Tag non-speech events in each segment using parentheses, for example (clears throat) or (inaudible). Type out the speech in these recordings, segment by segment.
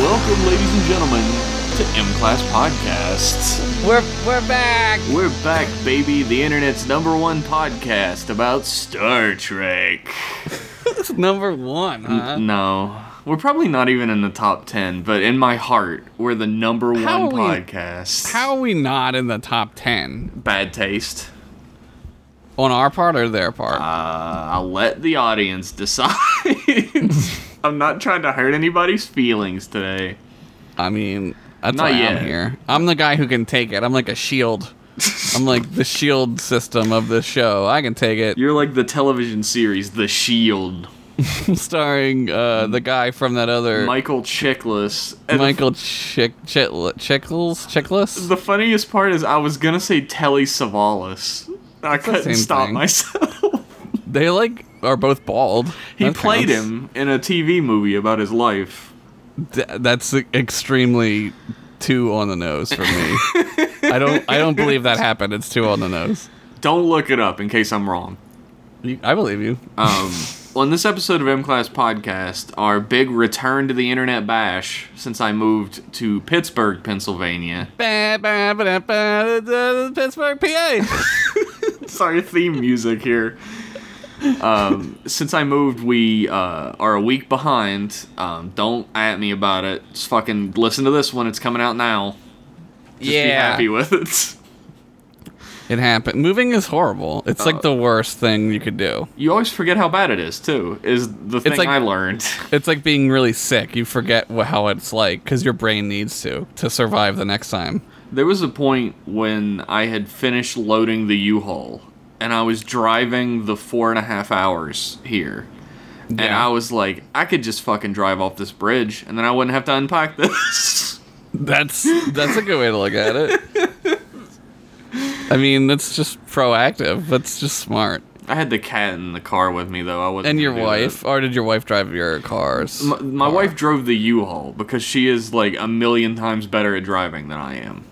Welcome, ladies and gentlemen, to M Class Podcasts. We're we're back. We're back, baby, the internet's number one podcast about Star Trek. It's number one, huh? No, we're probably not even in the top 10, but in my heart, we're the number How one are we- podcast. How are we not in the top ten Bad taste. on our part or their part? Uh, I'll let the audience (laughs) (laughs) decide. I'm not trying to hurt anybody's feelings today. I mean, that's not why yet. I'm here. I'm the guy who can take it. I'm like (laughs) a shield. I'm like the shield system of the show. I can take (laughs) it. You're like the television series The Shield. Starring uh, the guy from that other Michael Chiklis. And Er. Michael Chick Chitl- Chickles Chickless. The funniest part is I was gonna say Telly Savalas. I the couldn't same stop thing. myself. (laughs) They like are both bald. he That played counts. him in a TV movie about his life. Th- that's extremely too on the nose for me. I don't I don't believe that happened. It's too on the nose. Don't look it up in case I'm wrong. You- I believe you. (laughs) Um, on this episode of M Class Podcast, our big return to the internet bash since I moved to Pittsburgh, Pennsylvania. (laughs) Ba- ba- ba- da- ba- da- da- Pittsburgh, PA. It's our theme music here. Um, since I moved, we uh, are a week behind. Um, don't at me about it. Just fucking listen to this one. It's coming out now. Just be happy with it. (laughs) it happened. Moving is horrible. It's like the worst thing you could do. You always forget how bad it is too. Is the thing like- I (laughs) learned. It's like being really sick. You forget wh- how it's like because your brain needs to to survive the next time. There was a point when I had finished loading the U-Haul, and I was driving the four and a half hours here, and Yeah. I was like, I could just fucking drive off this bridge, and then I wouldn't have to unpack this. (laughs) That's that's a good way to look at it. I mean, that's just proactive. That's just smart. I had the cat in the car with me though. I wasn't. And your gonna do that. wife, or did your wife drive your cars? My, my wife drove the U-Haul because she is like a million times better at driving than I (laughs) am.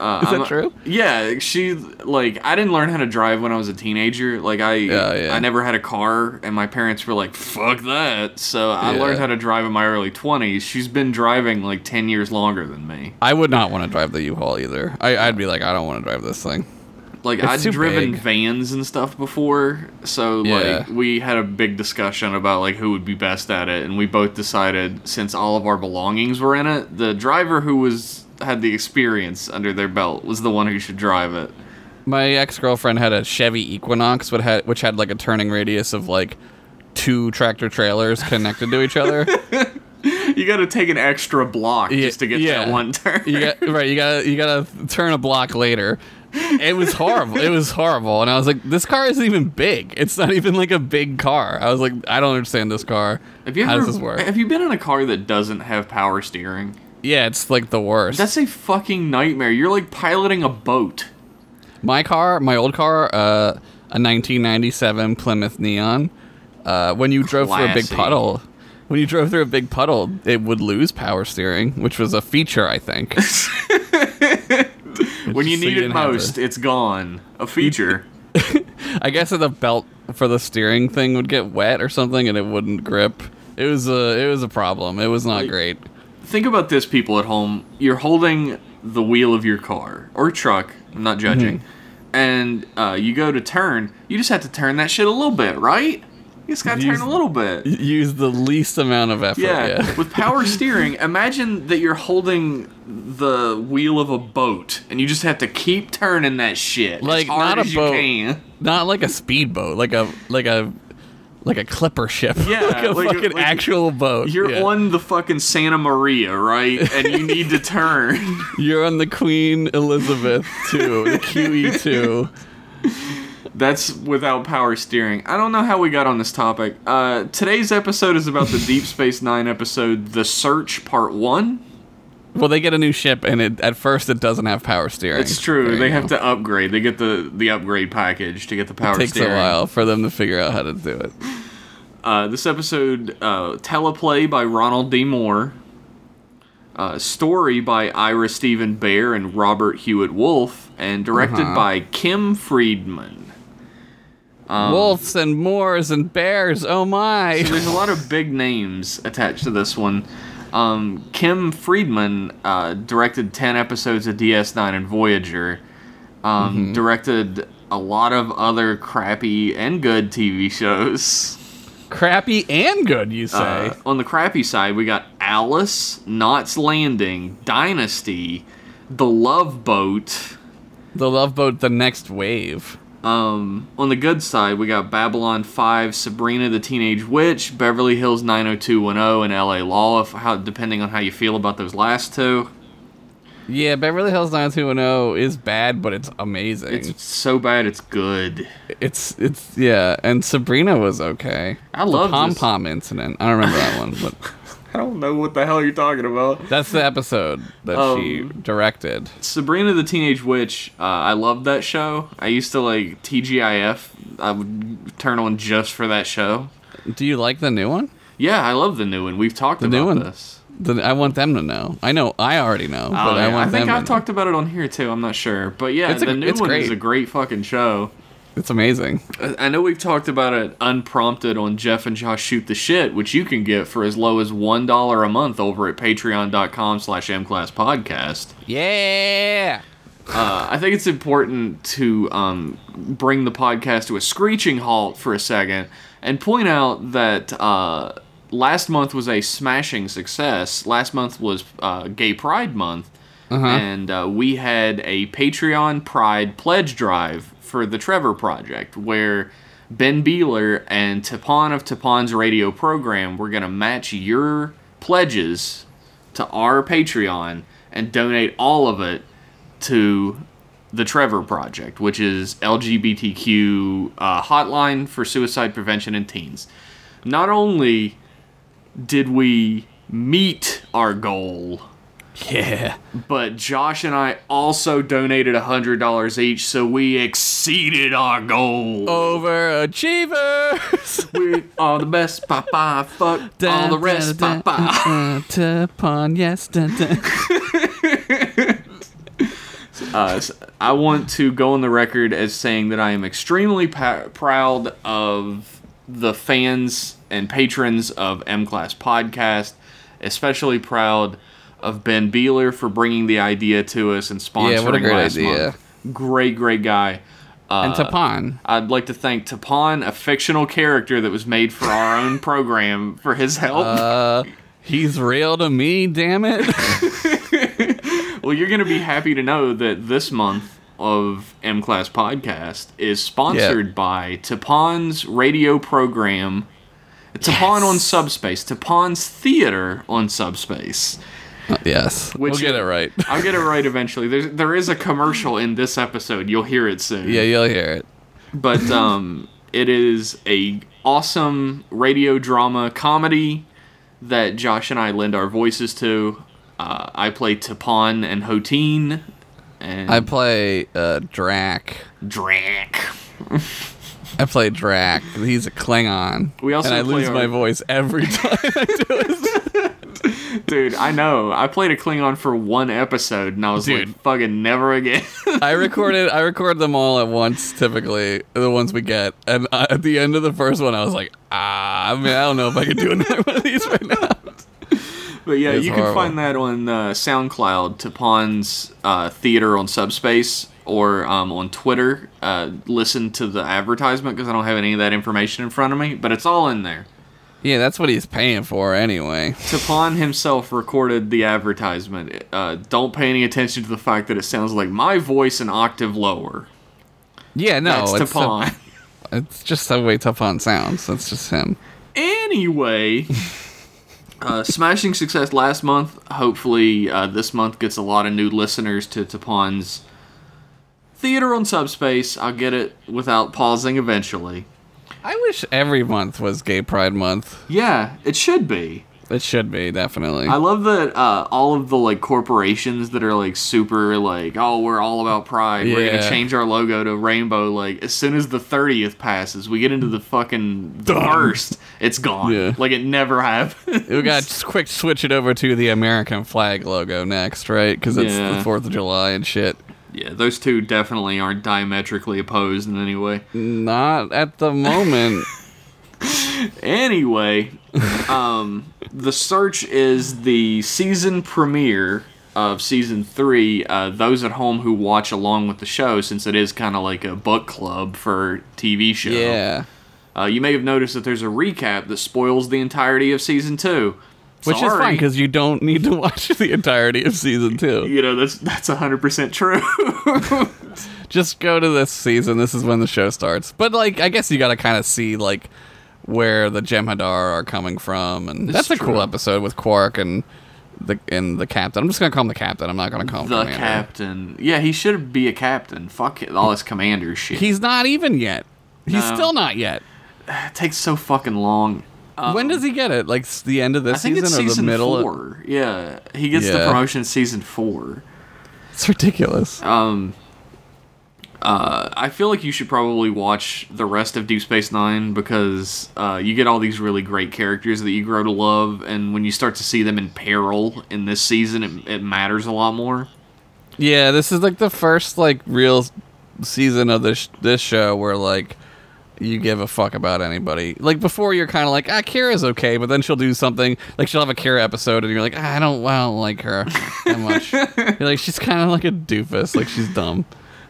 Uh, Is that I'm a- true? Yeah, she like I didn't learn how to drive when I was a teenager. Like I, Yeah, yeah. I never had a car, and my parents were like, "Fuck that!" So I Yeah. learned how to drive in my early twenties. She's been driving like ten years longer than me. I would not want to drive the U-Haul either. I, I'd be like, I don't want to drive this thing. Like It's I'd too driven big. vans and stuff before, so Yeah. like we had a big discussion about like who would be best at it, and we both decided since all of our belongings were in it, the driver who was had the experience under their belt was the one who should drive it. My ex-girlfriend had a Chevy Equinox, which had which had like a turning radius of like two tractor trailers connected to each other. You got to take an extra block Yeah, just to get that yeah. one turn. (laughs) You got right. You gotta you gotta turn a block later. It was horrible. It was horrible, and I was like, this car isn't even big. It's not even like a big car. I was like, I don't understand this car. have you How ever, does this work? Have you been in a car that doesn't have power steering? Yeah, it's like the worst. That's a fucking nightmare. You're like piloting a boat. My car, my old car, uh, a 1997 Plymouth Neon. Uh, when you drove through a Classy. big puddle, when you drove through a big puddle, it would lose power steering, which was a feature, I think. (laughs) When you so you need it didn't have most, it's gone. A feature. I guess the belt for the steering thing would get wet or something, and it wouldn't grip. It was a it was a problem. It was not great. Think about this, people at home. You're holding the wheel of your car or truck. I'm not judging. Mm-hmm. And uh, you go to turn. You just have to turn that shit a little bit, right? You just gotta turn Use- a little bit. Use the least amount of effort. Yeah. Yeah. With power steering, imagine that you're holding the wheel of a boat and you just have to keep turning that shit Like, as hard not a as you boat. (laughs) can. not like a speedboat, like a like a like a clipper ship. (laughs) Yeah, like a like a- fucking like- actual boat. You're Yeah. on the fucking Santa Maria, right? And you need to (laughs) turn. You're on the Queen Elizabeth two, (laughs) the QE two. That's without power steering. I don't know how we got on this topic. Uh, today's episode is about (laughs) the Deep Space Nine episode, The Search Part 1. Well, they get a new ship, and it, at first it doesn't have power steering. It's true. There you They have go. to upgrade. They get the, the upgrade package to get the power Takes steering. a while for them to figure out how to do it. Uh, this episode, uh, teleplay by Ronald D. Moore, uh, story by Ira Stephen Bear and Robert Hewitt Wolf, and directed Uh-huh. by Kim Friedman. Um, Wolves and moors and bears. Oh my! So there's a lot of big names attached to this one. Um, Kim Friedman uh, directed 10 episodes of DS9 and Voyager, um, directed a lot of other crappy and good TV shows. (laughs) Crappy and good, you say? Uh, on the crappy side, we got Alice, Knots Landing, Dynasty, The Love Boat. the Love Boat, the next wave. Um, on the good side, we got Babylon 5, Sabrina the Teenage Witch, Beverly Hills 90210, and LA Law, if how, depending on how you feel about those last two. Yeah, Beverly Hills 90210 is bad, but it's amazing. It's so bad, it's good. It's it's yeah, and Sabrina was okay. I love the pom this. pom incident. I don't remember that one, but I don't know what the hell you're talking about. that's the episode that she Um, directed. Sabrina the Teenage Witch, uh, I loved that show. I used to like TGIF. I would turn on just for that show. Do you like the new one? Yeah, I love the new one. We've talked new about one? this. The, I want them to know. I know I already know, but Oh, yeah, I I, want them. think to I've know. talked about it on here too. I'm not sure, but yeah, It's a- the new it's one is great. a great fucking show. It's amazing. I I know we've talked about it unprompted on Jeff and Josh Shoot the Shit, which you can get for as low as one dollar a month over at patreon.com slash mclasspodcast. Yeah. Uh, I think it's important to um, bring the podcast to a screeching halt for a second and point out that uh, last month was a smashing success. Last month was uh, Gay Pride Month, and uh, we had a Patreon Pride pledge drive for the Trevor Project where. Ben Beeler and Tapon of Tapon's radio program were going to match your pledges to our Patreon and donate all of it to the Trevor Project, which is LGBTQ uh, hotline for suicide prevention in teens. Not only did we meet our goal, Yeah. but Josh and I also donated $100 each, so we exceeded our goal. Oh. Overachievers. We are the best Popeye, fuck all the rest (laughs) Dun, dun, dun, Popeye. uh, to pawn, yes. dun, dun. Uh, s- I want to go on the record as saying that I am extremely pa- proud of the fans and patrons of M Class Podcast, especially proud of Ben Beeler for bringing the idea to us and sponsoring Yeah, what a great last idea. month. Great, great guy. (laughs) Uh, And to pawn. I'd like to thank Tapon, a fictional character that was made for our own program, for his help. Uh, he's real to me, damn (laughs) it. Well, you're going to be happy to know that this month of M Class Podcast is sponsored by Tapon's radio program, Tapon on Subspace, Tapon's Theater on Subspace. Uh, yes. (laughs) Which- we'll get it right. (laughs) I'll get it right eventually. There's, there is a commercial in this episode. You'll hear it soon. Yeah, you'll hear it. But um, it is a awesome radio drama comedy that Josh and I lend our voices to. Uh, I play Tapon and Hoteen. And I play uh, Drac. Drac. I play Drac. He's a Klingon. We also and I play lose our- my voice every (laughs) time. Dude, I know. I played a Klingon for one episode and I was Dude. like, fucking never again. (laughs) I recorded. I record them all at once. Typically, the ones we get. And uh, at the end of the first one, I was like, Ah, I mean, I don't know if I can do (laughs) another one of these right now. but yeah, It's you horrible. can find that on uh, SoundCloud, Tapon's uh, Theater on Subspace, or um, on Twitter. Uh, listen to the advertisement because I don't have any of that information in front of me, but it's all in there. Yeah, that's what he's paying for anyway. Tapon himself recorded the advertisement. Uh, don't pay any attention to the fact that it sounds like my voice an octave lower. Yeah, no, That's Oh, it's Tapon. It's just the way Tufan sounds. That's just him. Anyway, uh, smashing success last month. Hopefully, uh, this month gets a lot of new listeners to Tapon's theater on subspace. I'll get it without pausing eventually. I wish every month was Gay Pride Month. Yeah, it should be. It should be definitely. I love that uh, all of the like corporations that are like super like oh we're all about pride we're Yeah. gonna change our logo to rainbow like as soon as the thirtieth passes we get into the fucking the first it's gone Yeah. like it never (laughs) happened we got to quick switch it over to the American flag logo next, right? Because it's the Yeah. Fourth of July and shit. Yeah, those two definitely aren't diametrically opposed in any way. (laughs) Not at the moment. (laughs) Anyway, Um, the search is the season premiere of season three. Uh, those at home who watch along with the show, since it is kind of like a book club for TV show. Yeah. Uh, you may have noticed that there's a recap that spoils the entirety of season two. Which is Sorry. fine because you don't need to (laughs) watch the entirety of season two. you know that's that's hundred percent (laughs) true. Just go to this season. This is when the show starts. But like, I guess you got to kind of see like where the Jem'Hadar are coming from, and that's a true. cool episode with Quark and the and the captain. I'm just gonna call him the captain. I'm not gonna call him the Commander. captain, yeah, he should be a captain. Fuck it, all this commander shit. He's not even yet. He's No. still not yet. It takes so fucking long. Um, when does he get it? Like s- the end of this I think season it's or season the middle? of- four. Yeah, he gets the Yeah. promotion season four. it's ridiculous. Uh, I feel like you should probably watch the rest of Deep Space Nine because uh, you get all these really great characters that you grow to love, and when you start to see them in peril in this season, it, it matters a lot more. Yeah, this is like the first like real s- season of this this show where like you give a fuck about anybody. Like before, you're kind of like, ah, Kira's okay, but then she'll do something like she'll have a Kira episode, and you're like, ah, I don't, I don't like her that (laughs) much. you're like, she's kind of like a doofus, like she's dumb.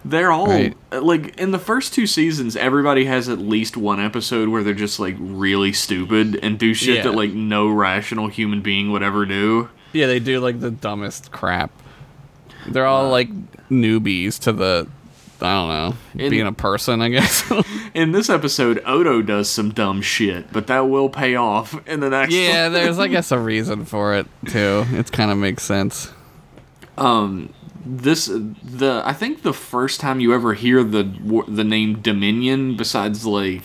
They're all Right. like in the first two seasons, everybody has at least one episode where they're just like really stupid and do shit Yeah. that like no rational human being would ever do. Yeah, they do like the dumbest crap. They're all like newbies to the, I don't know, In- being a person, I guess. In this episode, Odo does some dumb shit, but that will pay off in the next. (laughs) yeah, there's I guess a reason for it too. It kind of makes sense. (laughs) this the I think the first time you ever hear the wor- the name Dominion, besides like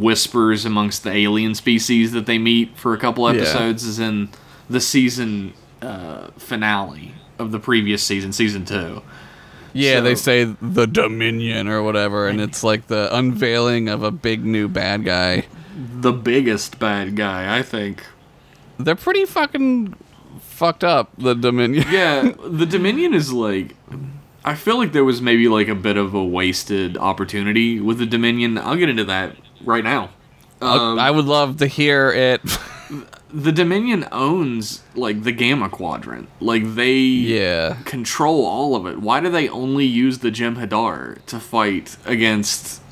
whispers amongst the alien species that they meet for a couple Yeah. episodes, is in the season uh, finale of the previous season, season two. Yeah, they So- say the Dominion or whatever, and it's like the unveiling of a big new bad guy. The biggest bad guy, I think. They're pretty fucking fucked up, the Dominion. (laughs) Yeah, the Dominion is like. I feel like there was maybe like a bit of a wasted opportunity with the Dominion. I'll get into that right now. Um, I would love to hear it. (laughs) the Dominion owns like the Gamma Quadrant. Like they yeah. control all of it. Why do they only use the Jem'Hadar to fight against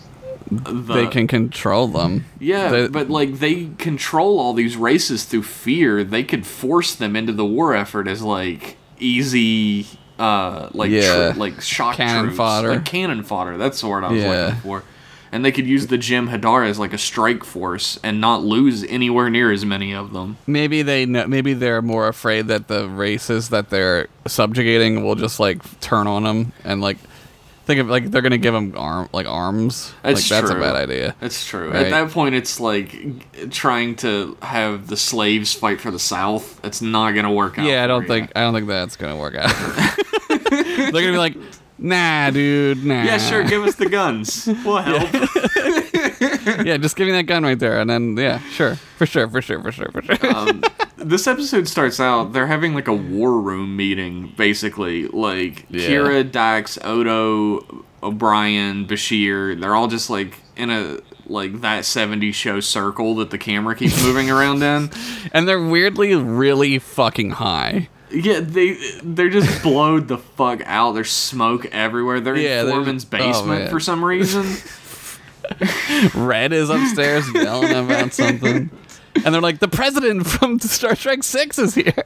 the They can control them. Yeah, They- but like they control all these races through fear. They could force them into the war effort as like easy uh like tr- Yeah. like shock Cannon troops. fodder. Like cannon fodder. That's the word I was Yeah. looking for. And they could use the Jem'Hadar as like a strike force and not lose anywhere near as many of them. maybe they know, maybe they're more afraid that the races that they're subjugating will just like turn on them and like think of like they're gonna give them arm like arms. That's like that's true. a bad idea. That's true. At Right. that point, it's like g- trying to have the slaves fight for the South. It's not gonna work out. Yeah, I don't for ya. think I don't think that's gonna (laughs) work out. They're gonna be like, nah, dude, nah. Yeah, sure. Give us the (laughs) guns. We'll help. yeah, just give me that gun right there, and then yeah, sure, for sure, for sure, for sure, for sure. Um, this episode starts out. They're having like a war room meeting, basically. Like Yeah. Kira, Dax, Odo, O'Brien, Bashir. They're all just like in a like that '70s show circle that the camera keeps moving around (laughs) in. (laughs) and they're weirdly really fucking high. Yeah, they they're just blowed the fuck out. There's smoke everywhere. They're Yeah, in they're Foreman's just- oh, basement man. for some (laughs) reason. Red is upstairs yelling about something, and they're like, the president from Star Trek Six is here. (laughs)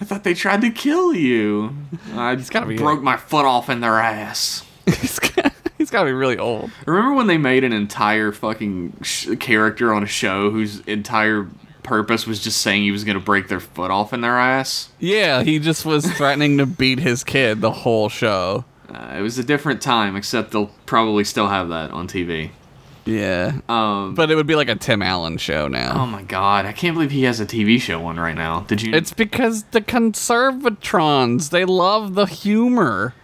I thought they tried to kill you. I just gotta be broke it. my foot off in their ass. he's got, he's got to be really old. Remember when they made an entire fucking sh- character on a show whose entire purpose was just saying he was gonna break their foot off in their ass? Yeah, he just was threatening to beat his kid the whole show. Uh, it was a different time, except they'll probably still have that on TV. Yeah, Um, but it would be like a Tim Allen show now. oh my god, I can't believe he has a TV show on right now. Did you? It's because the conservatrons, they love the humor.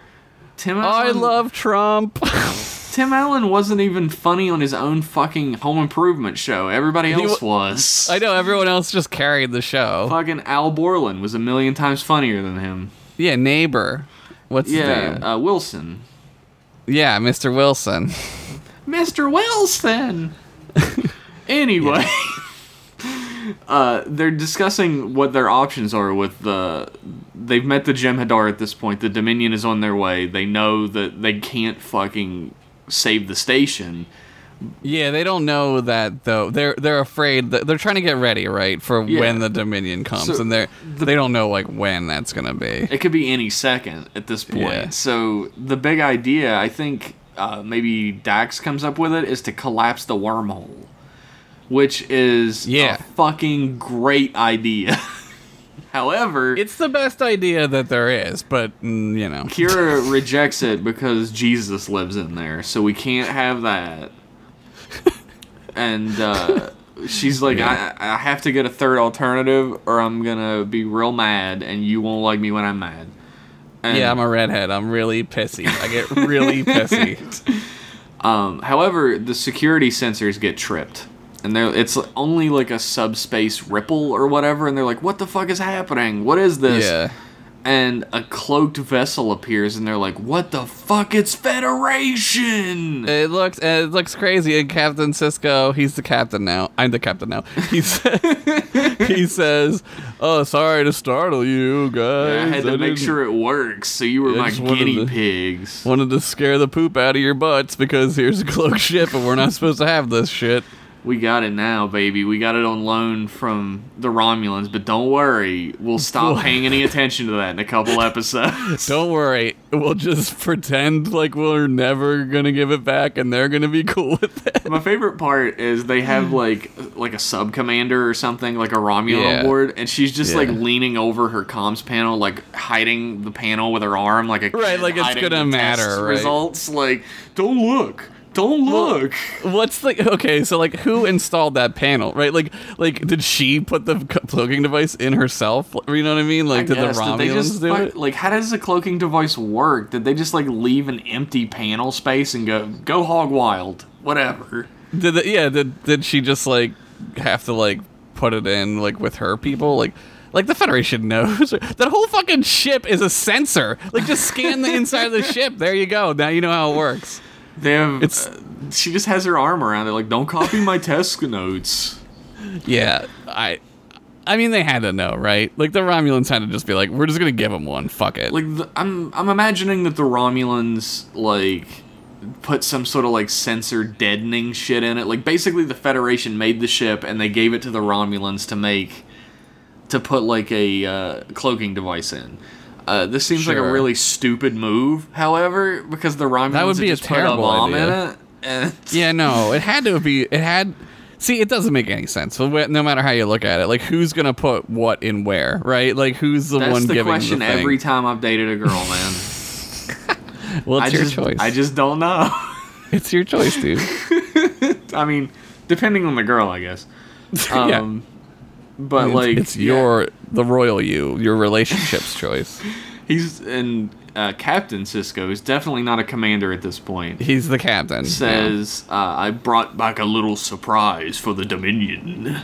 Tim. I Allen- love (laughs) Trump. Tim Allen wasn't even funny on his own fucking home improvement show. Everybody He else wa- was. I know everyone else just carried the show. fucking Al Borland was a million times funnier than him. Yeah, neighbor. What's his Yeah, name? uh, Wilson. yeah, Mr. Wilson. (laughs) Mr. Wilson. anyway. uh, they're discussing what their options are with the. They've met the Jem'Hadar at this point. The Dominion is on their way. They know that they can't fucking save the station. Yeah, they don't know that though. They're they're afraid that they're trying to get ready, right, for Yeah. when the Dominion comes, So and they are they don't know like when that's gonna be. It could be any second at this point. Yeah. So the big idea, I think, uh, maybe Dax comes up with it, is to collapse the wormhole, which is Yeah. a fucking great idea. (laughs) However, It's the best idea that there is, but mm, you know, Kira rejects it because Jesus lives in there, so we can't have that. And uh, she's like, Yeah. I, I have to get a third alternative, or I'm gonna be real mad, and you won't like me when I'm mad. And, yeah, I'm a redhead. I'm really pissy. I get (laughs) really pissy. um, however, the security sensors get tripped, and they're it's only like a subspace ripple or whatever, and they're like, "What the fuck is happening? What is this?" Yeah, and a cloaked vessel appears, and they're like, "What the fuck? It's Federation!" it looks it looks crazy. And Captain Cisco, he's the captain now. I'm the captain now. He (laughs) says, he says, "Oh, sorry to startle you guys. I had to make didn't- sure it works, so you were Yeah, I my just wanted guinea to- pigs. Wanted to scare the poop out of your butts because here's a cloaked ship and we're not supposed to have this shit. We got it now, baby. We got it on loan from the Romulans, but don't worry, we'll (laughs) stop paying any attention to that in a couple episodes. (laughs) Don't worry, we'll just (laughs) pretend like we're never gonna give it back and they're gonna be (laughs) cool with it. my favorite part is they have like like a sub commander or something, like a Romulan Yeah. on board, and she's just like Yeah. leaning over her comms panel, like hiding the panel with her arm, like a Right, kid like it's hiding gonna the test matter, right? Results like don't look, don't look. What's the okay? So like, who installed that panel? Right? Like, like did she put the c- cloaking device in herself? You know what I mean? Like, did the Yes, Romulans did they just do fuck- it? Like, how does the cloaking device work? Did they just like leave an empty panel space and go go hog wild, whatever? Did the, yeah? Did did she just like have to like put it in like with her people? Like, like the Federation (laughs) knows that whole fucking ship is a sensor. Like, just scan the inside of the ship. There you go. Now you know how it works. They have. It's- uh, she just has her arm around it, like, don't copy my (laughs) test notes. Yeah, I. I mean, they had to know, right? Like the Romulans had to just be like, "We're just gonna give them one. Fuck it." Like, the, I'm I'm imagining that the Romulans like put some sort of like sensor deadening shit in it. Like, basically, the Federation made the ship and they gave it to the Romulans to make to put like a uh, cloaking device in. Uh, this seems like a Sure. really stupid move, however, because the Romulans would had be a just put a terrible bomb in idea. it. And Yeah, no, it had to be. It had. See, it doesn't make any sense. So wh- No matter how you look at it, like who's gonna put what in where, right? Like who's the that's one the giving question the thing? every time I've dated a girl, (laughs) man. well, I it's your just choice. I just don't know. (laughs) it's your choice, dude. I mean, depending on the girl, I (laughs) guess. Um, But yeah, like, it's, it's yeah, your the royal you, your relationship's choice. he's and uh, Captain Cisco is definitely not a commander at this (laughs) point. He's the captain. Says, uh, "I brought back a little surprise for the Dominion."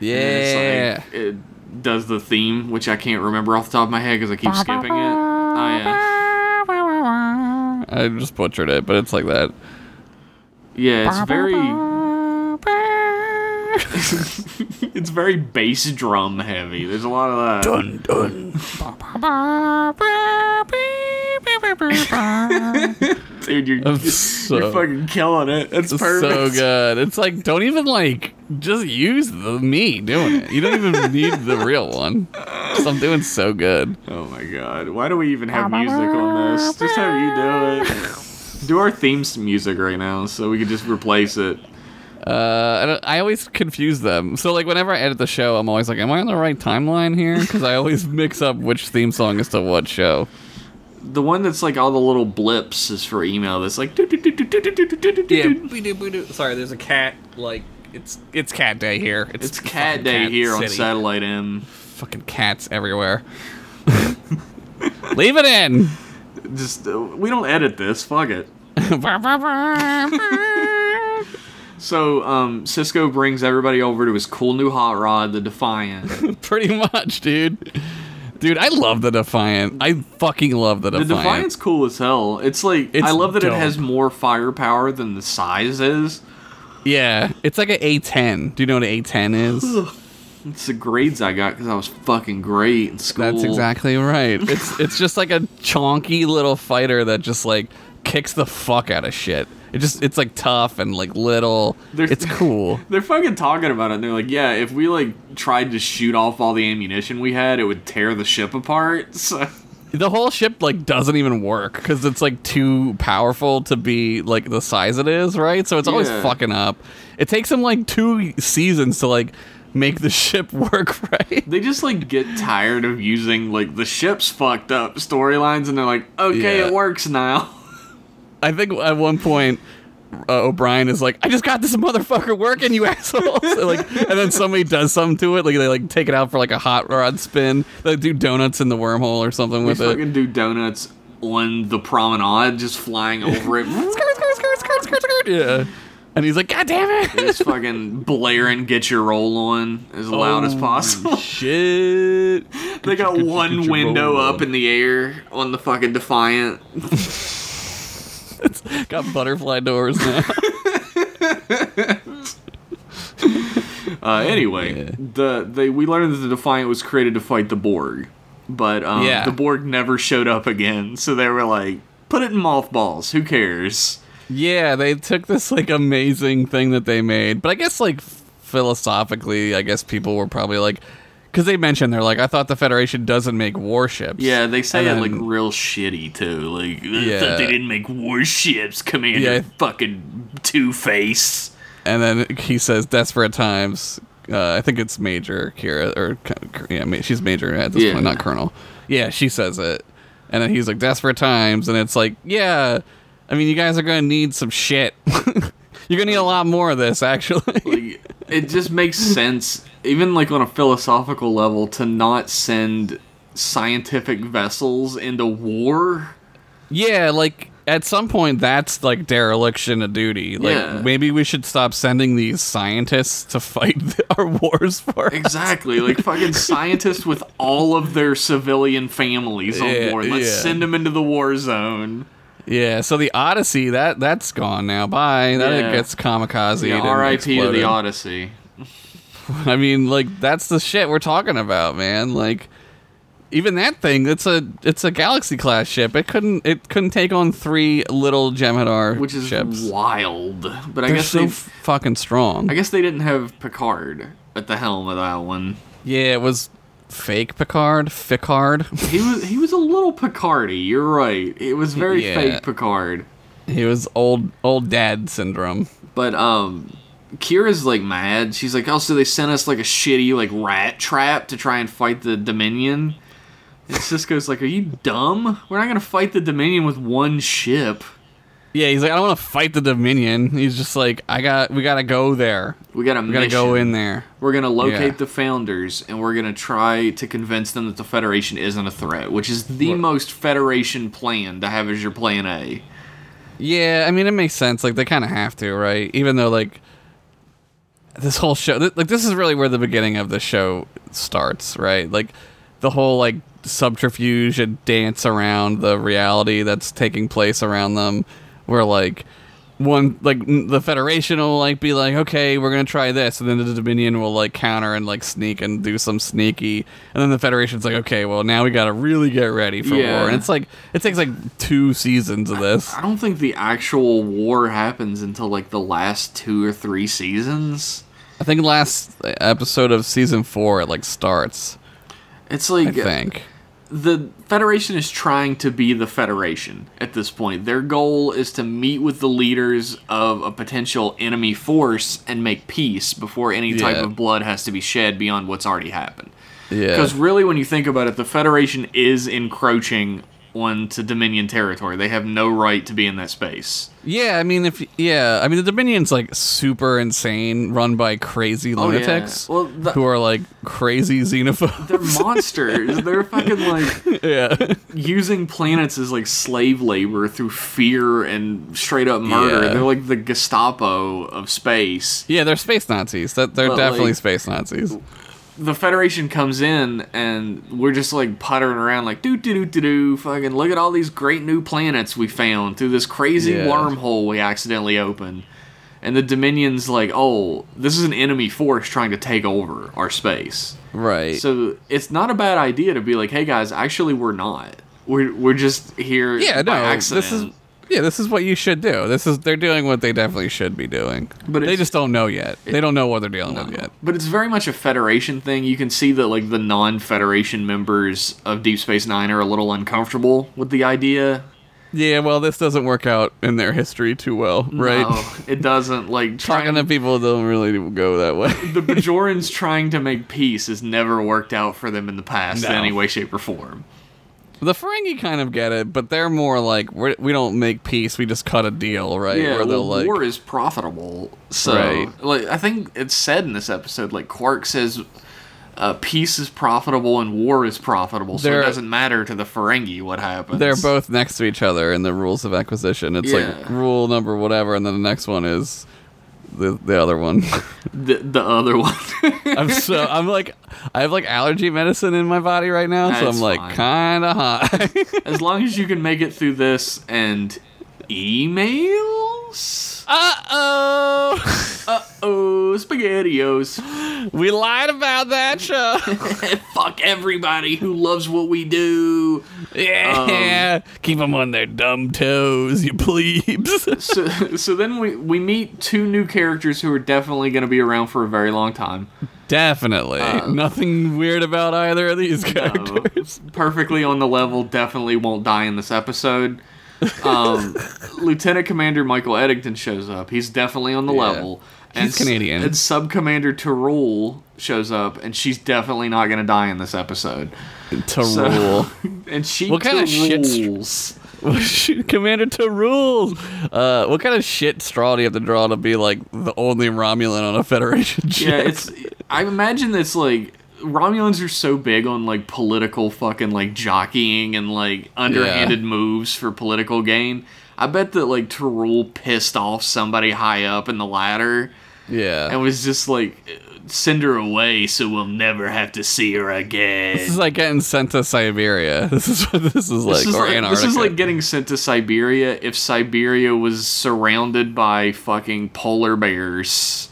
yeah, And yeah. it's like, it does the theme, which I can't remember off the top of my head because I keep skipping it. Oh yeah, I just butchered it, but it's like that. yeah. It's very, it's very (laughs) bass drum heavy. There's a lot of that. dun dun. Dude, you're, I'm you're so- fucking killing it. That's It's perfect. so good. It's like don't even like just use the me doing it. You don't even need the real one. Just, I'm doing so good. Oh my god. Why do we even have music on this? Just have you do it. Do our themes to music right now so we could just replace it. Uh, I, don't- I always confuse them. So like whenever I edit the show, I'm always like, am I on the right timeline here? Because I always mix up which theme song is to what show. The one that's like all the little blips is for email that's like (laughs) Sorry, there's a cat. Like it's it's cat day here. It's cat day here on Satellite M. Fucking cats (laughs) everywhere. Leave it in. Just uh, we don't edit this, fuck it. So um Cisco brings everybody over to his cool new hot rod, the (laughs) Defiant. Pretty much, dude. Dude, I love the Defiant. I fucking love the The Defiant. Defiant's cool as hell. It's like I It's love that it has dope. more firepower than the size is. yeah, it's like an A10. Do you know what an A10 is? It's the grades I got because I was fucking great in school. That's exactly right. It's it's just like a chonky little fighter that just like kicks the fuck out of shit. It just it's like tough and like little. There's- (laughs) it's cool. They're fucking talking about it. And they're like, yeah, if we like tried to shoot off all the ammunition we had, it would tear the ship apart. (laughs) So The whole ship like doesn't even work because it's like too powerful to be like the size it is, right? So it's always Yeah. fucking up. It takes them like two seasons to like make the (laughs) ship work right. they just like get tired of using like the ship's fucked up storylines, and they're like, okay, Yeah. it works now. (laughs) I think at one point uh, O'Brien is like, "I just got this motherfucker working, you (laughs) assholes!" And, like, and then somebody does something to it. Like they like take it out for like a hot rod spin. They do donuts in the wormhole or something We with it. fucking do donuts on the promenade, just flying over (laughs) it. (laughs) Skirt, skirt, skirt, skirt, skirt, skirt. Yeah. And he's like, "God damn it!" just fucking blaring "Get Your Roll On" as loud as Oh, possible. (laughs) Shit. They got Get your- one get your window roll up on. in the air on the fucking Defiant. It's got butterfly doors now. Uh, anyway, Yeah. the they we learned that the Defiant was created to fight the Borg, but um, Yeah. the Borg never showed up again. So they were like, "Put it in mothballs. Who cares?" Yeah, they took this like amazing thing that they made, but I guess like philosophically, I guess people were probably like, because they mentioned they're like, I thought the Federation doesn't make warships. Yeah, they say And it like then- real shitty too. Like, I Yeah. thought they didn't make warships, Commander Yeah. fucking Two Face. and then he says, desperate times. Uh, I think it's Major Kira, or yeah, ma- she's Major at this Yeah. point, not Colonel. Yeah, she says it, and then he's like, desperate times, and it's like, yeah, I mean, you guys are gonna need some shit. (laughs) You're gonna need a lot more of this, actually. like it just makes sense even like on a philosophical level to not send scientific vessels into war Yeah, like at some point that's like dereliction of duty. Like Yeah. maybe we should stop sending these scientists to fight (laughs) our wars for. us. exactly like fucking scientists with all of their civilian families on Yeah, board let's yeah. send them into the war zone Yeah, so the Odyssey that that's gone now. Bye. That Yeah. gets kamikaze. yeah, and rip to exploded. the odyssey (laughs) I mean, like that's the shit we're talking about, man. Like even that thing, it's a it's a galaxy class ship. It couldn't it couldn't take on three little Gemhadar which is ships. wild but i They're guess so they fucking strong. i guess they didn't have picard at the helm of that one yeah, it was fake Picard, Ficard. (laughs) he was he was a little picardy you're right it was very Yeah. fake picard He was old old dad syndrome. But um Kira's like mad. She's like, "Oh, so they sent us like a shitty like rat trap to try and fight the Dominion." And Cisco's like, "Are you dumb? We're not gonna fight the Dominion with one ship. Yeah, he's like, I don't want to fight the Dominion. He's just like, I got, we gotta go there. We got a We gotta mission. go in there. We're gonna locate Yeah. the founders, and we're gonna try to convince them that the Federation isn't a threat, which is the most Federation plan to have as your plan A." Yeah, I mean, it makes sense. Like they kind of have to, right? Even though like this whole show, th- like this is really where the beginning of the show starts, right? Like the whole like subterfuge and dance around the reality that's taking place around them, where like one like n- the Federation will like be like, okay, we're gonna try this, and then the Dominion will like counter and like sneak and do some sneaky, and then the Federation's like, okay, well now we gotta really get ready for Yeah. war, and it's like it takes like two seasons of this. I don't think the actual war happens until like the last two or three seasons. I think last episode of season four it like starts. It's I like think. the Federation is trying to be the Federation at this point. Their goal is to meet with the leaders of a potential enemy force and make peace before any type Yeah. of blood has to be shed beyond what's already happened. Yeah. Because really, when you think about it, the Federation is encroaching onto Dominion territory. They have no right to be in that space. Yeah. I mean, if yeah, I mean the Dominion's like super insane, run by crazy Oh, yeah. lunatics Well, the- who are like crazy They're (laughs) xenophobes. monsters. They're fucking like yeah. using planets as like slave labor through fear and straight up murder. Yeah. They're like the Gestapo of space. (laughs) Yeah, they're space Nazis. That they're But, definitely like- space Nazis. the Federation comes in and we're just like puttering around like doo doo doo doo doo fucking look at all these great new planets we found through this crazy Yeah. wormhole we accidentally opened. and the Dominion's like, oh, this is an enemy force trying to take over our space. Right. So it's not a bad idea to be like, hey guys, actually we're not. We're we're just here yeah, no. by accident. This is yeah, this is what you should do. This is they're doing what they definitely should be doing. But But they it's- just don't know yet. they don't know what they're dealing with yet. But it's very much a Federation thing. You can see that like the non-Federation members of Deep Space Nine are a little uncomfortable with the idea. Yeah, well, this doesn't work out in their history too well, right? (laughs) No, Oh, it doesn't. (laughs) Like Talking trying to people don't really go that way. (laughs) (laughs) the Bajorans trying to make peace has never worked out for them in the past in No. any way, shape, or form. the Ferengi kind of get it, but they're more like we're, we don't make peace; we just cut a deal, right? Yeah, Where they'll, well, like- war is profitable. So, Right. like, I think it's said in this episode, like Quark says, uh, peace is profitable and war is profitable. So They're- it doesn't matter to the Ferengi what happens. They're both next to each other in the rules of acquisition. It's like Yeah. rule number whatever, and then the next one is the the other (laughs) one. the, the other one. (laughs) I'm so I'm like I have like allergy medicine in my body right now, so That's I'm like fine. kind of (laughs) high. as long as you can make it through this and emails. uh oh, Uh oh, spaghettios. (laughs) we lied about that show. Um, Fuck everybody who loves what we do. yeah, keep them on their dumb toes, you (laughs) plebes. so, (laughs) so then we, we meet two new characters who are definitely going to be around for a very long time. Definitely nothing weird about either of these Uh, characters. (laughs) perfectly on the level, definitely won't die in this episode. (laughs) Um, Lieutenant Commander Michael Eddington shows up. He's definitely on the Yeah. level. He's s- Canadian. And Sub Commander Tyrol shows up, and she's definitely not going to die in this episode. To So- rule. (laughs) and she What kind of shit str- rules. Well, shoot, (laughs) Commander to rules. Uh, what kind of shit straw do you have to draw to be like the only Romulan on a (laughs) Federation ship? Yeah, it's. I imagine it's like Romulans are so big on like political fucking like jockeying and like underhanded moves for political gain. I bet that like Tyrol pissed off somebody high up in the ladder yeah. and was just like, "Send her away, so we'll never have to see her again." (laughs) this is like getting sent to Siberia. (laughs) This is what this is like, This is or like- Antarctica. This is like getting sent to Siberia if Siberia was surrounded by fucking polar (laughs) bears.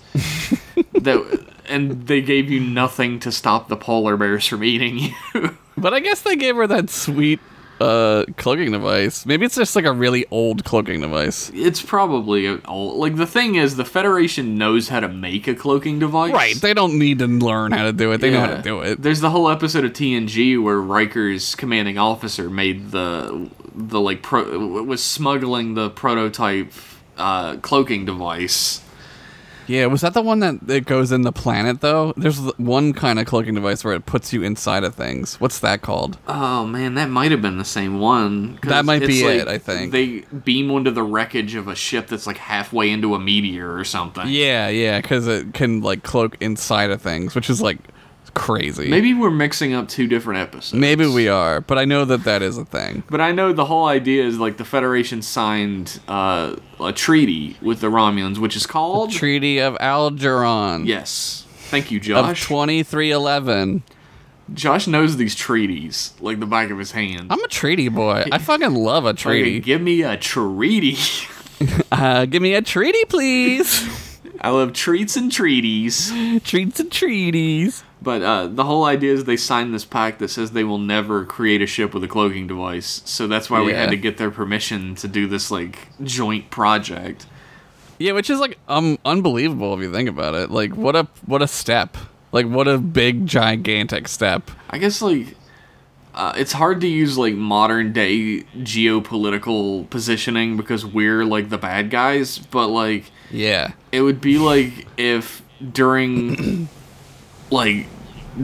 that and they gave you nothing to stop the polar bears from eating you. (laughs) but I guess they gave her that sweet uh, cloaking device. Maybe it's just like a really old cloaking device. it's probably all like the thing is the Federation knows how to make a cloaking device. Right. They don't need to learn how to do it. They know how Yeah. to do it. There's the whole episode of TNG where Riker's commanding officer made the the like pro, was smuggling the prototype uh, cloaking device. Yeah. Was that the one that that goes in the planet though? There's the- one kind of cloaking device where it puts you inside of things. What's that called? Oh man, that might have been the same one. 'cause That might it's be like it, I think. they beam onto the wreckage of a ship that's like halfway into a meteor or something. Yeah, yeah, because it can like cloak inside of things, which is like crazy. Maybe we're mixing up two different episodes. Maybe we are, but I know that that is a thing. But I know the whole idea is like the Federation signed uh, a treaty with the Romulans, which is called Treaty of Algeron yes. Thank you, of Josh. twenty three eleven. Josh knows these treaties like the back of his hand. I'm a treaty boy. I fucking love a Okay, treaty. give me a treaty. (laughs) Uh, give me a treaty, please. (laughs) I love treats and treaties. Treats and treaties. But uh, the whole idea is they signed this pact that says they will never create a ship with a cloaking device. So that's why we Yeah. had to get their permission to do this like joint project. Yeah, which is like um unbelievable if you think about it. Like what a what a step. Like what a big gigantic step. I guess like uh, it's hard to use like modern day geopolitical positioning because we're like the bad guys. But like Yeah. it would be like if (clears throat) during like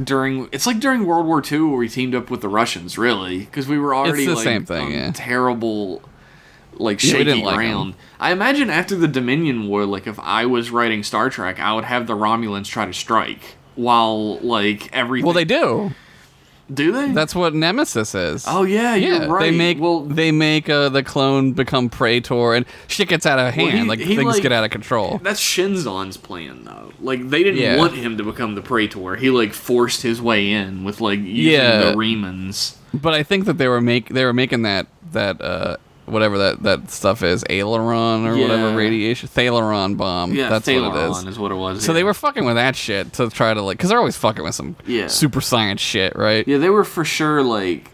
during it's like during World War II where we teamed up with the Russians really because we were already the like same thing, on yeah. terrible like Yeah, we shaky didn't like 'em. ground. I imagine after the Dominion War, like if I was writing Star Trek, I would have the Romulans try to strike while like everything. Well, they do. do they. That's what Nemesis is. oh yeah, Yeah, you're right. they make well. they make uh, the clone become Praetor, and shit gets out of hand. he- like he, things like- get out of control. that's Shinzon's plan, though. Like they didn't Yeah. want him to become the Praetor. He like forced his way in with like using Yeah. the Remans. But I think that they were make they were making that that uh, whatever that that stuff is, aileron or whatever Yeah. radiation, Thaleron bomb. Yeah, that's what it is. Thaleron is what it was. So yeah. they were fucking with that shit to try to like, because they're always fucking with some Yeah. super science shit, right? Yeah, they were for sure like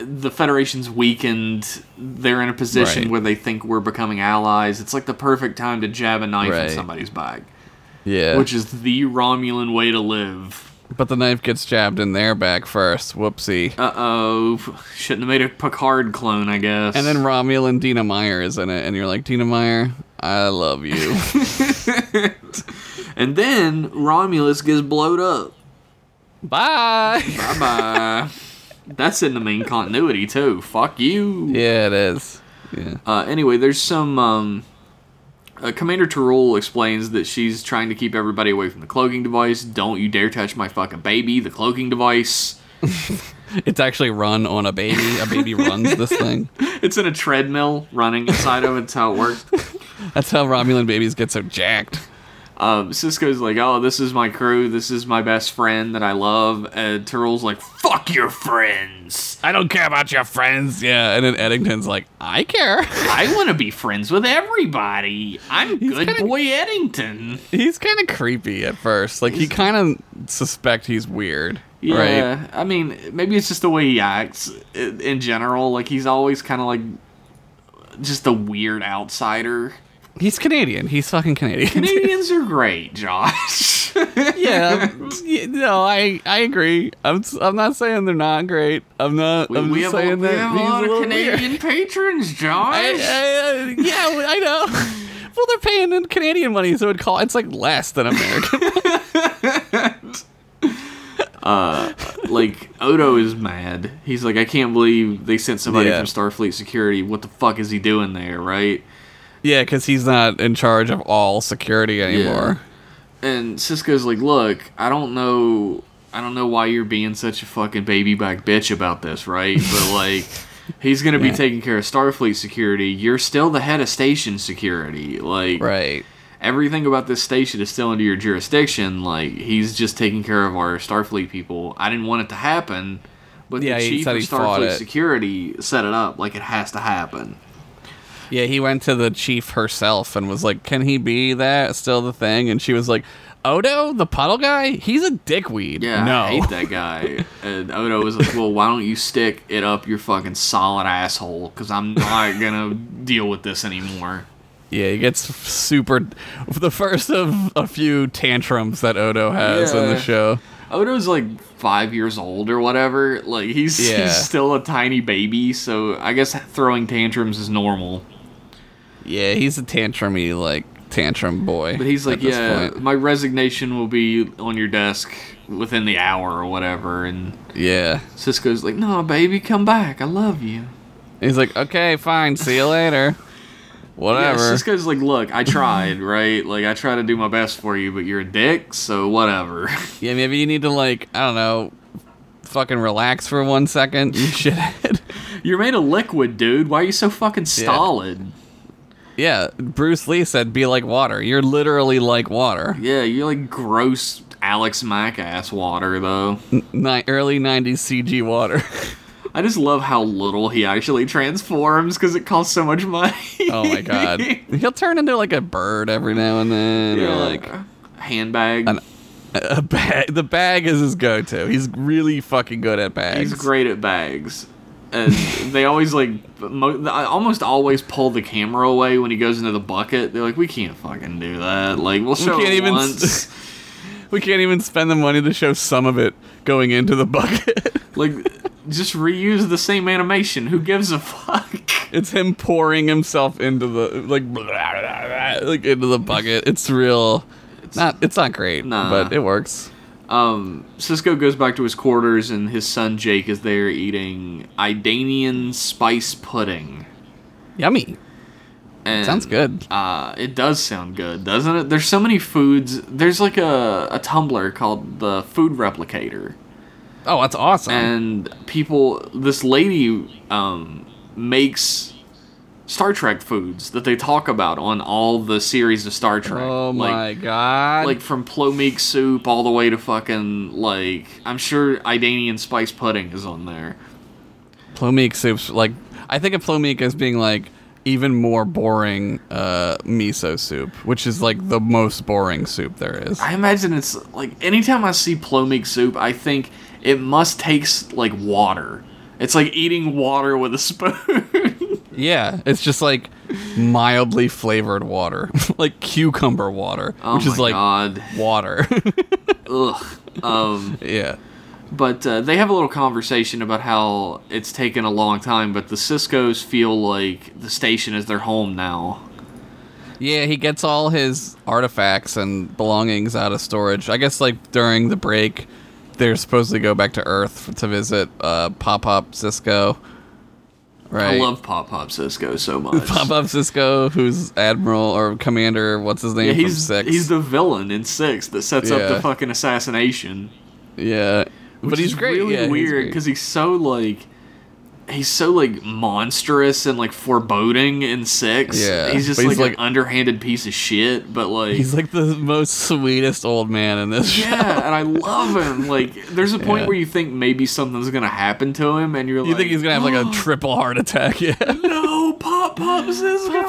the Federation's weakened. They're in a position Right. where they think we're becoming allies. It's like the perfect time to jab a knife in Right. somebody's back, Yeah. which is the Romulan way to live. but the knife gets jabbed in their back first. Whoopsie. Uh oh, shouldn't have made a Picard clone, I guess. and then Romulan Dina Meyer is in it, and you're like, Dina Meyer, I love (laughs) you. and then Romulus gets blowed up. Bye. Bye bye. uh, That's in the main continuity too. Fuck you. Yeah, it is. Yeah. Uh, anyway, there's some. Um, uh, Commander Tarul explains that she's trying to keep everybody away from the cloaking device. Don't you dare touch my fucking baby, the cloaking device. It's actually run on a baby. A baby runs this thing. It's in a treadmill running inside of it. That's how it works. (laughs) That's how Romulan babies get so jacked. Um, Cisco's like, oh, this is my crew. This is my best friend that I love. And Tarul's like, fuck your friends. I don't care about your friends. Yeah, and then Eddington's like, I care. I want to be friends with everybody. I'm good kinda- boy Eddington. He's kind of creepy at first. Like you kind of suspect he's weird, right? Yeah, I mean, maybe it's just the way he acts i- in general. Like he's always kind of like just a weird outsider. He's Canadian. He's fucking Canadian. (laughs) Canadians are great, (laughs) Josh. yeah. (laughs) I'm- yeah, No, I I agree. I'm s- I'm not saying they're not great. I'm not. we, I'm we just have, a, saying we that have a he's lot little of weird. Canadian (laughs) patrons, Josh. I, I, I, yeah, I (laughs) know. Well, they're paying in Canadian money, so it call it's like less than American. like Odo is mad. He's like, I can't believe they sent somebody Yeah. from Starfleet security. What the fuck is he doing there, right? (laughs) yeah, because he's not in charge of all security anymore. and Cisco's like, "Look, I don't know, I don't know why you're being such a fucking baby back bitch about this, (laughs) right? But like, he's gonna be taking care of Starfleet security. You're still the head of station security. Like, Right. everything about this station is still under your jurisdiction. Like, he's just taking care of our Starfleet people. I didn't want it to happen, but Yeah, the he chief said of he fought Starfleet it. security set it up. Like, it has to happen. Yeah, he went to the chief herself and was like, "Can he be that still the thing?" And she was like, "Odo, the puddle guy, he's a dickweed." Yeah, no, I hate that (laughs) guy. and Odo was like, "Well, why don't you stick it up your fucking solid asshole? Because I'm not gonna deal with this anymore." yeah, he gets super. The first of a few tantrums that Odo has in Yeah. the show. Odo's like five years old or whatever. Like he's Yeah. he's still a tiny baby, so I guess throwing tantrums is normal. Yeah, he's a tantrumy like tantrum boy. But he's like, at this "Yeah, point. my resignation will be on your desk within the hour or whatever." And yeah. Cisco's like, "No, baby, come back. I love you." He's like, "Okay, fine, see (laughs) you later." Yeah, Whatever. Cisco's like, look, I (laughs) tried, right? Like, I try to do my best for you, but you're a dick, so whatever. (laughs) yeah, maybe you need to like, I don't know, fucking relax for one (laughs) second, (laughs) you shithead. you're made of liquid, dude. Why are you so fucking stolid? Yeah, Bruce Lee said, "Be like water." You're literally like water. Yeah, you're like gross Alex Mack ass water, though. Ni- early '90s CG water. (laughs) I just love how little he actually transforms because it costs so much money. oh my god, he'll turn into like a bird every now and (laughs) then, you're or like like, handbag. An- a bag. The bag is his go-to. He's really fucking good at bags. He's great at bags. (laughs) And they always like, mo- I almost always pull the camera away when he goes into the bucket. They're like, we can't fucking do that. Like, we'll show can't it even s- once. We can't even spend the money to show some of it going into the bucket. (laughs) (laughs) like, just reuse the same animation. Who gives a fuck? it's him pouring himself into the like, like into the bucket. It's real. not. It's not great, Nah. but it works. Um, Cisco goes back to his quarters, and his son Jake is there eating Idanian spice pudding. Yummy. And, Sounds good. Uh, it does sound good, doesn't it? There's so many foods. There's like a, a Tumblr called the Food Replicator. Oh, that's awesome. and people this lady um, makes Star Trek foods that they talk about on all the series of Star Trek. Oh like, my god! Like from Plomeek soup all the way to fucking like I'm sure Idanian spice pudding is on there. Plomeek soup's like I think of Plomeek as being like even more boring uh, miso soup, which is like the most boring soup there is. I imagine it's like anytime I see plomeek soup, I think it must taste like water. It's like eating water with a spoon. Yeah, it's just like mildly flavored water, (laughs) like cucumber water, Oh which is my like God. water. (laughs) Ugh. Um, yeah. but uh, they have a little conversation about how it's taken a long time, but the Cisco's feel like the station is their home now. Yeah, he gets all his artifacts and belongings out of storage. I guess like during the break, they're supposed to go back to Earth f- to visit uh, Pop Pop Cisco. Right. I (laughs) love Pop Pop Cisco so much. Pop Pop Cisco, who's Admiral or Commander, what's his name Yeah, from he's Six? he's the villain in Six that sets up Yeah. the fucking assassination. yeah, Which but he's is great. really yeah, he's weird great. because he's so like he's so like monstrous and like foreboding in six. Yeah, he's just but like, he's, an like- underhanded piece of shit. But like, he's like the most sweetest old man in this. (laughs) show. yeah, and I love him. Like, there's a point Yeah. where you think maybe something's gonna happen to him, and you're You like, think he's gonna have like (gasps) a triple heart attack? (laughs) Yeah. (laughs) no pop (laughs) pop Cisco.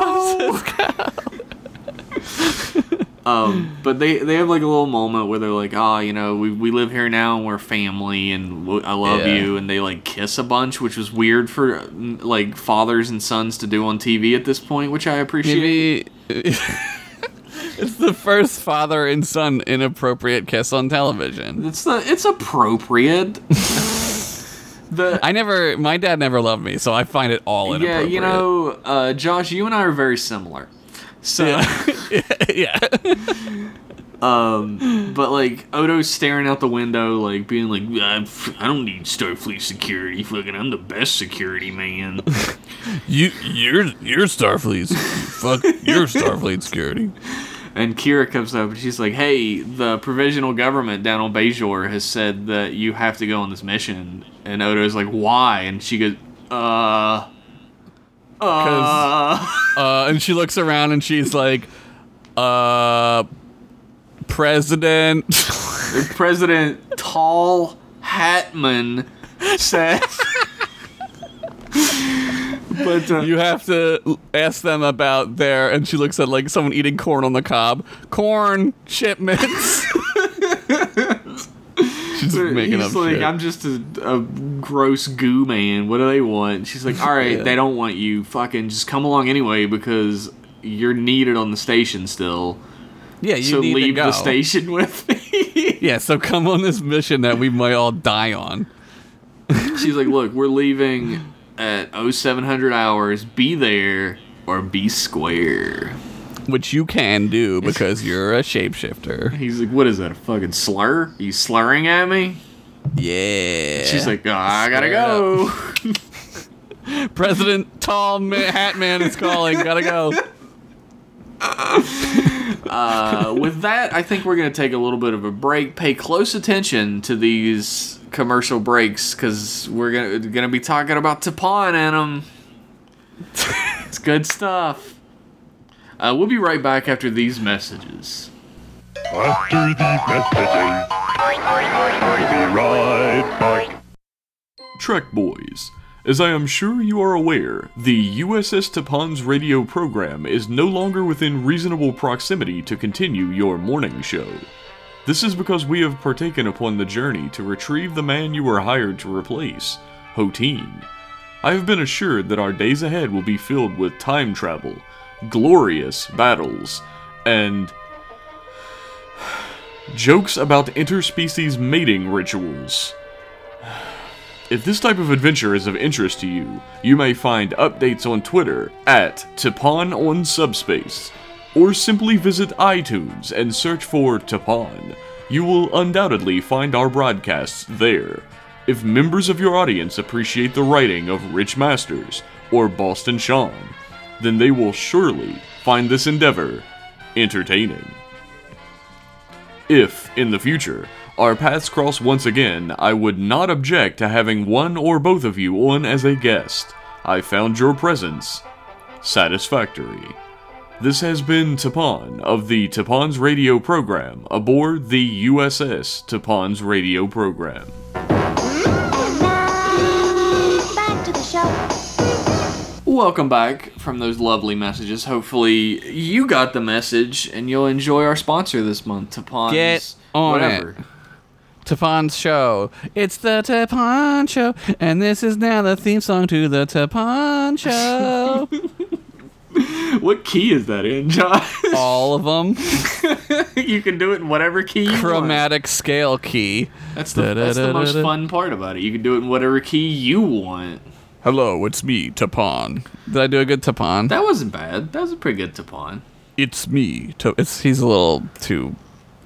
Um, but they they have like a little moment where they're like, ah, you know, we we live here now and we're family and w- I love Yeah. you, and they like kiss a bunch, which was weird for mm, like fathers and sons to do on TV at this point, which I appreciate. Maybe (laughs) it's the first father and son inappropriate kiss on television. It's the it's (laughs) appropriate. the I never, my dad never loved me, so I find it all yeah, inappropriate. you know, uh, Josh, you and I are very similar. So. (laughs) yeah, But like Odo's staring out the window, like being like, I, I don't need Starfleet security. Fucking, I'm the best security man. you, you're, you're Starfleet's, fuck, you're Starfleet security. and Kira comes up and she's like, Hey, the provisional government down on Bejor has said that you have to go on this mission. And Odo's like, Why? And she goes, Uh, uh, Uh, and she looks around and she's like, uh, president. (laughs) (laughs) President Tall Hatman says. but uh, You have to ask them about their, and she looks at like someone eating corn on the cob. Corn (laughs) shipments. She's So making he's up like, shit. I'm just a, a gross goo man. What do they want? And she's like, all (laughs) right, Yeah. they don't want you. Fucking just come along anyway because you're needed on the station still. yeah, you so need to leave go. the station (laughs) with me. Yeah, so come on this mission that we might all die on. (laughs) she's like, look, we're leaving at 0700 hours. Be there or be square. Which you can do because you're a shapeshifter. He's like, what is that? A fucking slur? Are you slurring at me? Yeah. She's like, "Ah, I gotta Square go. up." President Tall Ma- Hat Man is calling. Gotta go. Uh, with that, I think we're going to take a little bit of a break. Pay close attention to these commercial breaks because we're going to be talking about Tapon in them. it's good stuff. Uh, we'll be right back after these messages. After the messages, we'll be right back. Trek Boys. As I am sure you are aware, the USS Tapan's radio program is no longer within reasonable proximity to continue your morning show. This is because we have partaken upon the journey to retrieve the man you were hired to replace, Hoteen. I have been assured that our days ahead will be filled with time travel, glorious battles, and (sighs) jokes about interspecies mating rituals. If this type of adventure is of interest to you, you may find updates on Twitter at Tapon on Subspace, or simply visit iTunes and search for Tapon. You will undoubtedly find our broadcasts there. If members of your audience appreciate the writing of Rich Masters or Boston Sean, then they will surely find this endeavor entertaining. If, in the future, our paths cross once again, I would not object to having one or both of you on as a guest. I found your presence satisfactory. This has been Tapon of the Tapon's Radio Program aboard the USS Tapon's Radio Program. Back to the Welcome back from those lovely messages. Hopefully, you got the message and you'll enjoy our sponsor this month, Tapon's Get on whatever. (laughs) it. Tapon's show. It's the Tapon show, and this is now the theme song to the Tapon show. What key is that in, John? (laughs) All of them, you can do it in whatever key you want. chromatic scale key. That's the, that's the most Da-da-da-da-da. fun part about it. You can do it in whatever key you want. Hello, it's me, Tapon. Did I do a good Tapon? That wasn't bad. That was a pretty good Tapon. it's me. To- it's he's a little too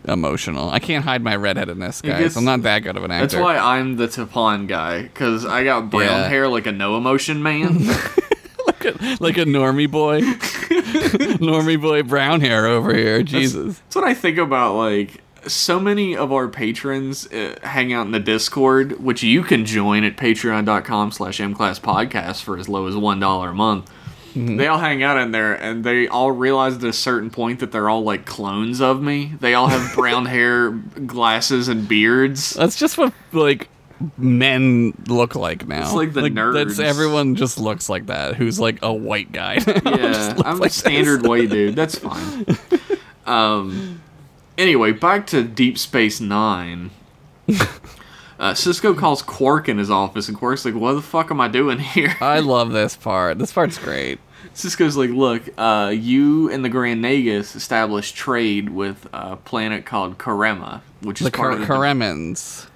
emotional. I can't hide my redheadedness, guys. gets- I'm not that good of an actor. That's (laughs) why I'm the Tapon guy, because I got brown Yeah. hair like a no emotion man. (laughs) like a, like a normie boy, normie boy, brown hair over here. Jesus. That's what I think about. Like, so many of our patrons uh, hang out in the Discord, which you can join at patreon.com slash mclasspodcast for as low as $1 a month. They all hang out in there, and they all realize at a certain point that they're all like clones of me. They all have brown hair, glasses, and beards. That's just what like men look like now. It's like the That's nerds. everyone just looks like that. Who's like a white guy? now. (laughs) Yeah, looks I'm like a standard white dude. That's fine. Um, anyway, back to Deep Space (laughs) Nine. Uh, Cisco calls Quark in his office, and Quark's like, "What the fuck am I doing here?" I love this part. This part's great. (laughs) Cisco's like, "Look, uh, you and the Grand Nagus established trade with a planet called Karema, which is The part of Kar- the- Karemans.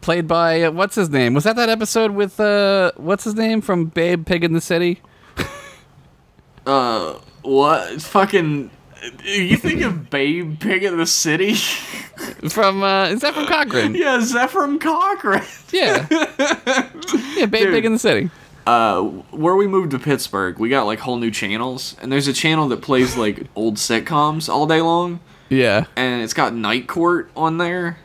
Played by uh, what's his name? Was that that episode with uh what's his name from Babe Pig in the City? what fucking." You think of Babe Pig in the City? (laughs) From uh is that from (laughs) Cochrane? yeah, Zephram Cochrane. Yeah. yeah, Babe Dude. Pig in the City. uh, where we moved to Pittsburgh, we got like whole new channels, and there's a channel that plays (laughs) like old sitcoms all day long, Yeah. and it's got Night Court on there.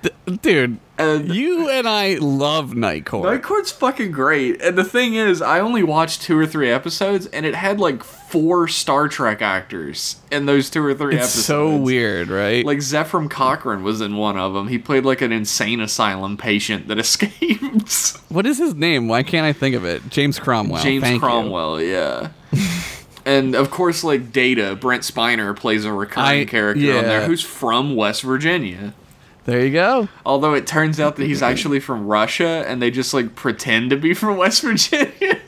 D- dude, And you and I love Night Court. Night Court's fucking great, and the thing is, I only watched two or three episodes, and it had like four Star Trek actors in those two or three it's episodes. so weird, right? Like Zephram Cochrane was in one of them. He played like an insane asylum patient that (laughs) escapes. What is his name? Why can't I think of it? James Cromwell. James Oh, Thank you. Cromwell, (laughs) yeah. and of course, like Data, Brent Spiner plays a recurring I- character on there yeah. who's from West Virginia. There you go. Although it turns out that (laughs) he's actually from Russia, and they just like pretend to be from (laughs) West Virginia. (laughs)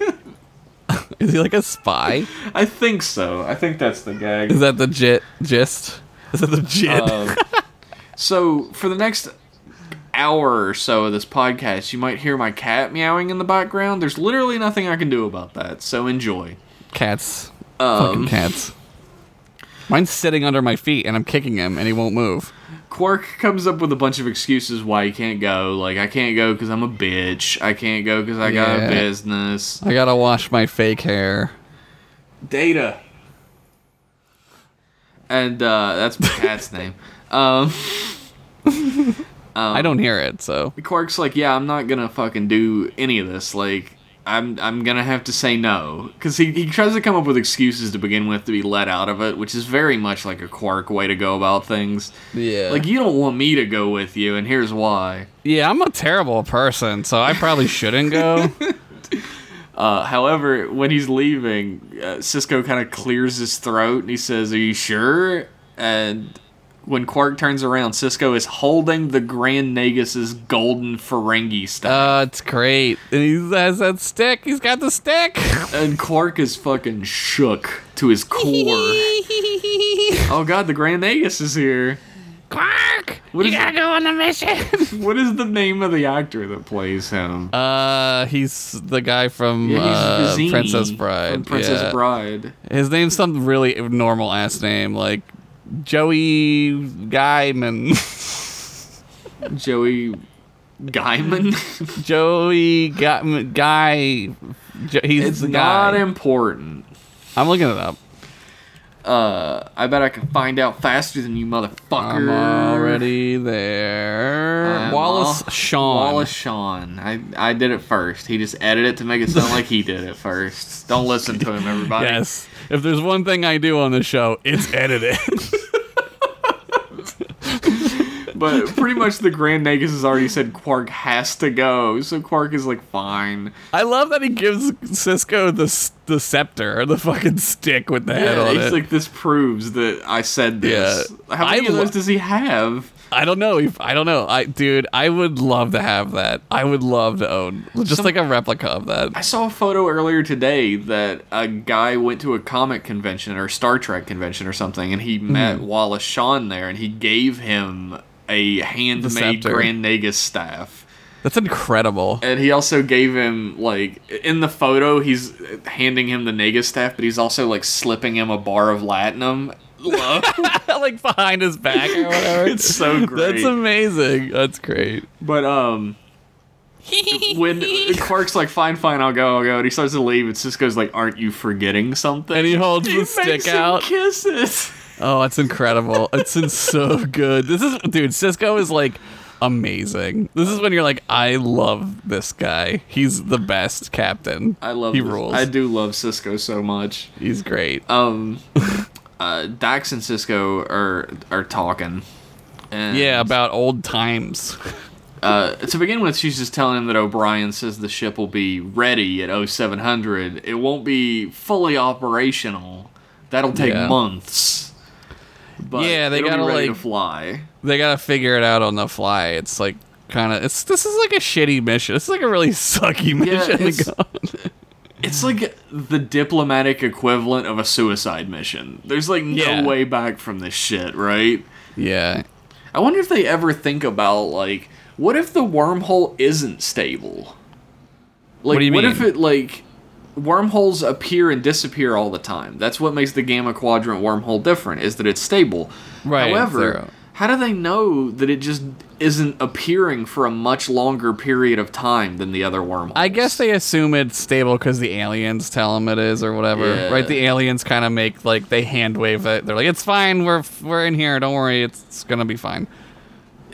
Is he like a spy? I think so. I think that's the Is gag. that the git? Gist? Is that the gist? Um, so for the next hour or so of this podcast, you might hear my cat meowing in the background. There's literally nothing I can do about that. So enjoy. cats. Fucking Um. cats. Mine's sitting under my feet and I'm kicking him and he won't move. Quark comes up with a bunch of excuses why he can't go. Like, I can't go because I'm a bitch. I can't go because I got Yeah. a business. I gotta wash my fake hair. Data. And uh, that's (laughs) my cat's name. Um, I don't hear it, so. Quark's like, yeah, I'm not gonna fucking do any of this. Like, I'm I'm gonna have to say no because he he tries to come up with excuses to begin with to be let out of it, which is very much like a Quark way to go about things. Yeah. Like, you don't want me to go with you, and here's why. yeah, I'm a terrible person, so I probably (laughs) shouldn't go. Uh, however, when he's leaving, uh, Cisco kind of clears his throat and he says, "Are you sure?" And when Quark turns around, Cisco is holding the Grand Negus's golden Ferengi stuff, Uh, it's great. And he has that stick. He's got the stick. and Quark is fucking shook to (laughs) his core. oh God, the Grand Negus is here. Quark! What you is gotta go on a (laughs) mission. What is the name of the actor that plays him? uh, he's the guy from Yeah, uh, he's Vizzini Princess from Bride. Princess yeah. Bride. His name's some really normal ass name, like Joey Guyman. (laughs) Joey Guyman. Joey Guy. Guy Jo- he's (laughs) it's the not guy. important. I'm looking it up. Uh, I bet I can find out faster than you, I'm motherfucker. already there. I'm Wallace all- Shawn. Uh, Wallace Shawn. I, I did it first. He just edited it to make it sound like (laughs) he did it first. Don't listen to him, everybody. Yes. If there's one thing I do on this show, it's edited. But pretty much the Grand Nagus has already said Quark has to go, so Quark is like, fine. (laughs) I love that he gives Cisco the s- the scepter, or the fucking stick with the head Yeah, on he's it. like, this proves that I said this. Yeah. How many I of lo- those does he have? I don't know. If, I don't know. I dude, I would love to have that. I would love to own just like a replica of I that. saw a photo earlier today that a guy went to a comic convention or Star Trek convention or something, and Hmm. he met Wallace Shawn there, and he gave him a handmade scepter. Grand Nagus staff. That's (laughs) incredible. And he also gave him like in the photo, he's handing him the Nagus staff, but he's also like slipping him a bar of latinum. Love. like behind his back or whatever. it's so great. That's amazing. That's great. (laughs) But um, when (laughs) Quark's like, "Fine, fine, I'll go, I'll go," and he starts to leave, and Cisco's like, "Aren't you forgetting something?" And he holds the makes stick him out. Kiss it. Oh, it's incredible. It's in so good. This is dude, Cisco is like amazing. This is when you're like, I love this guy. He's the best captain. I love. He this. rules. I do love Cisco so much. He's great. (laughs) Um, uh, Dax and Cisco are are talking. And, yeah, about old times. Uh, to begin with, she's just telling him that O'Brien says the ship will be ready at 0700. It won't be fully operational. That'll take Yeah. months. But Yeah, they it'll be gotta, ready to like- (laughs) fly. They gotta figure it out on the fly. It's like kind of. It's this is like a shitty mission. It's like a really (laughs) sucky mission. to it's- go It's like the diplomatic equivalent of a suicide mission. There's like no Yeah. way back from this shit, right? yeah. I wonder if they ever think about like what if the wormhole isn't stable? Like do you mean? if it like wormholes appear and disappear all the time? That's what makes the gamma quadrant wormhole different is that it's stable. Right, However, zero. how do they know that it just isn't appearing for a much longer period of time than the other wormholes? I guess they assume it's stable because the aliens tell them it is or whatever, Yeah. right? The aliens kind of make like they hand wave it. They're like, "It's fine. We're we're in here. Don't worry. It's, it's gonna be fine."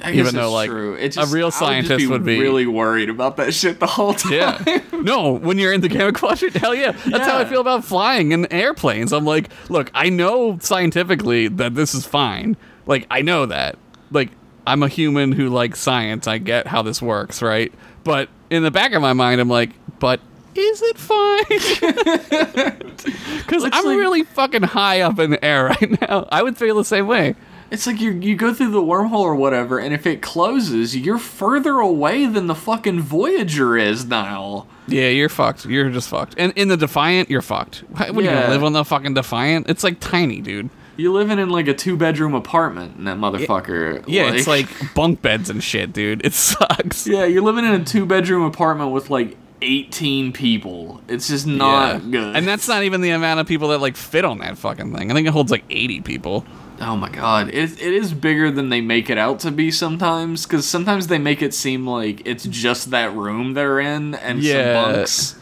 I guess even that's though, like, true. It a real I just scientist would be- really worried about that shit the whole time. (laughs) Yeah. no, when you're in the gamma quadrant, (laughs) hell yeah. That's how I Yeah. feel about flying in airplanes. I'm like, look, I know scientifically that this is fine. Like, I know that. Like, I'm a human who likes science. I get how this works, right? But in the back of my mind, I'm like, but is it fine? (laughs) Because It's I'm like- really fucking high up in the air (laughs) right now. I would feel the same way. It's like you you go through the wormhole or whatever, and if it closes, you're further away than the fucking Voyager is now. Yeah, you're fucked. You're just fucked. And in the Defiant, you're fucked. What, what are you Yeah. gonna live on the fucking Defiant? It's like tiny, dude. You're living in like a two bedroom apartment in that motherfucker. Yeah, it's like bunk beds and shit, dude. It (laughs) sucks. yeah, you're living in a two bedroom apartment with like 18 people. It's just not Yeah. good. And that's not even the amount of people that like fit on that fucking thing. I think it holds like 80 people. oh my god, it, it is bigger than they make it out to be sometimes. Because sometimes they make it seem like it's just that room they're in and Yeah. some bunks.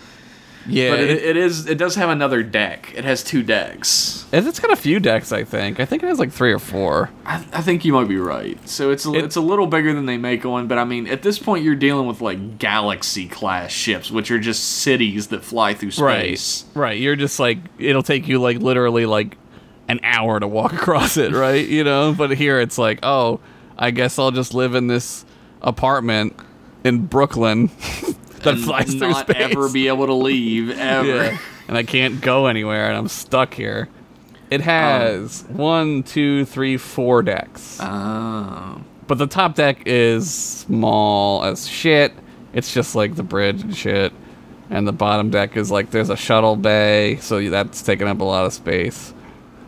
Yeah. But it, it, it is it does have another deck. It has two decks. has got a few decks, I think. I think it has like three or four. I, I think you might be right. So it's a, it's a little bigger than they make one, but I mean, at this point, you're dealing with like galaxy class ships, which are just cities that fly through (laughs) space. Right. You're just like, it'll take you like literally like an hour to walk (laughs) across it, right? You know? But here it's like, oh, I guess I'll just live in this apartment in Brooklyn (laughs) that flies And through not space. ever be able to leave (laughs) ever. Yeah. and I can't go anywhere, and I'm stuck here. It has one, two, three, four decks. Uh, Oh. but the top deck is small as shit. It's just like the bridge and shit. And the bottom deck is like there's a shuttle bay, so that's taking up a lot of space.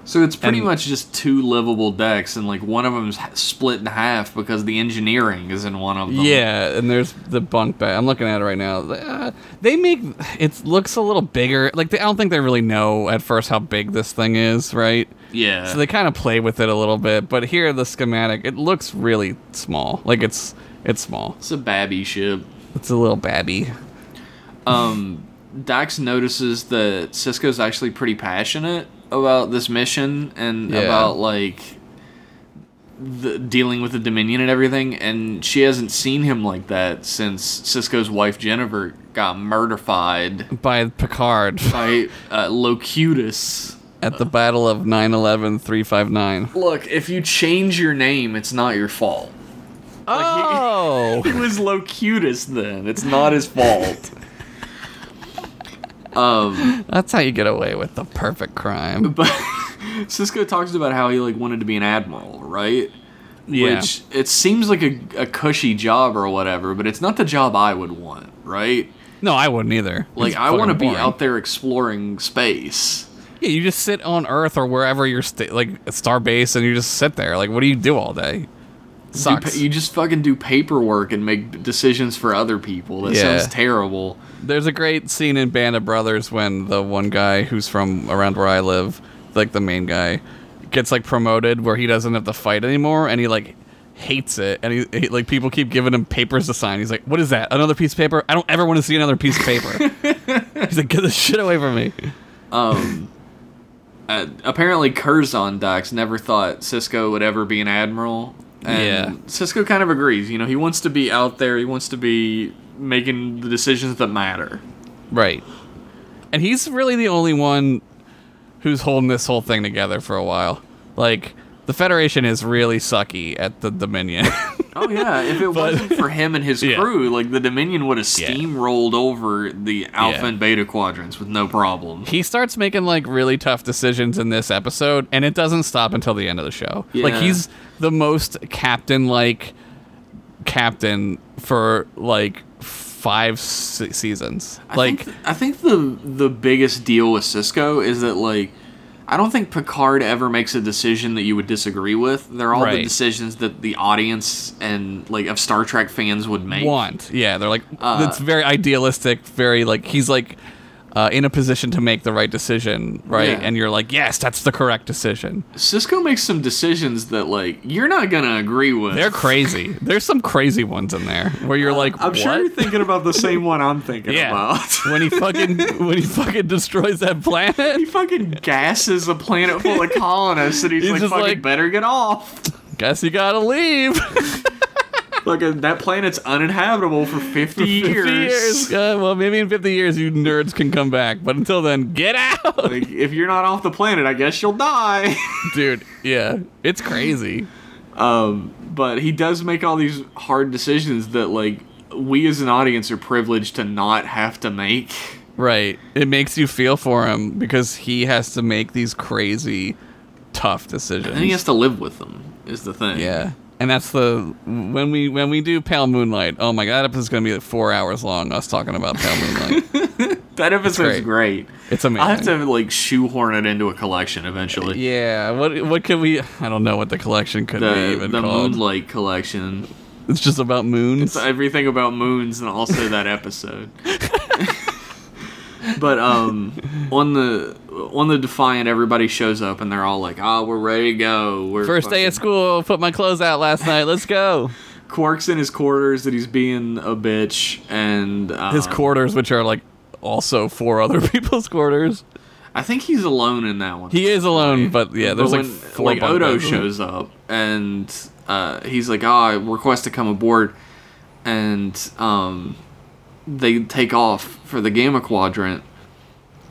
So it's pretty And- much just two livable decks, and like one of them's h- split in half because the engineering is in one of them. Yeah, and there's the bunk bed. I'm looking at it right now. Uh, they make it looks a little bigger. Like they, I don't think they really know at first how big this thing is, right? yeah. So they kind of play with it a little bit, but here the schematic, it looks really small. Like it's it's small. it's a babby ship. It's a little babby. um, Dax notices that Cisco's actually pretty passionate about this mission and Yeah. about like the, dealing with the Dominion and everything, and she hasn't seen him like that since Cisco's wife Jennifer got murderfied By Picard by uh, Locutus. at the Battle of 9/11 359. Look, if you change your name, it's not your fault. Oh, (laughs) He was Locutus then. It's not his fault. um, that's how you get away with the perfect crime. but (laughs) Cisco talks about how he like wanted to be an admiral, right? Which it seems like a, a cushy job or whatever, but it's not the job I would want, right? no, I wouldn't either. Like It's I want to fucking be boring. out there exploring space. Yeah, you just sit on Earth or wherever you're sta- like at star base, and you just sit there. Like, what do you do all day? Do pa- Sucks. you just fucking do paperwork and make decisions for other people. That Yeah. sounds terrible. There's a great scene in Band of Brothers when the one guy who's from around where I live, like the main guy, gets like promoted where he doesn't have to fight anymore, and he like hates it, and he, he like people keep giving him papers to sign. He's like, "What is that? Another piece of paper? I don't ever want to see another piece of paper." He's like, "Get this shit away from me." uh, apparently Curzon Dax never thought Cisco would ever be an admiral. And Yeah. Cisco kind of agrees. You know, he wants to be out there. He wants to be making the decisions that matter. Right. And he's really the only one who's holding this whole thing together for a while. Like, the Federation is really sucky at the Dominion. (laughs) Oh yeah, if it wasn't for him and his Yeah. crew, like the Dominion would have Yeah. steamrolled over the Alpha Yeah. and Beta quadrants with no problem. he starts making, like, really tough decisions in this episode, and it doesn't stop until the end of the show. Like, Yeah. he's the most captain like captain for, like, five se- seasons. I like, think, I think the the biggest deal with Cisco is that like I don't think Picard ever makes a decision that you would disagree with. They're all Right. the decisions that the audience and like of Star Trek fans would make. want. Yeah, they're like Uh. that's very idealistic. Very like he's like uh, in a position to make the right decision, right? Yeah. And you're like, yes, that's the correct decision. Cisco makes some decisions that like you're not gonna agree with. They're crazy. There's some crazy ones in there where you're like, I'm sure what? you're thinking about the same one I'm thinking yeah, about. (laughs) when he fucking when he fucking destroys that he planet, fucking gases a planet full (laughs) of colonists, and he's, He's like, just "Fucking like- better get off." guess you gotta leave. Like uh, that planet's uninhabitable for 50, 50 years. Uh, well, maybe in 50 years you nerds can come back, but until then, get out, Like if you're not off the planet, I guess you'll die. (laughs) dude. Yeah, it's crazy. Um, but he does make all these hard decisions that like we as an audience are privileged to not have to make. Right. It makes you feel for him because he has to make these crazy, tough decisions. And he has to live with them is the thing. yeah. And that's the when we when we do Pale Moonlight. Oh my god, that episode's gonna be like four hours long. Us talking about Pale (laughs) Moonlight. That episode's great. great. it's amazing. I'll have to like shoehorn it into a collection eventually. Yeah. What what could we? I don't know what the collection could be The, even the called. Moonlight collection. It's just about moons. It's everything about moons and also that episode. (laughs) but um on the on the Defiant everybody shows up and they're all like, "Ah, we're ready to go. We're First day fucking- at school. Put my clothes out last night. (laughs) Let's go. Quark's in his quarters that he's being a bitch, and um, His quarters, which are like also four other (laughs) people's quarters. I think he's alone in that one. He is alone, but yeah, there's But like when, four like bunk Odo beds. (laughs) shows up, and uh, he's like, "Ah, I request to come aboard," and um, they take off for the Gamma Quadrant.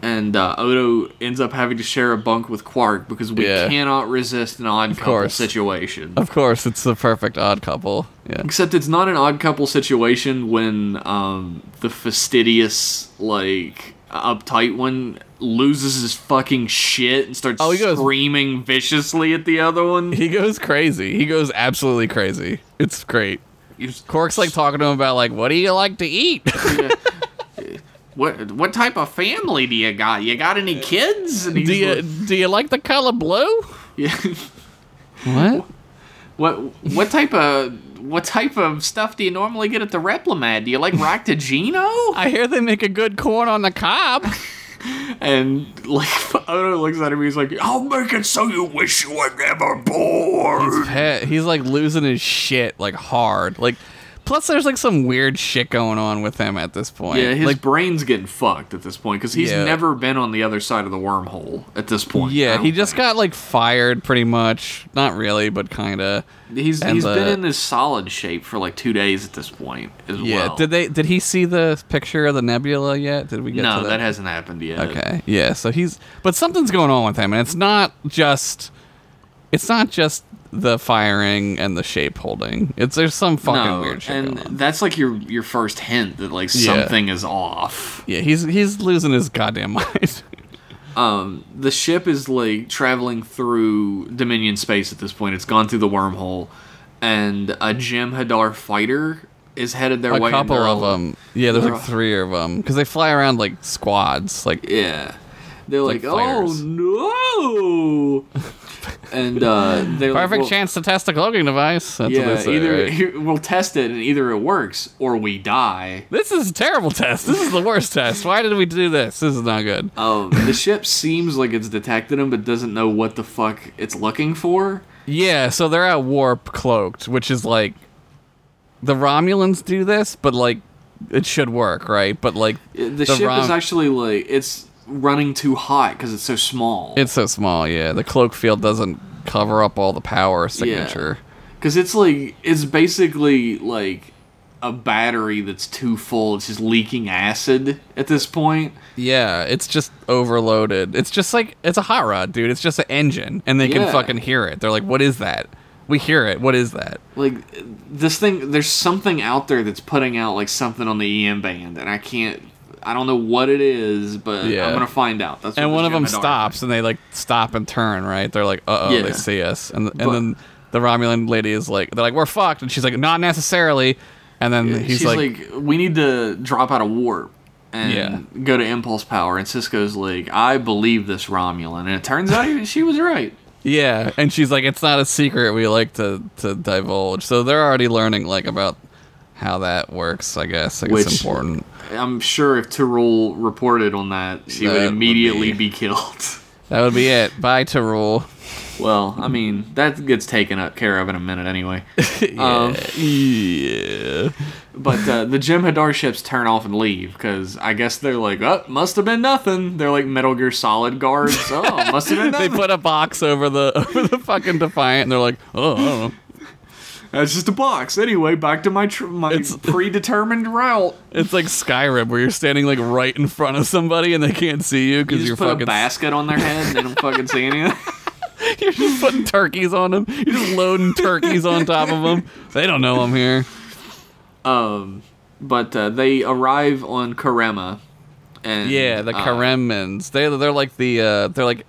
And uh, Odo ends up having to share a bunk with Quark because we Yeah. cannot resist an odd couple course. situation. Of course, it's the perfect odd couple. Yeah. Except it's not an odd couple situation when um, the fastidious, like uptight one loses his fucking shit and starts Oh, he goes- screaming viciously at the other (laughs) one. He goes crazy. He goes absolutely crazy. It's great. He's- Cork's like talking to him about like, what do you like (laughs) to eat? What what type of family do you got? You got any kids? And he's Uh, do you like- (laughs) do you like the color blue? (laughs) Yeah. What? what what type of what type of stuff do you normally get at the Replimad? Do you (laughs) like Roctagino? I hear they make a good corn on the (laughs) cob. And like (laughs) Odo looks at him, he's like, "I'll make it so you wish you were never born." Pet, he's like losing his shit like hard. Like, plus there's like some weird shit going on with him at this point. Yeah, his like, brain's getting fucked at this point because he's Yeah. never been on the other side of the wormhole at this point. I yeah, he don't just think. got like fired pretty much. Not really, but kinda. he's and he's been the- in this solid shape for like two days at this point as Yeah. well. Did they? Did he see the picture of the nebula yet? Did we get no, to that? hasn't happened yet. Okay. Yeah. So he's, but something's going on with him, and it's not just, it's not just the firing and the shape holding. It's there's some fucking weird shit. and going on. that's like your your first hint that like Yeah. something is off. Yeah, he's he's losing his goddamn (laughs) mind. Um, the ship is like traveling through Dominion space at this point. It's gone through the wormhole, and a Jim Hadar fighter is headed their a way. and couple they're of all- them. Yeah, there's they're like all- three of them because they fly around like squads. Like Yeah. They're like, Like fighters. oh no! and uh, they're like, perfect well, chance to test the cloaking device. That's what Yeah, they say, either (laughs) right? we'll test it, and either it works or we die. This is a terrible test. This is the worst test. Why did we do this? This is not good. Um, the ship seems like it's detected him, but doesn't know what the fuck it's looking for. Yeah, so they're at warp cloaked, which is like the Romulans do this, but like it should work, right? But like Uh, The, ship Rom- is actually like it's running too hot because it's so small. it's so small. Yeah, the cloak field doesn't cover up all the power signature. Because it's like it's basically like a battery that's too full. It's just leaking acid at this point. Yeah, it's just overloaded. It's just like it's a hot rod, dude. It's just an engine, and they Yeah. can fucking hear it. They're like, "What is that? We hear it. What is that?" Like this thing, there's something out there that's putting out like something on the EM band, and I can't. I don't know what it is, but Yeah. I'm gonna find out. That's and what one the of them Jem'Hadar- stops, and they like stop and turn. Right? They're like, "Uh oh, Yeah. they see us," and and But- then the Romulan lady is like, "They're like, we're fucked," and she's like, "Not necessarily." And then he's She's like, like, we need to drop out of warp and Yeah. go to impulse power. And Cisco's like, I believe this Romulan, and it turns out (laughs) she was right. "Yeah," and she's like, "It's not a secret we like to to divulge." So they're already learning like about how that works. I guess like Which- it's important. I'm sure if Tyrol reported on that, she would That would immediately be... be- killed. (laughs) That would be it. Bye, Tarul. (laughs) Well, I mean, that gets taken up care of in a minute (laughs) anyway. Um, yeah. but uh, the Jim Hadar ships turn off and leave because I guess they're like, oh, must have been nothing. They're like Metal Gear Solid guards. Oh, must have been they nothing. put a box over the (laughs) over the fucking defiant, and they're like, "Oh, I don't know." That's just a box. Anyway, back to my tr- my It's- (laughs) predetermined route. It's like Skyrim, where you're standing like right in front of somebody, and they can't see you You because just are put fucking a basket on their head and they don't fucking see (laughs) anything. you're just putting turkeys on them. You're just loading turkeys on top of them. They don't know I'm here. But uh, they arrive on Karema, and Yeah, the uh, Karemans. They they're like the uh, they're like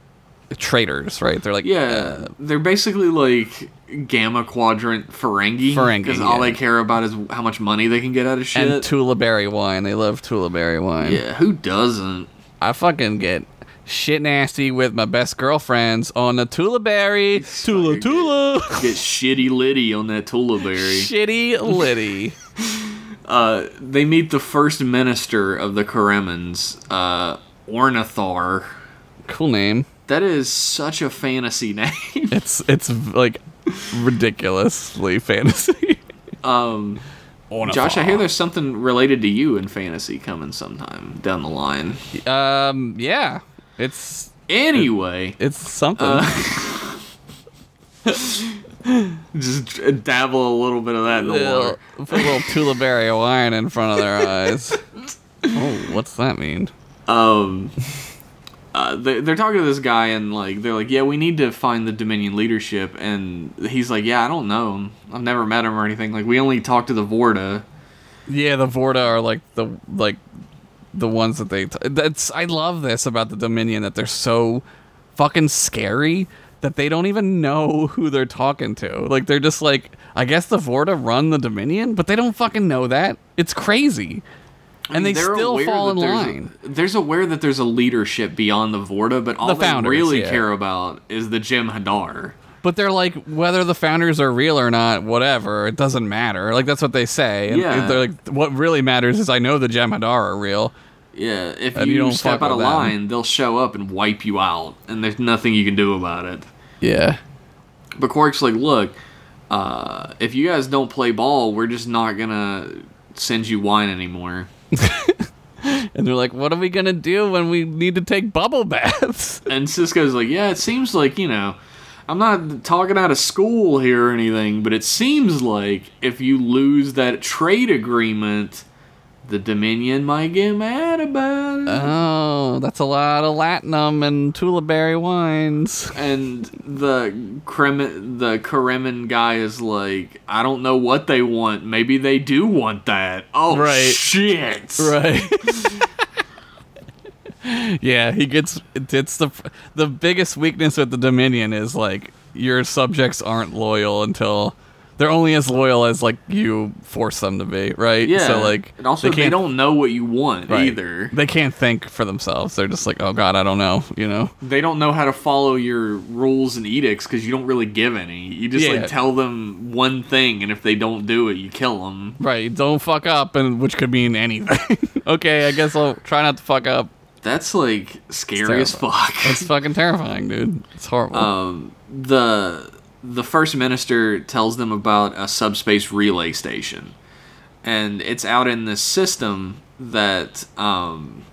traitors, right? They're like Yeah, uh, they're basically like Gamma Quadrant Ferengi. Ferengi, because all yeah. they care about is how much money they can get out of shit. and Tula Berry wine. They love Tula Berry wine. yeah, who doesn't? I fucking get shit nasty with my best girlfriends on the Tula Berry. Tula fucking Tula. (laughs) Get shitty litty on that Tula berry. Shitty Liddy. Uh, they meet the first minister of the Karemans, uh, Ornithar. cool name. That is such a fantasy (laughs) name. It's it's like ridiculously (laughs) fantasy. Um, Josh, I hear there's something related to you in fantasy coming sometime down the line. Um, yeah, it's uh, Anyway, it's something. just d- dabble a little bit of that in the Little- water. (laughs) put a little Tuliberry wine in front of their eyes. (laughs) oh, what's that mean? Um, uh, they, they're talking to this guy, and like they're like, "Yeah, we need to find the Dominion leadership," and he's like, "Yeah, I don't know him. I've never met him or anything. Like, we only talked to the Vorta." Yeah, the Vorta are like the like the ones that they. T- that's I love this about the Dominion that they're so fucking scary that they don't even know who they're talking to. Like they're just like I guess the Vorta run the Dominion, but they don't fucking know that. It's crazy, and they They're still aware fall that in there's- line. There's aware that there's a leadership beyond the Vorta, but all The they founders, really yeah. care about is the Jim Hadar. But they're like, whether the founders are real or not, whatever, it doesn't matter. Like that's what they say. And Yeah. They're like, what really matters is I know the Jem'Hadar are real. Yeah, if And you, you don't step fuck out of with them. line, they'll show up and wipe you out, and there's nothing you can do about it. Yeah. But Quark's like, look, uh, if you guys don't play ball, we're just not gonna send you wine anymore. And they're like, what are we going to do when we need to take bubble baths? And Cisco's like, yeah, it seems like you know, I'm not talking out of school here or anything, but it seems like if you lose that trade agreement, The Dominion might get mad about it. (laughs) Oh, that's a lot of latinum and tulipberry wines. and the Kremen, the Karemin guy is like, I don't know what they want. Maybe they do want that. Oh Right. shit! Right. (laughs) yeah, he gets it's the the biggest weakness with the Dominion is like your subjects aren't loyal until they're only as loyal as like you force them to be, right? Yeah. So like and also they, can't- don't know what you want right. either. They can't think for themselves. They're just like, "Oh god, I don't know," you know. They don't know how to follow your rules and edicts because you don't really give any. You just Yeah. like tell them one thing, and if they don't do it, you kill them. Right, don't fuck up and which could mean anything. (laughs) okay, I guess I'll try not to fuck up. That's like scary as fuck. It's (laughs) fucking terrifying, dude. It's horrible. um, the the first minister tells them about a subspace relay station, and it's out in this system that um,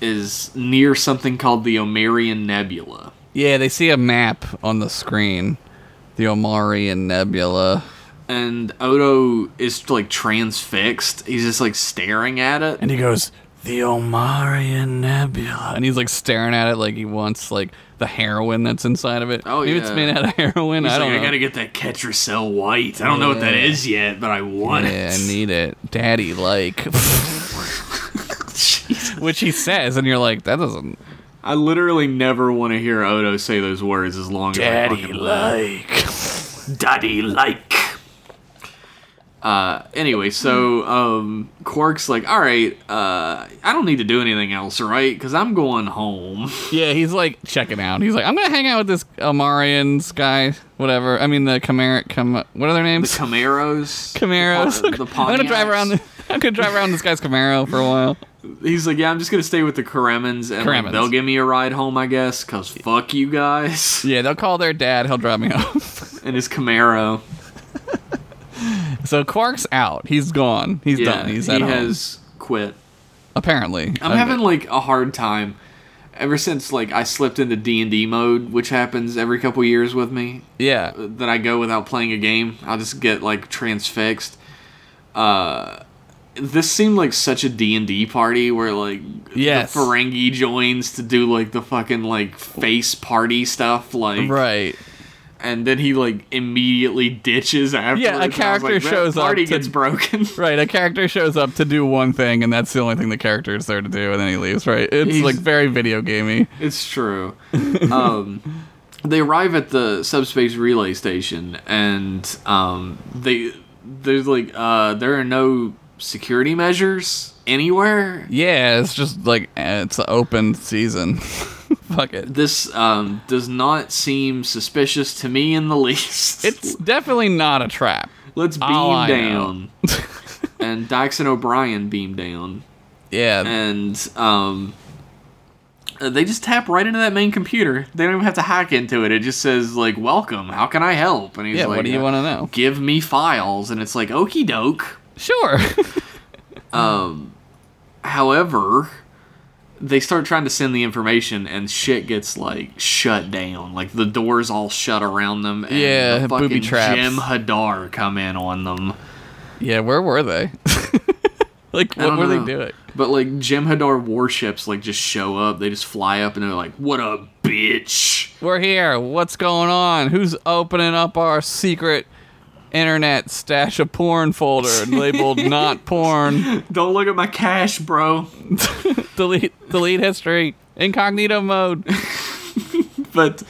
is near something called the Omerian Nebula. Yeah, they see a map on the screen. The Omarian Nebula. And Odo is like transfixed. He's just like staring at it. And he goes, The Omarian Nebula. And he's like staring at it like he wants like the heroin that's inside of it. Oh, Maybe it's yeah. made out of heroin. He's I don't like, know. I gotta get that Ketracel White. I don't know what that Yeah. is yet, but I want yeah, it. I need it. (laughs) Daddy, like. (laughs) Which he says, and you're like, That doesn't. I literally never want to hear Odo say those words as long as I fucking live. like. daddy like. Uh, anyway, so um, Quark's like, all right, uh, I don't need to do anything else, right? Because I'm going home. (laughs) (laughs) Yeah, he's like checking out. Heans like, I'm gonna hang out with this Omarian guy, whatever. I mean, the Chimera. Chim- what are The their names? (laughs) Camaros. Camaros. The, the I'm gonna drive Pontiacs. around. I'm gonna drive around this guy's Camaro for a while. He's like, yeah, I'm just gonna stay with the Karemans, and like, Karemans. they'll give me a ride home, I guess. Cause fuck you guys Yeah, they'll call their dad. He'll drive me (laughs) (laughs) off. and his Camaro. so Quark's out. He's gone. He's Yeah, done. He's he at home. has quit. Apparently, I'm having like a hard time ever since like I slipped into D and D mode, which happens every couple years with me. Yeah, that I go without playing a game. I'll just get like transfixed. Uh, this seemed like such a D and D party where like Yes. the Ferengi joins to do like the fucking like face party stuff, like right. and then he like immediately ditches after. Yeah, a character shows up Party to- gets broken. Right, a character shows up to do one thing, and that's the only thing the character is there to do, and then he leaves. Right, it's He's- like very video gamey. It's true. Um, they arrive at the subspace relay station, and um, they there's like uh, there are no security measures anywhere. Yeah, it's just like eh, it's an open season. (laughs) Fuck it. This um, does not seem suspicious to me in the least. It's definitely not a trap. (laughs) (laughs) let's beam all I down, and Dax and O'Brien beam down, Yeah. and um. uh, They just tap right into that main computer. They don't even have to hack into it. It just says like "Welcome. How can I help?" And he's Yeah, like, what do you uh, want to know? give me files and it's like okey doke Sure. however they start trying to send the information and shit gets like shut down like the doors all shut around them and Yeah, the booby fucking traps. Jim Hadar come in on them yeah, where were they? (laughs) like, I what don't were know. they doing? but like Jim Hadar warships like just show up they just fly up and they're like what a bitch We're here. What's going on? Who's opening up our secret internet stash of (laughs) porn folder labeled not porn? don't look at my cash bro delete delete history. (laughs) Incognito mode. but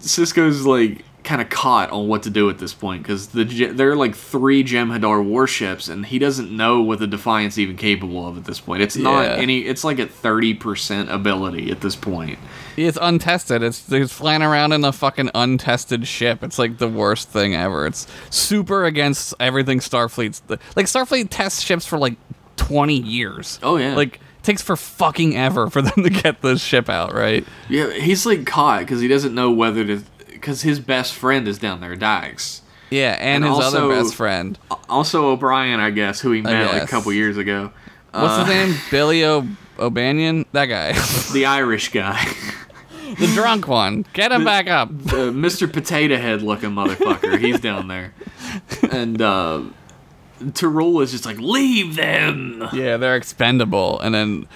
Cisco's like kind of caught on what to do at this point because the Ge- there are like three Jem'Hadar warships, and he doesn't know what the Defiant's even capable of at this point. It's not Yeah. any. It's like at thirty percent ability at this point. It's untested. It's it's flying around in a fucking untested ship. It's like the worst thing ever. It's super against everything Starfleet's like Starfleet tests ships for like 20 years. Oh, yeah. Like it takes for fucking ever for them to get this ship out, right? Yeah, he's like caught because he doesn't know whether to. Because his best friend is down there, Dykes. Yeah, and, uh, And his also- other best friend. Also O'Brien, I guess, who he met like a guess. couple years ago. What's his name? Billy o- O'Banion? That (laughs) guy. The Irish guy, (laughs) the drunk one. Get him back up. the Mr. Potato Head looking motherfucker. He's down there, and uh, Tyrol is just like, leave them. Yeah, they're expendable. And then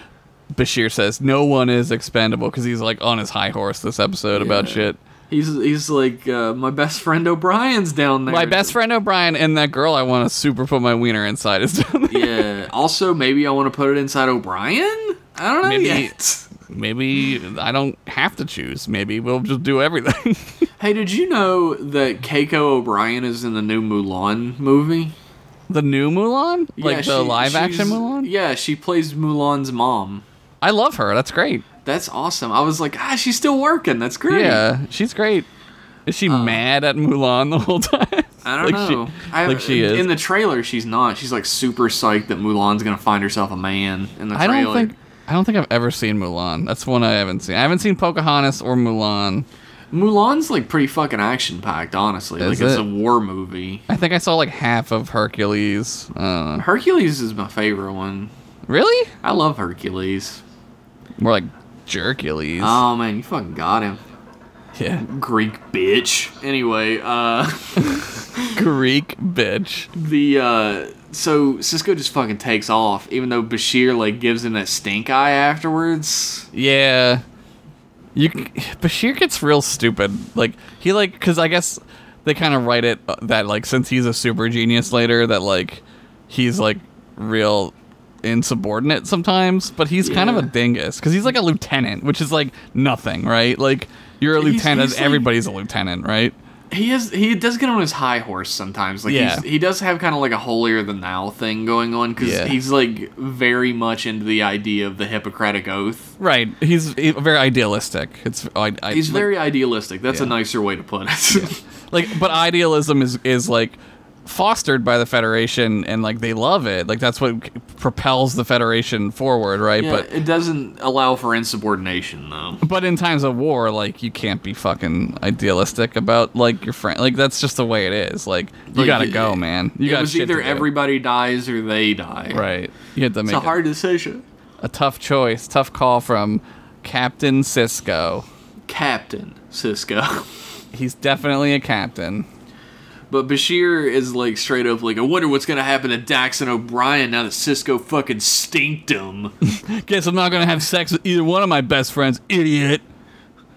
Bashir says, no one is expendable because he's like on his high horse this episode about Yeah. shit. He's he's like uh, my best friend O'Brien's down there. My best friend O'Brien and that girl I want to super put my wiener inside is down there. yeah. Also, maybe I want to put it inside O'Brien. I don't know Maybe- yet. (laughs) Maybe I don't have to choose. Maybe we'll just do everything. (laughs) Hey, did you know that Keiko O'Brien is in the new Mulan movie? the new Mulan? Like Yeah, the she- live action she's- Mulan? Yeah, she plays Mulan's mom. I love her. That's great. That's awesome. I was like, ah, she's still working. That's great. Yeah, she's great. Is she mad at Mulan the whole (laughs) time? Uh, I don't like know. She, I, like she is. in the trailer. She's not. She's like super psyched that Mulan's gonna find herself a man in the I trailer. don't think I don't think I've ever seen Mulan. That's one I haven't seen. I haven't seen Pocahontas or Mulan. Mulan's like pretty fucking action packed. Honestly, Is like it's it? a war movie. I think I saw like half of Hercules. Uh, Hercules is my favorite one. really? I love Hercules. More like Jercules. Oh man, you fucking got him, (laughs) yeah. Greek bitch. Anyway, uh. (laughs) Greek bitch. the uh so Cisco just fucking takes off, even though Bashir like gives him that stink eye afterwards. Yeah. You c- Bashir gets real stupid. Like he like cuz I guess they kind of write it uh, that like since he's a super genius later that like he's like real insubordinate sometimes, but he's kind of a Yeah. dingus cuz he's like a lieutenant, which is like nothing, right? Like you're a He's- lieutenant, he's, like- everybody's a lieutenant, right? He is he does get on his high horse sometimes. Like he's, Yeah. he does have kind of like a holier than thou thing going on because Yeah. he's like very much into the idea of the Hippocratic oath. Right. He's eh, very idealistic. It's I, I, He's like- very idealistic. That's a Yeah. nicer way to put (laughs) it. like but idealism is is like fostered by the federation and like they love it like that's what c- propels the federation forward right yeah, but it doesn't allow for insubordination though. but in times of war like you can't be fucking idealistic about like your friend like that's just the way it is like you Like, gotta it- go man you it got was shit either to do. everybody dies or they die. right you had to It's make a a, hard decision. a tough choice tough call from captain cisco Captain Cisco. he's definitely a captain (laughs) But Bashir is like straight up like, I wonder what's gonna happen to Dax and O'Brien now that Cisco fucking stinked him. guess i'm not gonna have sex with either one of my best friends idiot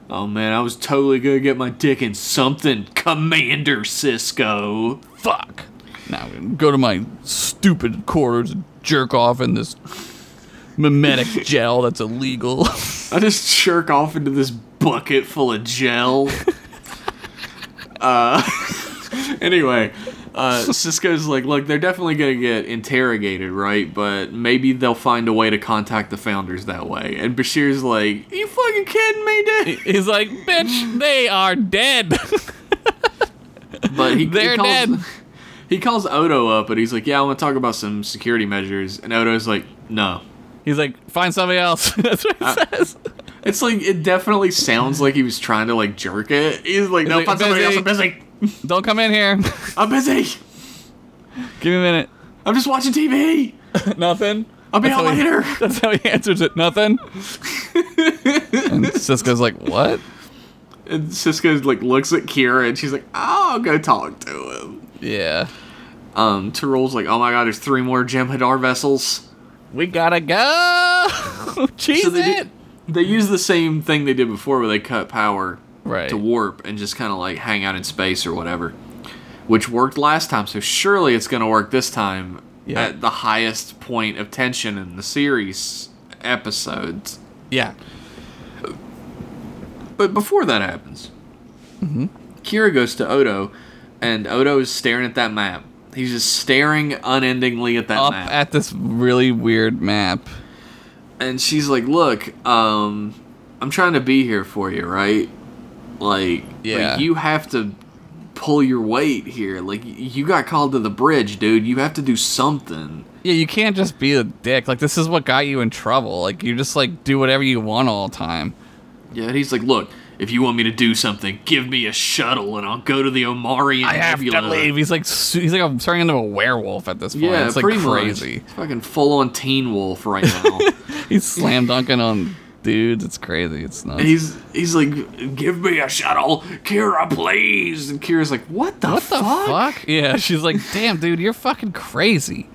oh man, I was totally gonna get my dick in something, Commander Cisco. fuck. Now go to my stupid quarters and jerk off in this mimetic gel that's illegal. (laughs) I just jerk off into this bucket full of (laughs) gel. uh, (laughs) anyway, uh, Cisco's like, look, they're definitely gonna get interrogated, right? But maybe they'll find a way to contact the founders that way. And Bashir's like, you fucking kidding me, dude? He's like, bitch, they are dead. (laughs) (laughs) But he, They're he calls, dead. (laughs) He calls Odo up and he's like, "Yeah, I want to talk about some security measures." And Odo's like, "No." He's like, find somebody else. (laughs) that's what it says. It's like it definitely sounds like he was trying to like jerk it. He's like, "No, like, find somebody else. busy. I'm busy. Don't come in here. I'm busy. Give me a minute. I'm just watching TV. (laughs) Nothing. I'll be That's out how he- later." That's how he answers it. (laughs) Nothing. and Cisco's like, what? And Cisco like looks at Kira and she's like, "Oh, I'll go talk to him." Yeah. Um, Tyrell's like, "Oh my God, there's three more Jem'Hadar vessels." We gotta go. (laughs) Cheese So they it. did, they use the same thing they did before where they cut power Right. to warp and just kind of like hang out in space or whatever, which worked last time. So surely it's going to work this time Yeah. at the highest point of tension in the series episodes. Yeah. But before that happens, Mm-hmm. Kira goes to Odo, and Odo is staring at that map. He's just staring unendingly at that Up map. at this really weird map. and she's like, "Look, um, I'm trying to be here for you, right? Like, Yeah. like, you have to pull your weight here. Like, y- you got called to the bridge, dude. You have to do something." Yeah, you can't just be a dick. Like this is what got you in trouble. Like you just like do whatever you want all the time. Yeah, and he's like, "Look, if you want me to do something, give me a shuttle, and I'll go to the Omarian Nebula." He's like su- he's like I'm turning into a werewolf at this point. Yeah, it's like pretty much. crazy. (laughs) It's fucking full on Teen Wolf right now. He's slam dunking on dudes. It's crazy. It's nuts. And he's he's like, give me a shuttle, Kira, please. And Kira's like, what the, what the fuck? fuck? Yeah, she's like, damn, dude, you're fucking crazy.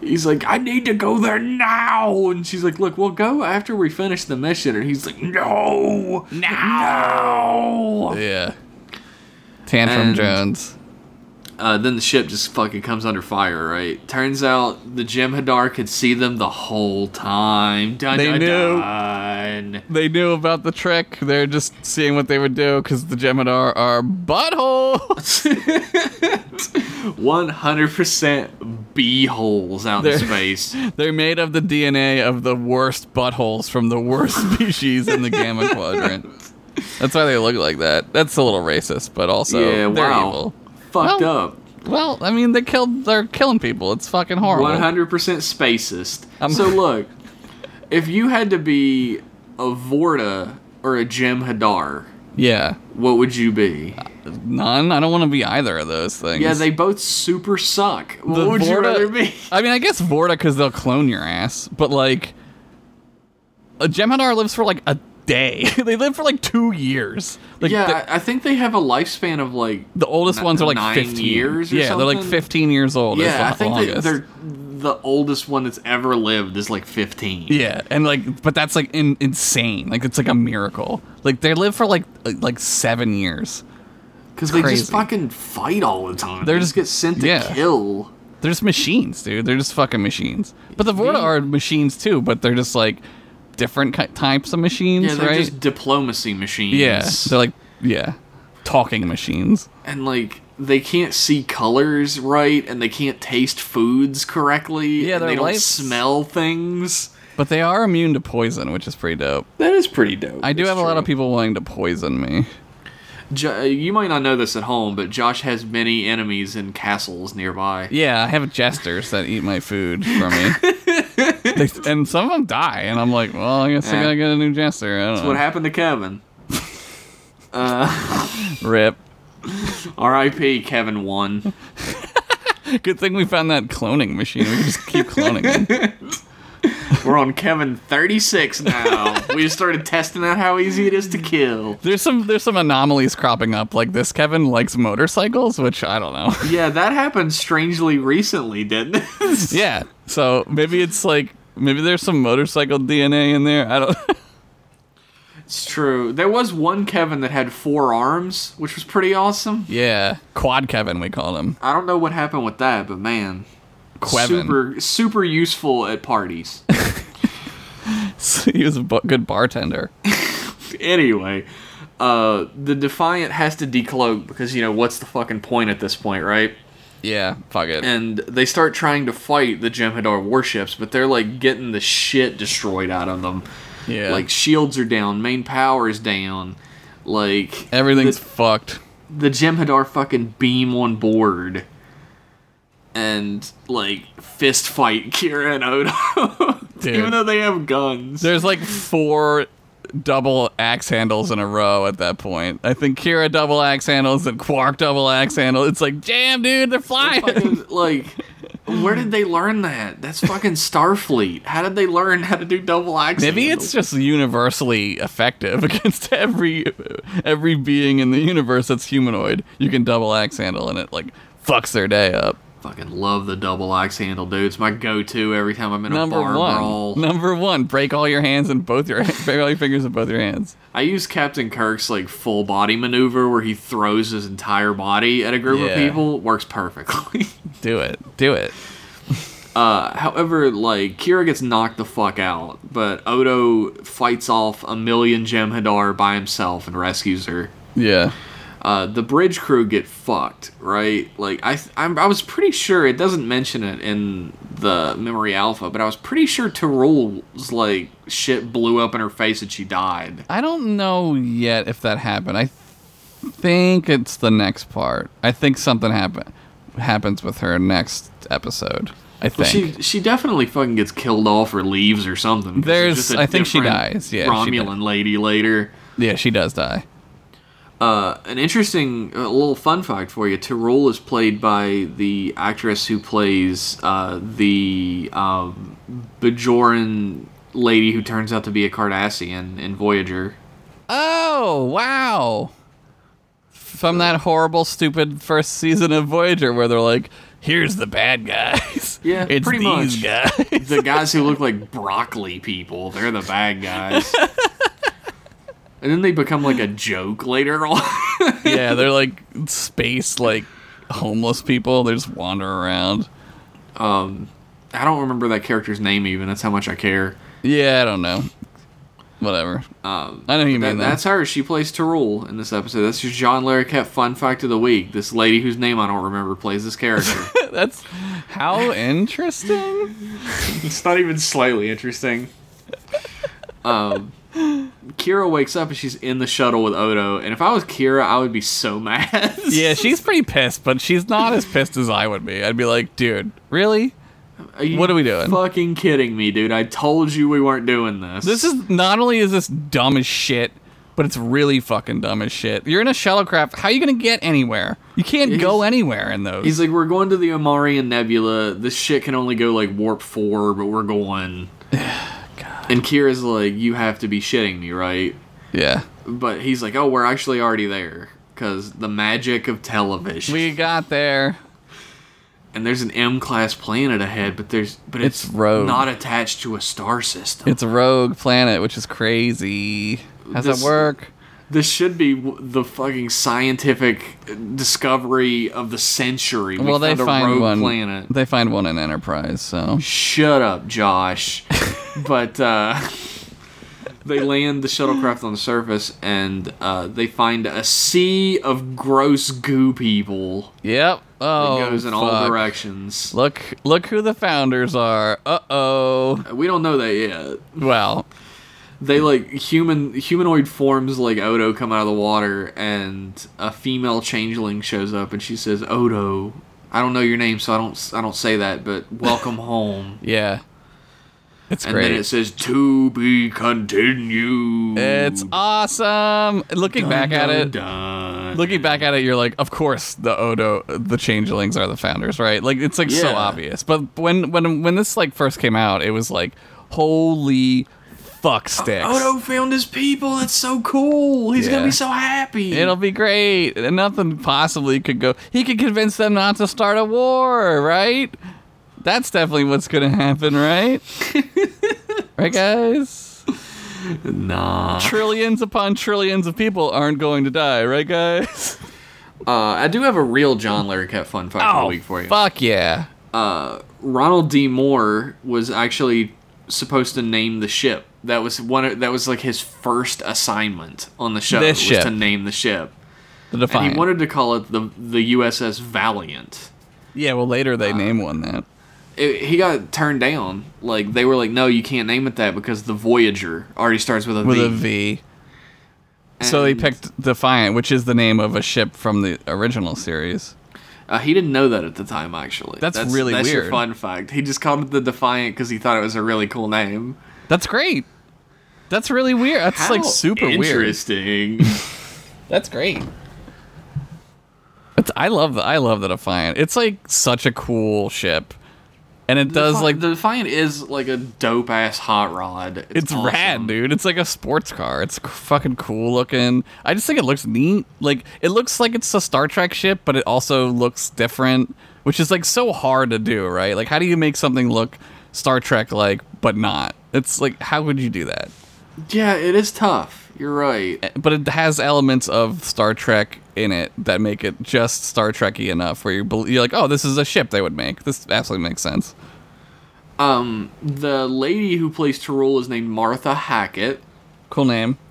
He's like, I need to go there now. And she's like, look, we'll go after we finish the mission. And he's like, no, no. Yeah. Tantrum And- Jones. Uh, then the ship just fucking comes under fire, right? Turns out the Jem'Hadar could see them the whole time. Dun, They dun, knew. Dun. They knew about the trick. They're just seeing what they would do because the Geminar are (laughs) buttholes. 100% b-holes out in They're- space. They're made of the DNA of the worst buttholes from the worst (laughs) species in the Gamma Quadrant. That's why they look like that. That's a little racist, but also yeah, they're wow. evil. Fucked Well, up. Well, I mean, they killed. They're killing people. It's fucking horrible. 100% spacist. I'm- so look, if you had to be a Vorta or a Jem'Hadar, Yeah, what would you be? none. I don't want to be either of those things. Yeah, they both super suck. What The would you Vorta- rather be? I mean, I guess Vorta because they'll clone your ass, but like, a Geminar lives for like a day. (laughs) they live for like two years. Like, (laughs) the- yeah, I I think they have a lifespan of like the oldest Ni- ones are like nine 15 years or yeah they're like something? 15 years old is yeah. the I think they, longest. they're the oldest one that's ever lived is like fifteen. yeah and like but that's like in, insane like it's like a miracle like they live for like uh, like seven years because they crazy. just fucking fight all the time. They're They just just- get sent to yeah. kill. they're just machines dude they're just fucking machines but the vorta They- are machines too but they're just like different ki- types of machines Yeah, they're right just diplomacy machines. yeah they're like yeah talking machines and like they can't see colors right, and they can't taste foods correctly. Yeah, and their they don't lights- smell things. but they are immune to poison which is pretty dope That is pretty dope. i do have a lot of people. people wanting to poison me Jo- you might not know this at home, but Josh has many enemies in castles nearby. Yeah, I have jesters that eat my food (laughs) for me. They- and some of them die, and I'm like, well, I guess I Yeah. gotta get a new jester. I don't What know. happened to Kevin? Rip. R.I.P. Kevin one. Good thing we found that cloning machine. We can just keep cloning (laughs) it. We're on Kevin 36 now. we just started testing out how easy it is to kill. There's some there's some anomalies cropping up. Like this Kevin likes motorcycles, which I (laughs) don't know. Yeah, that happened strangely recently, didn't it? (laughs) yeah. So maybe it's like maybe there's some motorcycle DNA in there. I don't (laughs) it's true. There was one Kevin that had four arms, which was pretty awesome. Yeah. Quad Kevin we call him. I don't know what happened with that, but man. Quevin. Super super useful at parties. (laughs) he was a bu- good bartender. anyway, uh, the Defiant has to decloak because, you know, what's the fucking point at this point, right? Yeah, fuck it. And they start trying to fight the Jem'Hadar warships, but they're, like, getting the shit destroyed out of them. yeah. Like, shields are down, main power is down. Like, everything's fucked. the Jem'Hadar fucking beam on board. And, like, fist fight (laughs) Kira and Odo. Dude. Even though they have guns. There's like four double axe handles in a row at that point. I think Kira double axe handles and Quark double axe handle. It's like, damn, dude, they're (laughs) flying. Fucking, like where did they learn that that's fucking starfleet how did they learn how to do double axe (laughs) Maybe handles? it's just universally effective (laughs) against every every being in the universe that's humanoid. You can double axe handle and it like fucks their day up. fucking love the double axe handle dude it's my go-to every time i'm in Number a bar one. brawl Number one. Break all your hands and both your (laughs) break all your fingers in both your hands. i use captain kirk's like full body maneuver where he throws his entire body at a group Yeah. of people works perfectly (laughs) Do it. Do it. Uh, however, like Kira gets knocked the fuck out, but Odo fights off a million Jem'Hadar by himself and rescues her. Yeah. uh, the bridge crew get fucked, right? Like I, th- I'm, I was pretty sure it doesn't mention it in the memory alpha, but I was pretty sure Tyrell's like shit blew up in her face and she died. I don't know yet if that happened. I think it's the next part. I think something happen- happens with her next episode. I think. She she definitely fucking gets killed off or leaves or something. 'cause There's- just a I think she different dies, yeah, she did. Romulan lady later. yeah, she does die. Uh, an interesting a little fun fact for you: Tyrell is played by the actress who plays uh, the um, Bajoran lady who turns out to be a Cardassian in Voyager. Oh, wow. From that horrible, stupid first season of Voyager where they're like, here's the bad guys. (laughs) Yeah, it's pretty much. (laughs) these (laughs) guys. The guys who look like broccoli people, they're the bad (laughs) guys. and then they become like a joke later on. (laughs) yeah, they're like space, like homeless people. They just wander around. I don't remember that character's name even. That's how much I care. Yeah, I don't know. Whatever. I know who you Um, That- mean that. that's her. She plays Tarul in this episode. That's your John Larroquette fun fact of the week. This lady whose name I don't remember plays this character. That's how interesting. it's not even slightly interesting. Um, Kira wakes up and she's in the shuttle with Odo. And if I was Kira, I would be so mad. (laughs) Yeah, she's pretty pissed, but she's not as pissed as I would be. I'd be like, dude, really? Are you What are we doing? Fucking kidding me, dude! I told you we weren't doing this. This is not only is this dumb as shit, but it's really fucking dumb as shit. You're in a shuttlecraft. How are you gonna get anywhere? You can't go he's- anywhere in those. He's like, we're going to the Omarian Nebula. This shit can only go like warp four, but we're (sighs) going. And Kira's like, you have to be shitting me, right? yeah, But he's like, oh, we're actually already there because the magic of television. we got there. and there's an M-class planet ahead, but there's but it's, It's rogue. not attached to a star system. It's a rogue planet, which is crazy. How's This- that work? this should be w- the fucking scientific uh, discovery of the century. We well, they found a find rogue one. planet. They find one in Enterprise. So Shut up, Josh. (laughs) but uh, (laughs) they land the shuttlecraft on the surface, and uh, they find a sea of gross goo people yep. that Oh, goes in all fuck. directions. Look! Look who the founders are. Uh oh. We don't know that yet. Well, They like human humanoid forms like Odo come out of the water, and a female changeling shows up, and she says, "Odo, I don't know your name, so I don't s- I don't say that, but (laughs) welcome home." yeah. It's And great. then it says, "To be continued." It's awesome. Looking back at it, Dun. looking back at it, you're like, of course the Odo, the changelings are the founders, right? Like it's like so Yeah. obvious. But when when when this like first came out, it was like, holy fuck sticks. Odo found his people. That's so cool. He's gonna Yeah. be so happy. It'll be great. And nothing possibly could go. He could convince them not to start a war, right? That's definitely what's gonna happen, (laughs) right? right, guys. nah. Trillions upon trillions of people aren't going to die, right, guys? Uh, I do have a real John Larroquette fun fact of the week for you. Oh, fuck yeah! Ronald D. Moore was actually supposed to name the ship. That was one. of- That was like his first assignment on the show This was ship. to name the ship, The and Defiant. he wanted to call it the the USS Valiant. Yeah, well, later they name one that. It, he got turned down. Like they were like, no, you can't name it that because the Voyager already starts with a V. With a V. So they And- picked Defiant, which is the name of a ship from the original series. Uh, he didn't know that at the time, actually. That's really that's Your weird. fun fact. He just called it the Defiant because he thought it was a really cool name. That's great. That's really weird. That's like super weird. interesting. weird. Interesting. That's great. It's, I love the I love the Defiant. It's like such a cool ship, and it does like the Defiant is like a dope ass hot rod. it's rad, awesome. dude. It's like a sports car. It's c- fucking cool looking. I just think it looks neat. Like it looks like it's a Star Trek ship, but it also looks different, which is like so hard to do, right? Like how do you make something look Star Trek like but not? It's like how would you do that? Yeah, it is tough. You're right. But it has elements of Star Trek in it that make it just Star Trekky enough where you bel you're like, "Oh, this is a ship they would make. This absolutely makes sense." The lady who plays Tarul is named Martha Hackett. Cool name. (laughs)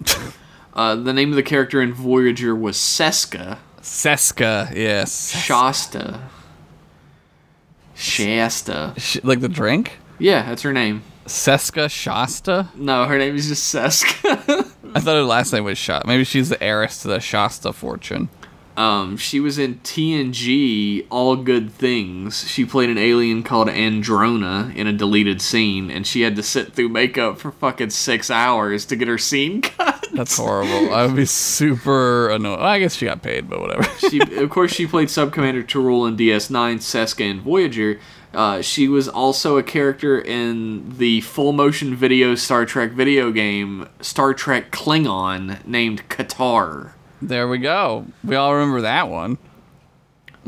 Uh, the name of the character in Voyager was Seska. Seska. Yes. Shasta. Shasta. Sh- like the drink? Yeah, that's her name. Seska Shasta? No, her name is just Seska. (laughs) I thought her last name was Shot. Maybe she's the heiress to the Shasta fortune. um, she was in TNG All Good Things. She played an alien called Androna in a deleted scene, and she had to sit through makeup for fucking six hours to get her scene (laughs) cut. That's horrible. I would be super annoyed. Well, I guess she got paid, but whatever. (laughs) she, of course, she played Sub Commander T'Rul in DS9, Seska, and Voyager. Uh, she was also a character in the full motion video Star Trek video game Star Trek Klingon named Qatar. There we go. We all remember that one.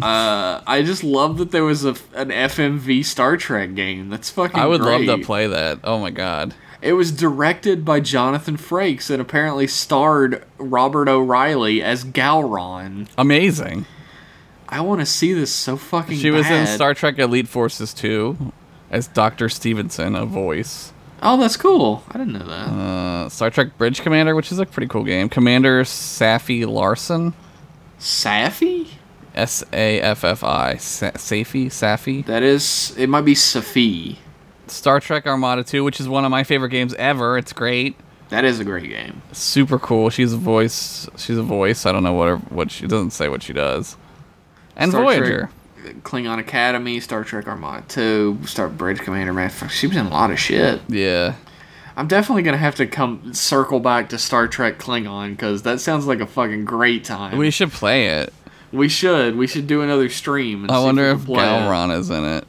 I just love that there was a, an FMV Star Trek game. That's fucking. I would love great. to play that. Oh my god. It was directed by Jonathan Frakes and apparently starred Robert O'Reilly as Galron. Amazing. I want to see this so fucking. She was in bad. Star Trek Elite Forces 2 as Dr. Stevenson, a voice. Oh, that's cool. I didn't know that. Uh, Star Trek Bridge Commander, which is a pretty cool game. Commander Safi Larson, Safi? S A F F I, Sa- Safi, Safi. That is. It might be Safi. Star Trek Armada 2, which is one of my favorite games ever. It's great, That is a great game. super cool. She's a voice. She's a voice. I don't know what her, what she it doesn't say what she does. And Star Trek- Voyager. Klingon Academy, Star Trek Armada 2, Star Bridge Commander, man, fuck, she was in a lot of shit. Yeah, I'm definitely gonna have to come circle back to Star Trek Klingon because that sounds like a fucking great time. we should play it. we should we should do another stream. And I see wonder we if can play it. Galron is in it.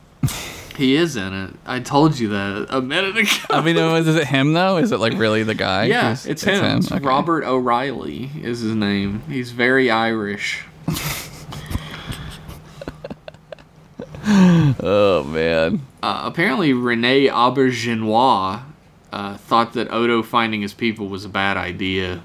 He is in it. I told you that a minute ago. I mean, oh, is it him though? Is it like really the guy? yeah, who's- it's, him. It's Okay. Robert O'Reilly is his name. He's very Irish. Oh man. Uh, apparently, Rene Auberginois uh, thought that Odo finding his people was a bad idea.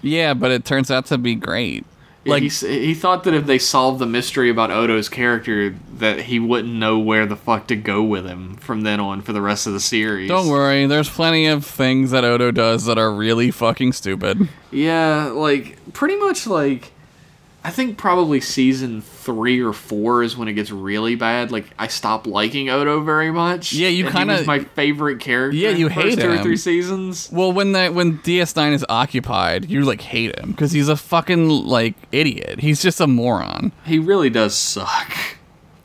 Yeah, but it turns out to be great. Like Like- he, s- he thought that if they solved the mystery about Odo's character, that he wouldn't know where the fuck to go with him from then on for the rest of the series. Don't worry, there's plenty of things that Odo does that are really fucking stupid. Yeah, like pretty much like I think probably season three or four is when it gets really bad. Like I stopped liking Odo very much. Yeah, you and he kinda- was my favorite character. Yeah, you in the first hate two or him. three seasons. Well, when that when DS9 is occupied, you like hate him because he's a fucking like idiot. He's just a moron. He really does suck.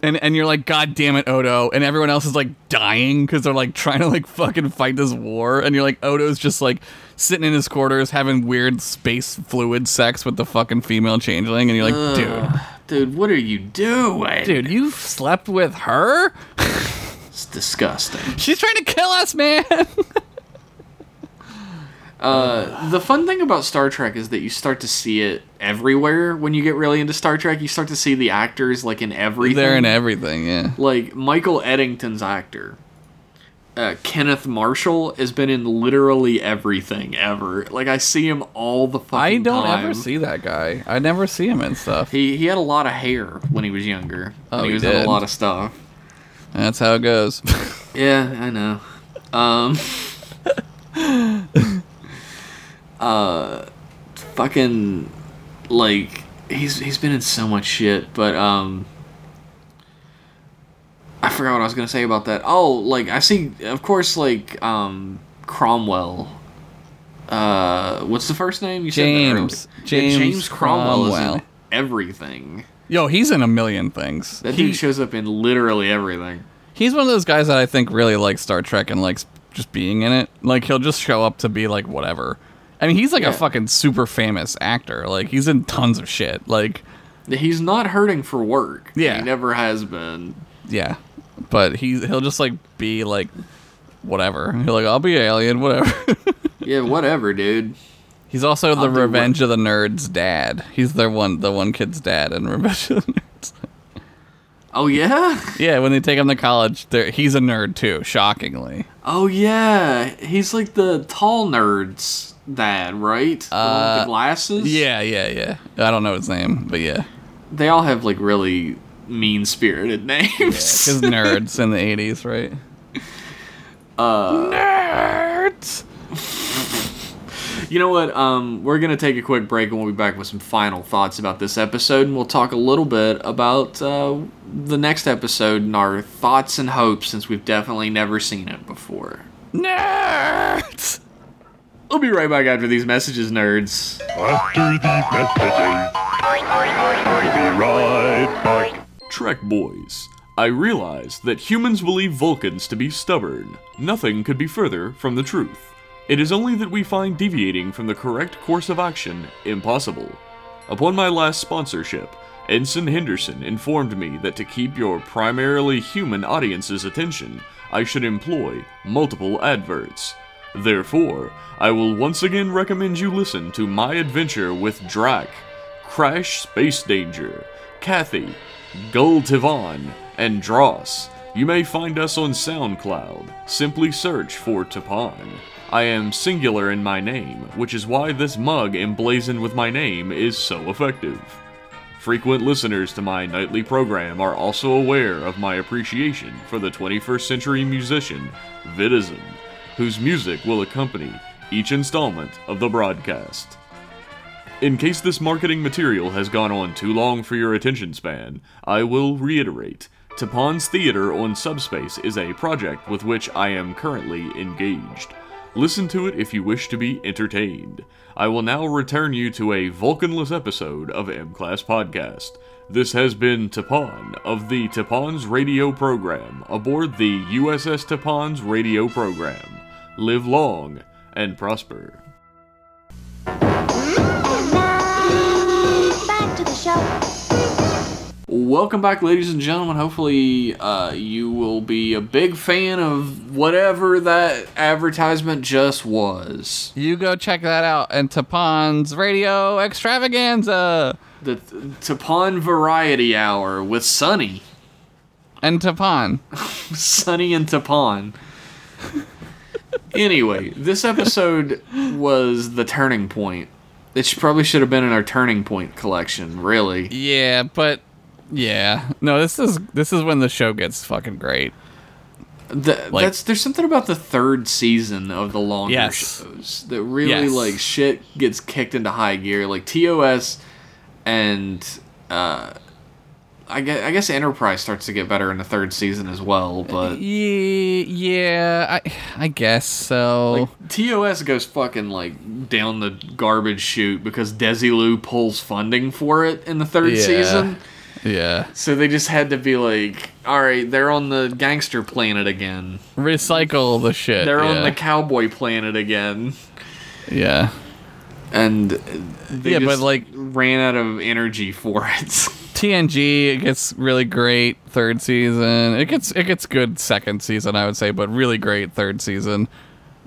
And and you're like, God damn it, Odo. And everyone else is like dying because they're like trying to like fucking fight this war. And you're like, Odo's just like sitting in his quarters having weird space fluid sex with the fucking female changeling. And you're like, Ugh. Dude, what are you doing? dude, dude, you slept with her? it's disgusting. She's trying to kill us, man. (laughs) The fun thing about Star Trek is that you start to see it everywhere when you get really into Star Trek. You start to see the actors like in everything. They're in everything, yeah. like Michael Eddington's actor, uh, Kenneth Marshall has been in literally everything ever. Like I see him all the fucking I don't time. ever see that guy. I never see him in stuff. He he had a lot of hair when he was younger. Oh, and he he was in did. a lot of stuff. That's how it goes. (laughs) Yeah, I know. Um, uh, fucking, like he's he's been in so much shit, but um, I forgot what I was gonna say about that. Oh, like I see, of course, like um, Cromwell. Uh, what's the first name you James. said? that earlier. Yeah, James James Cromwell, is in Cromwell. everything. Yo, he's in a million things. That He- dude shows up in literally everything. he's one of those guys that I think really likes Star Trek and likes just being in it. Like he'll just show up to be like whatever. I mean, he's like Yeah. a fucking super famous actor. Like he's in tons of shit. Like He's not hurting for work. Yeah. He never has been. yeah, but he he'll just like be like whatever. He'll like I'll be alien, whatever. (laughs) Yeah, whatever, dude. he's also the do Revenge of the Nerds dad. He's the one the one kid's dad in (laughs) Revenge of the Nerds. Oh, yeah? Yeah, when they take him to college, they're- he's a nerd too, shockingly. Oh, yeah. He's like the tall nerd's dad, right? The one with the Uh, glasses? Yeah, yeah, yeah. I don't know his name, but yeah. They all have, like, really mean spirited (laughs) names. (laughs) His nerds in the 80s, right? Uh, nerds! you know what? Um, we're going to take a quick break and we'll be back with some final thoughts about this episode. And we'll talk a little bit about uh, the next episode and our thoughts and hopes since we've definitely never seen it before. Nerds! We'll be right back after these messages, nerds. After the messages, we'll be right back. Trek Boys. I realized that humans believe Vulcans to be stubborn. Nothing could be further from the truth. It is only that we find deviating from the correct course of action impossible. Upon my last sponsorship, Ensign Henderson informed me that to keep your primarily human audience's attention, I should employ multiple adverts. Therefore, I will once again recommend you listen to My Adventure with Drac, Crash Space Danger, Kathy, Gold Tivon, and Dross. You may find us on SoundCloud. Simply search for Tapon. I am singular in my name, which is why this mug emblazoned with my name is so effective. Frequent listeners to my nightly program are also aware of my appreciation for the 21st century musician, Vidism, whose music will accompany each installment of the broadcast. In case this marketing material has gone on too long for your attention span, I will reiterate Tapon's Theater on Subspace is a project with which I am currently engaged. Listen to it if you wish to be entertained. I will now return you to a Vulcanless episode of M Class Podcast. This has been Tapon of the Tapon's Radio Program aboard the USS Tapon's Radio Program. Live long and prosper. Back to the show. Welcome back, ladies and gentlemen. Hopefully, uh, you will be a big fan of whatever that advertisement just was. You go check that out and Tapon's Radio Extravaganza The Tapon Variety Hour with Sunny, (laughs) and Tapon. Sunny and Tapon. anyway, this episode was the turning point. It should, probably should have been in our turning point collection, really. Yeah, but yeah, no, this is this is when the show gets fucking great. The, Like- that's there's something about the third season of the longer Yes. shows that really Yes. like shit gets kicked into high gear. Like TOS and uh, I guess I guess Enterprise starts to get better in the third season as Uh, well. But Yeah, yeah, I I guess so. like, TOS goes fucking like down the garbage chute because Desilu pulls funding for it in the third Yeah. season. yeah, So they just had to be like, all right, they're on the gangster planet again. recycle the shit. They're yeah. on the cowboy planet again. yeah. and they Yeah, but, just like- ran out of energy for it. (laughs) TNG it gets really great third season. It gets it gets good second season, I would say, but really great third season.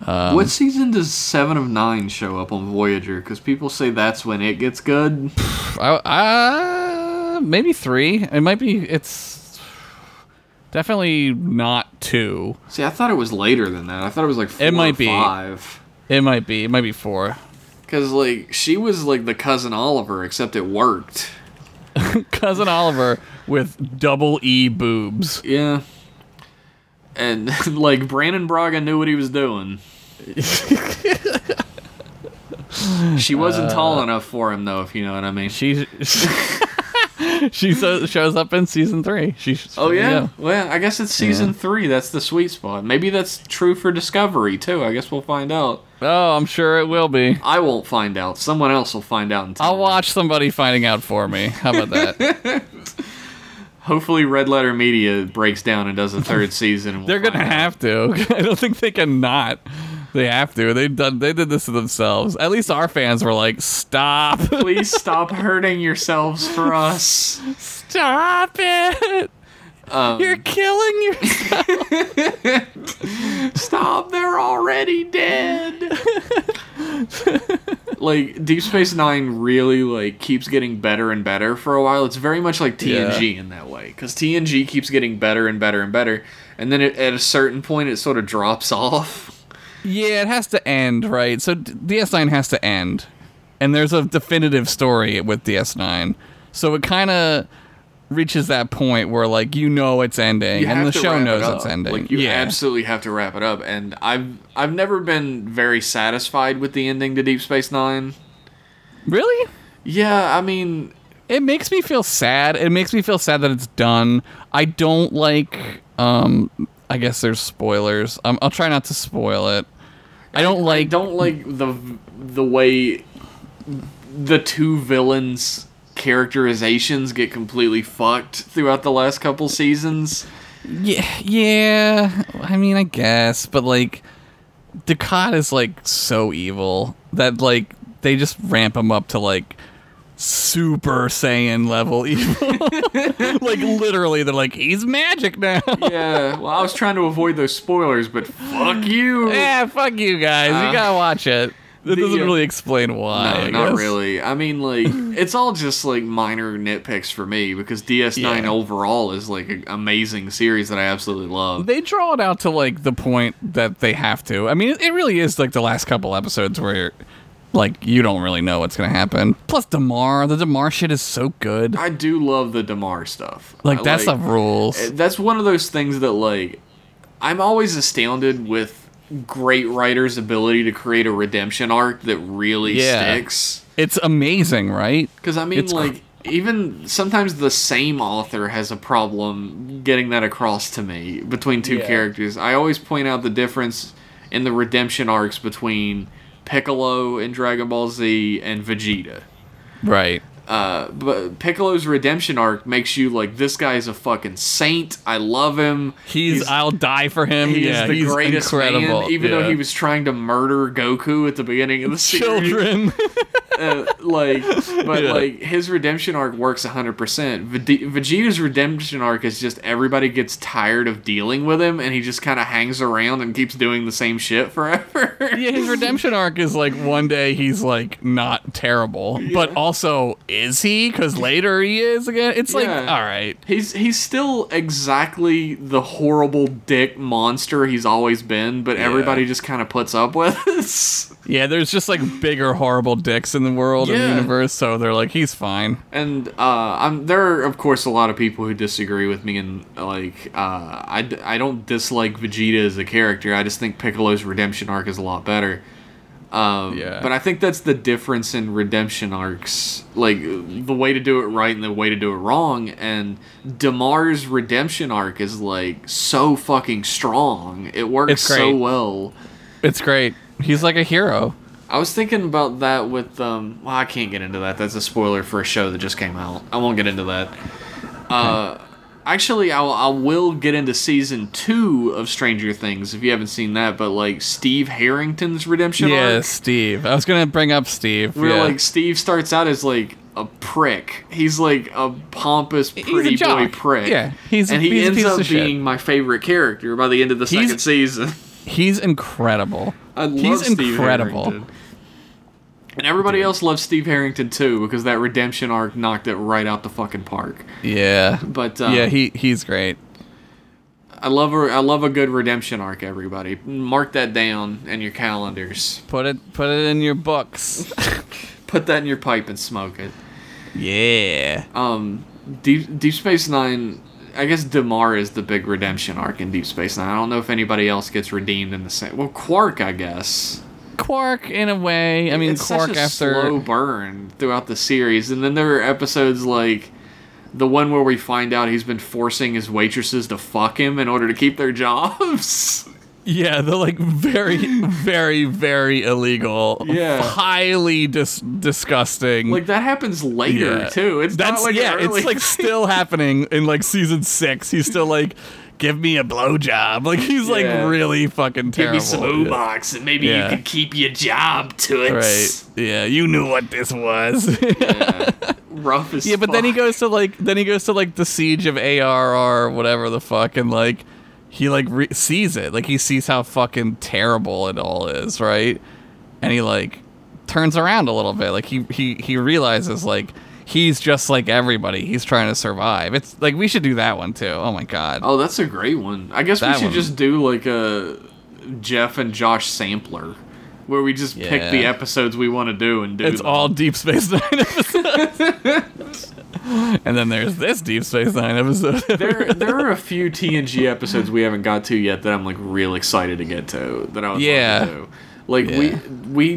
Um, what season does Seven of Nine show up on Voyager? Because people say that's when it gets good. I, uh, maybe three. It might be. It's definitely not two. See, I thought it was later than that. I thought it was like four It might or be. five. It might be. It might be four. (laughs) Because like she was like the cousin Oliver, except it worked. Cousin Oliver with double E boobs. (laughs) Yeah. And (laughs) like Brandon Braga knew what he was (laughs) doing. she wasn't Uh, tall enough for him though, if you know what I mean. She's. She so, shows up in season three. She Oh yeah? yeah. Well, I guess it's season three. That's the sweet spot. Maybe that's true for Discovery too. I guess we'll find out. Oh, I'm sure it will be. I won't find out. Someone else will find out in time. I'll watch somebody finding out for me. How about that? Hopefully, Red Letter Media breaks down and does a (laughs) third season. and we'll They're gonna find out. have to. (laughs) I don't think they can not. They have to. They done. They did this to themselves. At least our fans were (laughs) like, "Stop! Please stop hurting yourselves for us. Stop it! You're killing yourself." Stop! They're already (laughs) dead. like Deep Space Nine really like keeps getting better and better for a while. It's very much like TNG in that way because TNG keeps getting better and better and better, and then it, at a certain point it sort of drops off. yeah, it has to end, right? So D- DS9 has to end, and there's a definitive story with DS9. So it kind of reaches that point where like you know it's ending, You and have the to show wrap it knows up. it's ending. Like you yeah. absolutely have to wrap it up, and I've I've never been very satisfied with the ending to Deep Space Nine. really? Yeah, I mean, it makes me feel sad. It makes me feel sad that it's done. I don't like. Um, I guess there's spoilers. Um, I'll try not to spoil it. I don't I like. don't like Hmm. the the way the two villains characterizations get completely fucked throughout the last couple (laughs) seasons. Yeah, yeah. I mean, I guess, but like, Ducat is like so evil that like they just ramp him up to like super Saiyan level (laughs) evil. (laughs) like literally, they're like, he's magic now. (laughs) Yeah, well, I was trying to avoid those spoilers, but fuck you. yeah, fuck you guys. Uh, you gotta watch it. It the, doesn't uh, really explain why. No, I Uh, not guess. really. I mean, like, it's all just like minor nitpicks for me because DS9 Yeah. overall is like an amazing series that I absolutely love. They draw it out to like the point that they have to. I mean, it- it really is like the last couple episodes where, you're, like, you don't really know what's gonna happen. Plus, Demar, the Demar shit is so good. I do love the Damar stuff. like, I that stuff rules. That's one of those things that like I'm always astounded with great writers' ability to create a redemption arc that really Yeah. sticks. it's amazing, right? Because I mean, It's cr- like even sometimes the same author has a problem getting that across to me between two Yeah. characters. I always point out the difference in the redemption arcs between Piccolo in Dragon Ball Z and Vegeta. Right. Uh, but Piccolo's redemption arc makes you like this guy is a fucking saint. I love him. He's, I'll die for him. He yeah, is the he's greatest incredible. man, even Yeah. though he was trying to murder Goku at the beginning of the series. (laughs) children. (laughs) Uh, like, but Yeah. like his redemption arc works hundred percent. Vegeta's redemption arc is just everybody gets tired of dealing with him, and he just kind of hangs around and keeps doing the same shit forever. (laughs) yeah, his redemption arc is like one day he's like not terrible, but also is he? Because later he is again. It's like Yeah. all right. He's he's still exactly the horrible dick monster he's always been, but everybody just kind of puts up with us. Yeah, there's just like bigger horrible dicks in the world and the Yeah. universe, so they're like he's fine. And uh, I'm there are of course a lot of people who disagree with me, and like uh, I d- I don't dislike Vegeta as a character. I just think Piccolo's redemption arc is a lot better. Um, Yeah. But I think that's the difference in redemption arcs, like the way to do it right and the way to do it wrong. And Damar's redemption arc is like so fucking strong. It works It's great. so well. It's great. He's like a hero. I was thinking about that with um. Well, I can't get into that. That's a spoiler for a show that just came out. I won't get into that. Uh, actually, I will, I will get into season two of Stranger Things if you haven't seen that. But like Steve Harrington's redemption yeah, arc, Steve. I was gonna bring up Steve. where yeah. like Steve starts out as like a prick. He's like a pompous a pretty boy jock. prick. Yeah, he's a- and he he's a ends piece up of shit. being my favorite character by the end of the He's- second season. (laughs) he's incredible. I love he's Steve incredible. Harrington. And everybody else loves Steve Harrington too because that redemption arc knocked it right out the fucking park. Yeah. But uh, yeah, he he's great. I love a, I love a good redemption arc. Everybody, mark that down in your calendars. Put it put it in (laughs) your books. Put that in your pipe and smoke it. yeah. Um, Deep Deep Space Nine. I guess Demar is the big redemption arc in Deep Space Nine. I don't know if anybody else gets redeemed in the same. Well, Quark, I guess. Quark in a way. I mean, it's Quark such a after slow burn throughout the series, and then there are episodes like the one where we find out he's been forcing his waitresses to fuck him in order to keep their jobs. (laughs) yeah, the like very, (laughs) very, very illegal, Yeah. highly dis- disgusting. like that happens later Yeah. too. It's that's not like yeah, early. (laughs) it's like still happening in like season six. He's still like, give me a blowjob. Like he's Yeah. like really fucking give terrible. me some U-box and maybe Yeah. you can keep your job to it. yeah. Right? Yeah, you knew what this was. (laughs) Rough as Yeah, but then he fuck. goes to like then he goes to like the siege of ARR or whatever the fuck and like he like re- sees it. Like he sees how fucking terrible it all is, right? And he like turns around a little bit. Like he he he realizes like he's just like everybody. He's trying to survive. It's like we should do that one too. Oh my god. Oh, that's a great one. I guess we That should one. just do like a Jeff and Josh sampler, where we just pick Yeah. the episodes we want to do and do. It's them. all Deep Space Nine episodes. (laughs) (laughs) and then there's this Deep Space Nine episode. there, there are a few TNG episodes we haven't got to yet that I'm like real excited to get to that I would Yeah. love to do. Like Yeah. we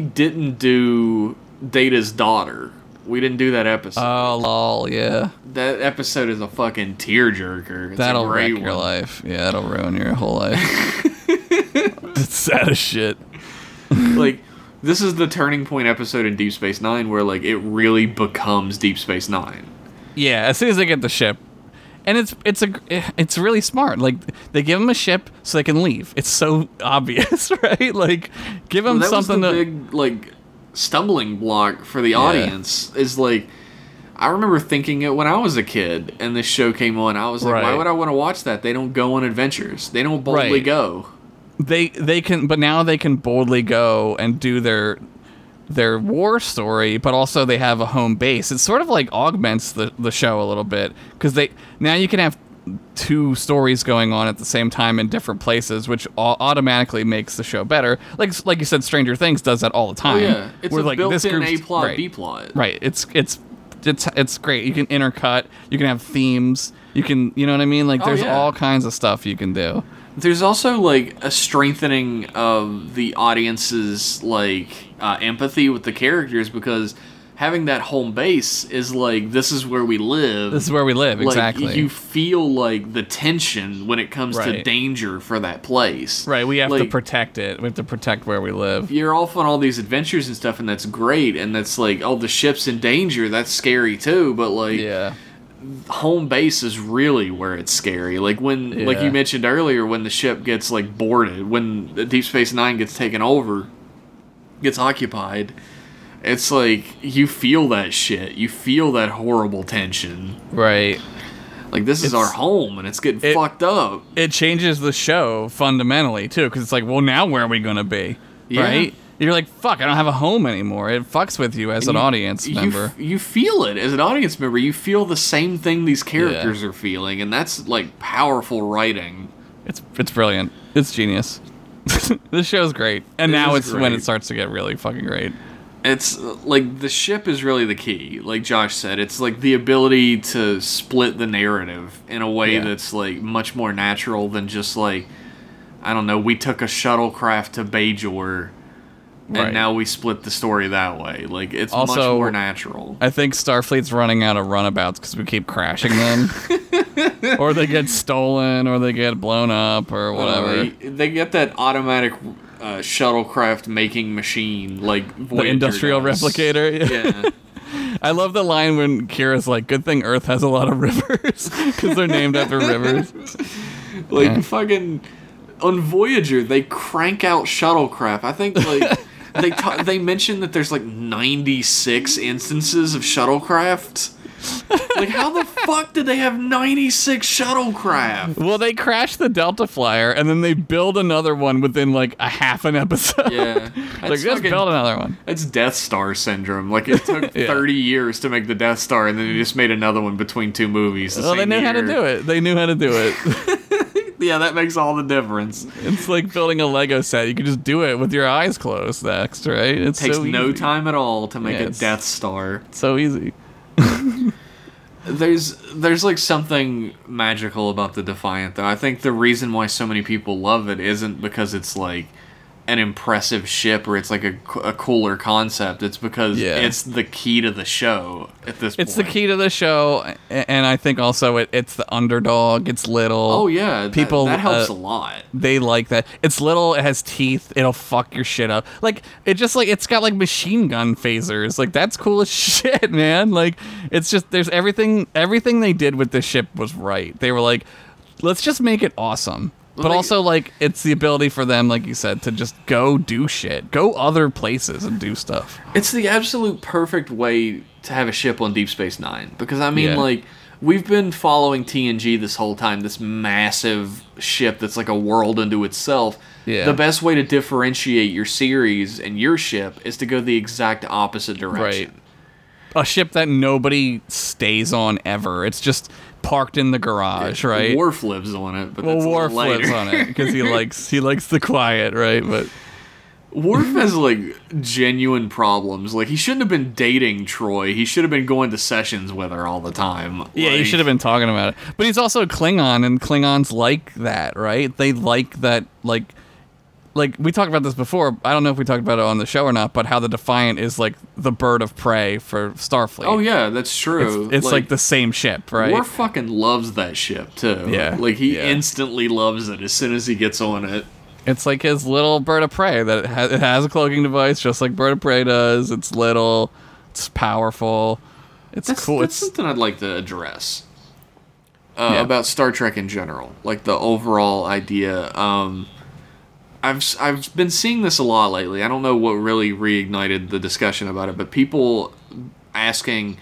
we didn't do Data's daughter. We didn't do that episode. (laughs) oh lol, yeah. that episode is a fucking tearjerker. It's That'll a great wreck your one. life. Yeah, that'll ruin your whole life. (laughs) it's sad as shit. Like this is the turning point episode in Deep Space Nine where like it really becomes Deep Space Nine. Yeah, as soon as they get the ship, and it's it's a it's really smart. Like they give them a ship so they can leave. It's so (laughs) obvious, right? Like give them That was something the to. big like stumbling block for the audience is like I remember thinking it when I was a kid, and this show came on. I was like, why Right. would I want to watch that? They don't go on adventures. They don't boldly Right. go. they they can but now they can boldly go and do their their war story but also they have a home base it sort of like augments the, the show a little bit because they now you can have two stories going on at the same time in different places which au- automatically makes the show better like like you said stranger things does that all the time Oh, yeah, it's where, a like, this built-in A group's- plot, right. B plot. Right. It's it's it's it's great. You can intercut. You can have themes. You can you know what I mean. Like Oh, there's yeah. all kinds of stuff you can do. There's also like a strengthening of the audience's like uh, empathy with the characters because having that home base is like this is where we live. This is where we live exactly. Like, you feel like the tension when it comes to Right. danger for that place. right. We have to Like, protect it. We have to protect where we live. You're off on all these adventures and stuff, and that's great. And that's like, oh, the ship's in danger. That's scary too. But like, Yeah. home base is really where it's scary. Like when, like Yeah. you mentioned earlier, when the ship gets like boarded, when the Deep Space Nine gets taken over, gets occupied, it's like you feel that shit. You feel that horrible tension. Right. Like this is our It's- home, and it's getting it- fucked up. It changes the show fundamentally too, because it's like, well, now where are we gonna be? Yeah. Right. You're like, fuck, I don't have a home anymore. It fucks with you as an You- audience you member. f- You, feel it as an audience member. You feel the same thing these characters are feeling, and that's like powerful writing. It's it's brilliant. It's genius. (laughs) this show's great. And It now is it's when great. it starts to get really fucking great. It's uh, like the ship is really the key. Like Josh said, it's like the ability to split the narrative in a way Yeah. that's like much more natural than just like I don't know. We took a shuttlecraft to Bajor. Right. And now we split the story that way. Like it's much Also- more natural. I think Starfleet's running out of runabouts because we keep crashing them, (laughs) or they get stolen, or they get blown up, or whatever. Uh, they get that automatic uh, shuttlecraft making machine, like the Voyager industrial does. replicator. (laughs) Yeah, (laughs) I love the line when Kira's like, "Good thing Earth has a lot of rivers (laughs) because they're named (laughs) after rivers." like fucking on Voyager, they crank out shuttlecraft. I think (laughs) like they ta- they mentioned that there's like 96 instances of shuttlecraft. Like how the fuck did they have 96 (laughs) shuttlecraft? Well, they crash the Delta flyer and then they build another one within like a half an episode. Yeah, (laughs) (laughs) like that's let's fucking- build another one. That's Death Star syndrome. Like it took (laughs) Yeah. 30 years to make the Death Star, and then they just made another one between two movies. The Well, they same knew how to year. do it. They knew how to do it. (laughs) Yeah, that makes all the difference. it's like building a Lego set. You can just do it with your eyes closed. Next, right? It's Takes so no easy. time at all to make Yeah, a it's- Death Star. So easy. There's there's like something magical about the Defiant though. I think the reason why so many people love it isn't because it's like an impressive ship or it's like a, co- a cooler concept. It's because Yeah. it's the key to the show at this point. It's the key to the show, a- and I think also it, it's the underdog. It's little. Oh yeah, people People, that, helps uh, a lot. They like that. It's little. It has teeth. It'll fuck your shit up. Like it just like it's got like machine gun phasers. Like that's cool as (laughs) shit, man. Like it's just there's everything. Everything they did with this ship was right. They were like, let's just make it awesome. But Like- also like it's the ability for them, like you said, to just go do shit, go other places and do stuff. It's the absolute perfect way to have a ship on Deep Space Nine because I mean, Yeah. like, we've been following TNG this whole time, this massive ship that's like a world unto itself. Yeah. The best way to differentiate your series and your ship is to go the exact opposite direction. a ship that nobody stays on ever. It's just parked in the garage, right? Worf lives on it, but well, that's Worf a little later. lives on it because he likes he likes the quiet, right? But Worf has like genuine problems. Like he shouldn't have been dating Troy. He should have been going to sessions with her all the time. yeah, you Like, should have been talking about it. But he's also a Klingon, and Klingons like that, right? They like that, like. Like we talked about this before, I don't know if we talked about it on the show or not, but how the Defiant is like the bird of prey for Starfleet. Oh yeah, that's true. it's like, the same ship, right? Worf fucking loves that ship too. Yeah, like he yeah. instantly loves it as soon as he gets on it. It's like his little bird of prey that it, ha- it has a cloaking device just like bird of prey does. It's little, it's powerful, it's That's, cool. that's It's something I'd like to address uh, Yeah. about Star Trek in general, like the overall idea. Um, I've s- I've been seeing this a lot lately. I don't know what really reignited the discussion about it, but people asking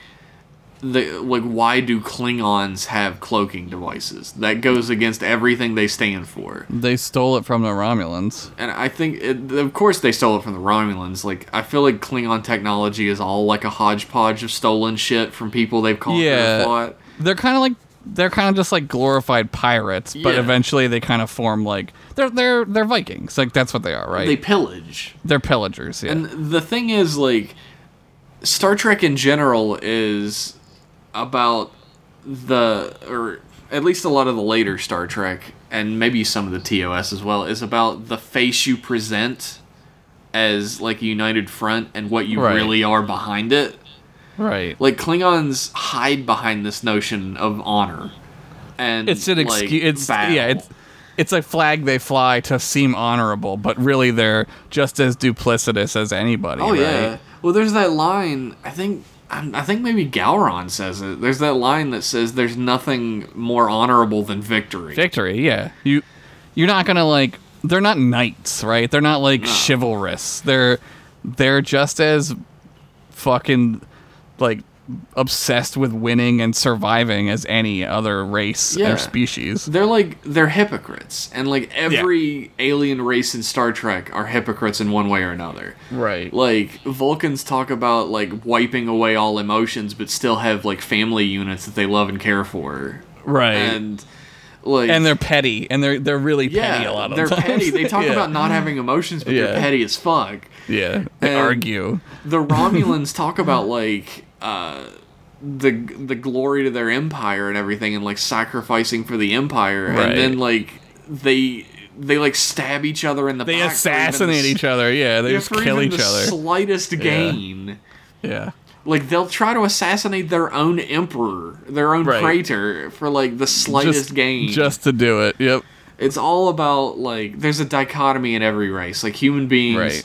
the like why do Klingons have cloaking devices? That goes against everything they stand for. They stole it from the Romulans. And I think, it, of course, they stole it from the Romulans. Like, I feel like Klingon technology is all like a hodgepodge of stolen shit from people they've conquered Yeah. a lot. They're kind of like they're kind of just like glorified pirates, but Yeah. eventually they kind of form like they're they're they're Vikings. Like that's what they are, right? They pillage. They, are pillagers. Yeah. And the thing is, like, Star Trek in general is about the, or at least a lot of the later Star Trek, and maybe some of the TOS as well, is about the face you present as, like, a united front and what you Right. really are behind it. right. Like, Klingons hide behind this notion of honor. And it's an like, excuse. it's battle. yeah. It's it's a flag they fly to seem honorable, but really they're just as duplicitous as anybody. Oh right? yeah. Well, there's that line. I think I'm- I think maybe Gowron says it. There's that line that says, "There's nothing more honorable than victory." victory. Yeah, you you're not gonna like. They're not knights, right? They're not like chivalrous. They're they're just as fucking like obsessed with winning and surviving as any other race Yeah. or species. they're like they're hypocrites, and like every alien race in Star Trek are hypocrites in one way or another. Right. Like Vulcans talk about like wiping away all emotions, but still have like family units that they love and care for, Right. And, and like they're petty, and they're they're really yeah, petty a lot of they're the (laughs) times. petty. They talk Yeah. about not having emotions, but they're Yeah. petty as fuck. yeah. They and- argue. (laughs) the Romulans talk about like uh, the the glory to their empire and everything, and like sacrificing for the empire, Right. and then like they they like stab each other in the They assassinate each other. Yeah, they just kill each other. Slightest gain. yeah. Like they'll try to assassinate their own emperor, their own Right. traitor, for like the slightest just, gain. Just to do it. Yep. it's all about like there's a dichotomy in every race. Like human beings Right.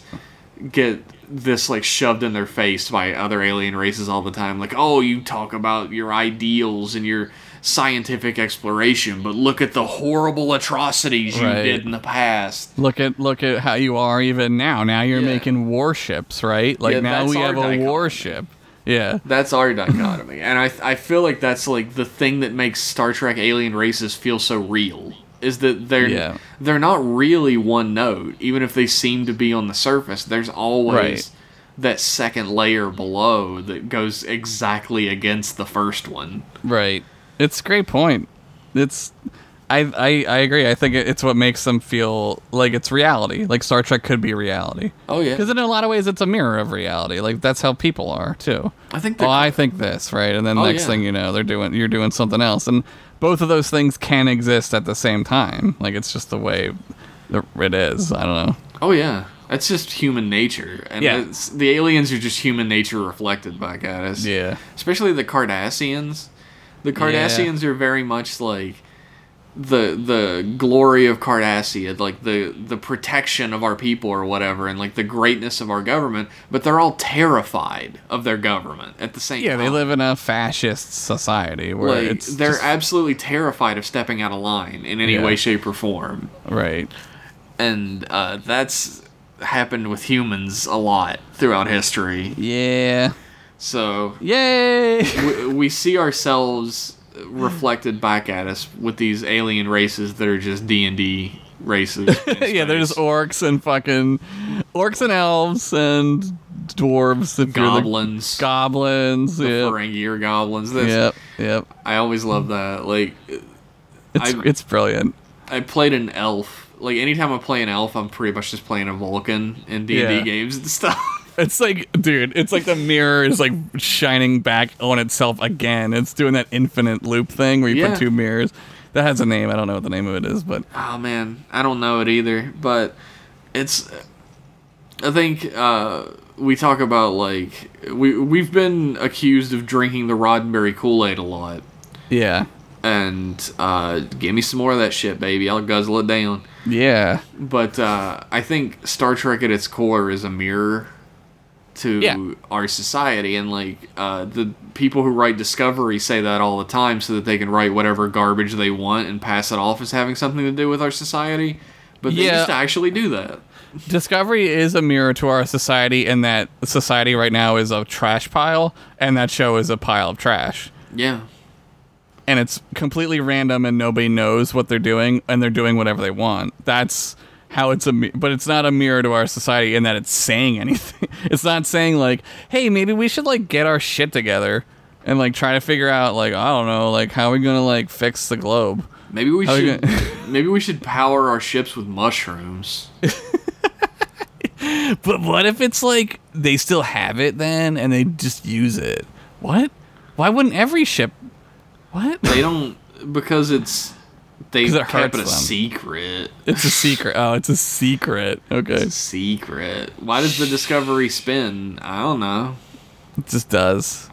get this like shoved in their face by other alien races all the time. Like, oh, you talk about your ideals and your scientific exploration, but look at the horrible atrocities you Right. did in the past. Look at look at how you are even now. Now you're Yeah. making warships, right? Like Yeah, now that's we our have a dichotomy. warship. Yeah. That's our dichotomy, and I I feel like that's like the thing that makes Star Trek alien races feel so real is that they're Yeah. they're not really one note, even if they seem to be on the surface. There's always Right. that second layer below that goes exactly against the first one. Right. It's a great point. It's I I, I agree. I think it- it's what makes them feel like it's reality. Like Star Trek could be reality. Oh, yeah. Because in a lot of ways, it's a mirror of reality. Like that's how people are too. I think Oh, they're- I think this right, and then Oh, next yeah. thing you know, they're doing you're doing something else, and both of those things can exist at the same time. Like it's just the way the- it is. I don't know. Oh yeah, that's just human nature, and Yeah. it's, the aliens are just human nature reflected back at us. Yeah. especially the Cardassians. The Cardassians are very much like the the glory of Cardassia, like the the protection of our people or whatever, and like the greatness of our government. But they're all terrified of their government at the same Yeah, time. they live in a fascist society where Like it's they're just- absolutely terrified of stepping out of line in any Yeah. way, shape, or form, right. and uh, that's happened with humans a lot throughout history. Yeah. So Yay. we, we see ourselves reflected back at us with these alien races that are just D and D races. (laughs) (laughs) yeah, they're just orcs and fucking orcs and elves and dwarves and goblins, goblins. Yeah. Ferengi or goblins. That's, Yep. Yep. I always love that. Like, It's I- it's brilliant. I played an elf. Like anytime I play an elf, I'm pretty much just playing a Vulcan in D and Yeah. D games and (laughs) stuff. It's like, dude, it's like the mirror is like shining back on itself again. It's doing that infinite loop thing where you Yeah. put two mirrors. That has a name. I don't know what the name of it is, but oh man, I don't know it either, but it's. I think uh, we talk about like we we've been accused of drinking the Roddenberry Kool Aid a lot. yeah, and uh, give me some more of that shit, baby. I'll guzzle it down. yeah, But uh, I think Star Trek at its core is a mirror to Yeah. our society, and like uh, the people who write Discovery say that all the time, so that they can write whatever garbage they want and pass it off as having something to do with our society. But they Yeah. just actually do that. Discovery is a mirror to our society, and that society right now is a trash pile, and that show is a pile of trash. Yeah. And it's completely random, and nobody knows what they're doing, and they're doing whatever they want. That's how it's a, mi- but it's not a mirror to our society in that it's saying (laughs) anything. It's not saying like, hey, maybe we should like get our shit together, and like try to figure out like I don't know like how are we gonna like fix the globe. Maybe we How you should (laughs) maybe we should power our ships with mushrooms. But what if it's like they still have it then and they just use it? What? Why wouldn't every ship? What? (laughs) They don't because it's they (laughs) 'Cause it kept hurts it a them. secret. It's a secret. Oh, it's a secret. Okay. It's a secret. Why does the Discovery spin? I don't know. It just does.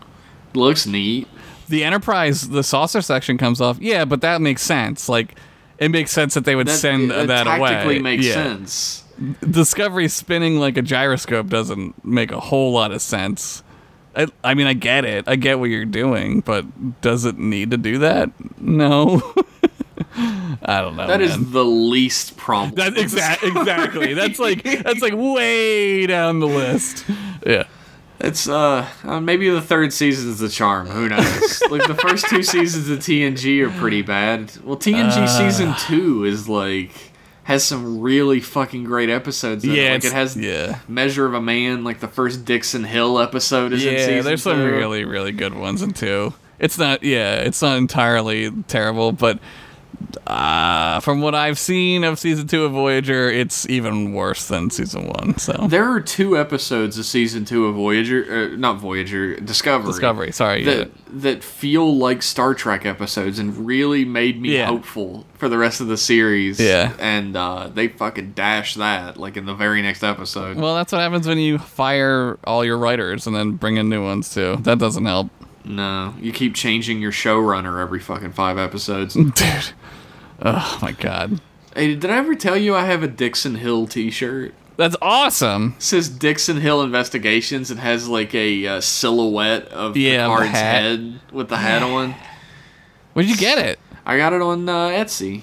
Looks neat. The Enterprise, the saucer section comes off. Yeah, but that makes sense. Like, it makes sense that they would That, send that that away. tactically makes yeah. sense. Discovery spinning like a gyroscope doesn't make a whole lot of sense. I, I mean, I get it. I get what you're doing, but does it need to do that? No. (laughs) I don't know. That is man. the least problem. (laughs) That exact exactly. That's like that's like way down the list. Yeah. It's uh uh, maybe the third season's the charm. Who (laughs) knows? like the first two seasons of TNG are pretty bad. Well, TNG Uh, season two is like has some really fucking great episodes. In Yeah, it. like it's- it has yeah. Measure of a Man. Like the first Dixon Hill episode is in Yeah, season there's some two. really really good ones in two. It's not yeah, it's not entirely terrible, but uh, from what I've seen of season two of Voyager, it's even worse than season one. So There are two episodes of season two of Voyager, uh, not Voyager, Discovery. Discovery, sorry, yeah. That that feel like Star Trek episodes and really made me Yeah. hopeful for the rest of the series. Yeah. and uh, they fucking dash that like in the very next episode. Well, that's what happens when you fire all your writers and then bring in new ones too. That doesn't help. (laughs) no, you keep changing your showrunner every fucking five episodes. (laughs) Dude. Oh my god. hey, did I ever tell you I have a Dixon Hill T-shirt? That's awesome. It says Dixon Hill Investigations and has like a uh, silhouette of the Yeah, of the card's hat. head with the hat on. Where'd you get it? I got it on uh, Etsy.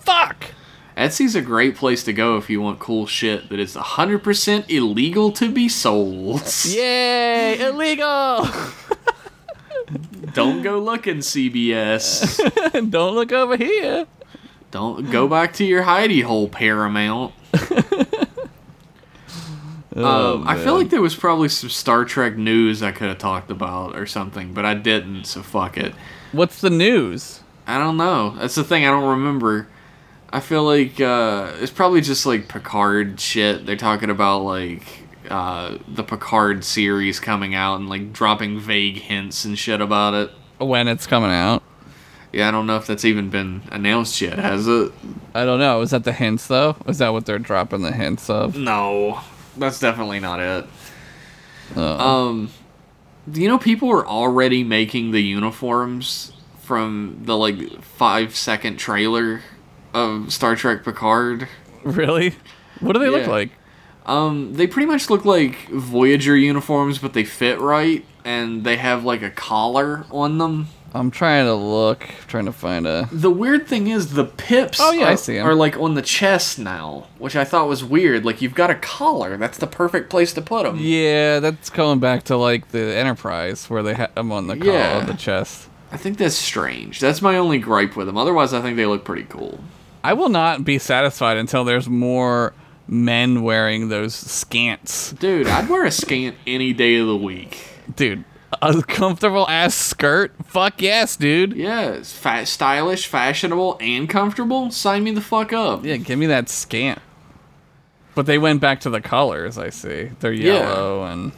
Fuck. Etsy's a great place to go if you want cool shit that is 100% illegal to be sold. Yay! Illegal! Don't go looking, CBS. (laughs) Don't look over here. Don't go back to your hidey hole, Paramount. um, I feel like there was probably some Star Trek news I could have talked about or something, but I didn't, so fuck it. What's the news? I don't know. That's the thing. I don't remember. I feel like uh, it's probably just like Picard shit. They're talking about like uh, the Picard series coming out and like dropping vague hints and shit about it. When it's coming out? Yeah, I don't know if that's even been announced (laughs) yet, has it? I don't know. Is that the hints though? Is that what they're dropping the hints of? No, that's definitely not it. Oh. Um, you know, people are already making the uniforms from the like five second trailer of Star Trek Picard. really? What do they look Yeah. like? Um, they pretty much look like Voyager uniforms, but they fit right, and they have like a collar on them. I'm trying to look, trying to find a. The weird thing is the pips Oh, yeah, are, I see 'em. are like on the chest now, which I thought was weird. Like you've got a collar, that's the perfect place to put them. Yeah, that's going back to like the Enterprise where they had them on the collar Yeah. of the chest. I think that's strange. That's my only gripe with them. Otherwise, I think they look pretty cool. I will not be satisfied until there's more men wearing those scants. Dude, I'd wear a scant any day of the week. Dude, a comfortable ass skirt? Fuck yes, dude. Yeah, it's fa- stylish, fashionable, and comfortable. Sign me the fuck up. Yeah, give me that scant. But they went back to the colors, I see. They're Yeah. yellow and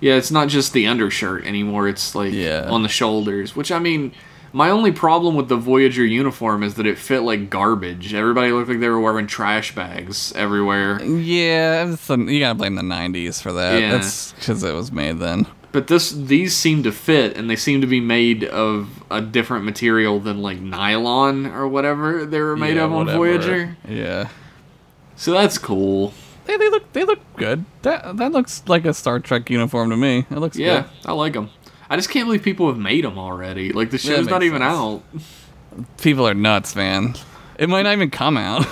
Yeah, it's not just the undershirt anymore. It's like Yeah. on the shoulders, which I mean, my only problem with the Voyager uniform is that it fit like garbage. Everybody looked like they were wearing trash bags everywhere. yeah, it's the- you gotta blame the '90s for that. Yeah. That's because it was made then. But this these seem to fit and they seem to be made of a different material than like nylon or whatever they were made Yeah, of on whatever. Voyager. Yeah, So that's cool. they, they look they look good. That that looks like a Star Trek uniform to me. It looks Yeah, I like them. I just can't believe people have made them already. Like the show's not makes even sense. out. good. People are nuts, man. It might not even come out.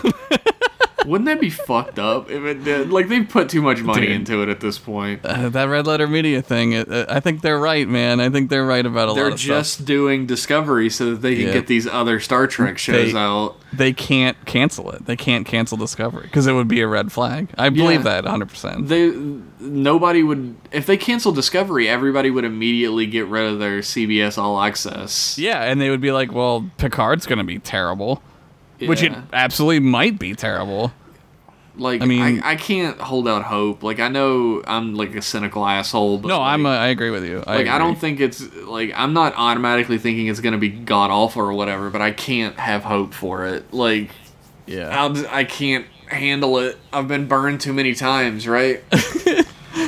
Wouldn't that be fucked up if it did? Like they put too much money Dude. into it at this point. (laughs) Uh, that red letter media thing. it- Uh, I think they're right, man. I think they're right about a They're lot of just doing Discovery so that they can Yeah. get these other Star Trek shows They- out. stuff. They can't cancel it. They can't cancel Discovery because it would be a red flag. I believe Yeah. that 100. percent They nobody would if they canceled Discovery, everybody would immediately get rid of their CBS All Access. Yeah, and they would be like, "Well, Picard's gonna be terrible," which it Yeah. absolutely might be terrible. Like, I I mean- mean, I, can't hold out hope. Like, I know I'm like a cynical asshole, but No, like, I'm. A, I agree with you. like, I I agree. don't think it's like I'm not automatically thinking it's gonna be god awful or whatever, but I can't have hope for it. Like, Yeah, I'll, I can't handle it. I've been burned too many times, (laughs) right?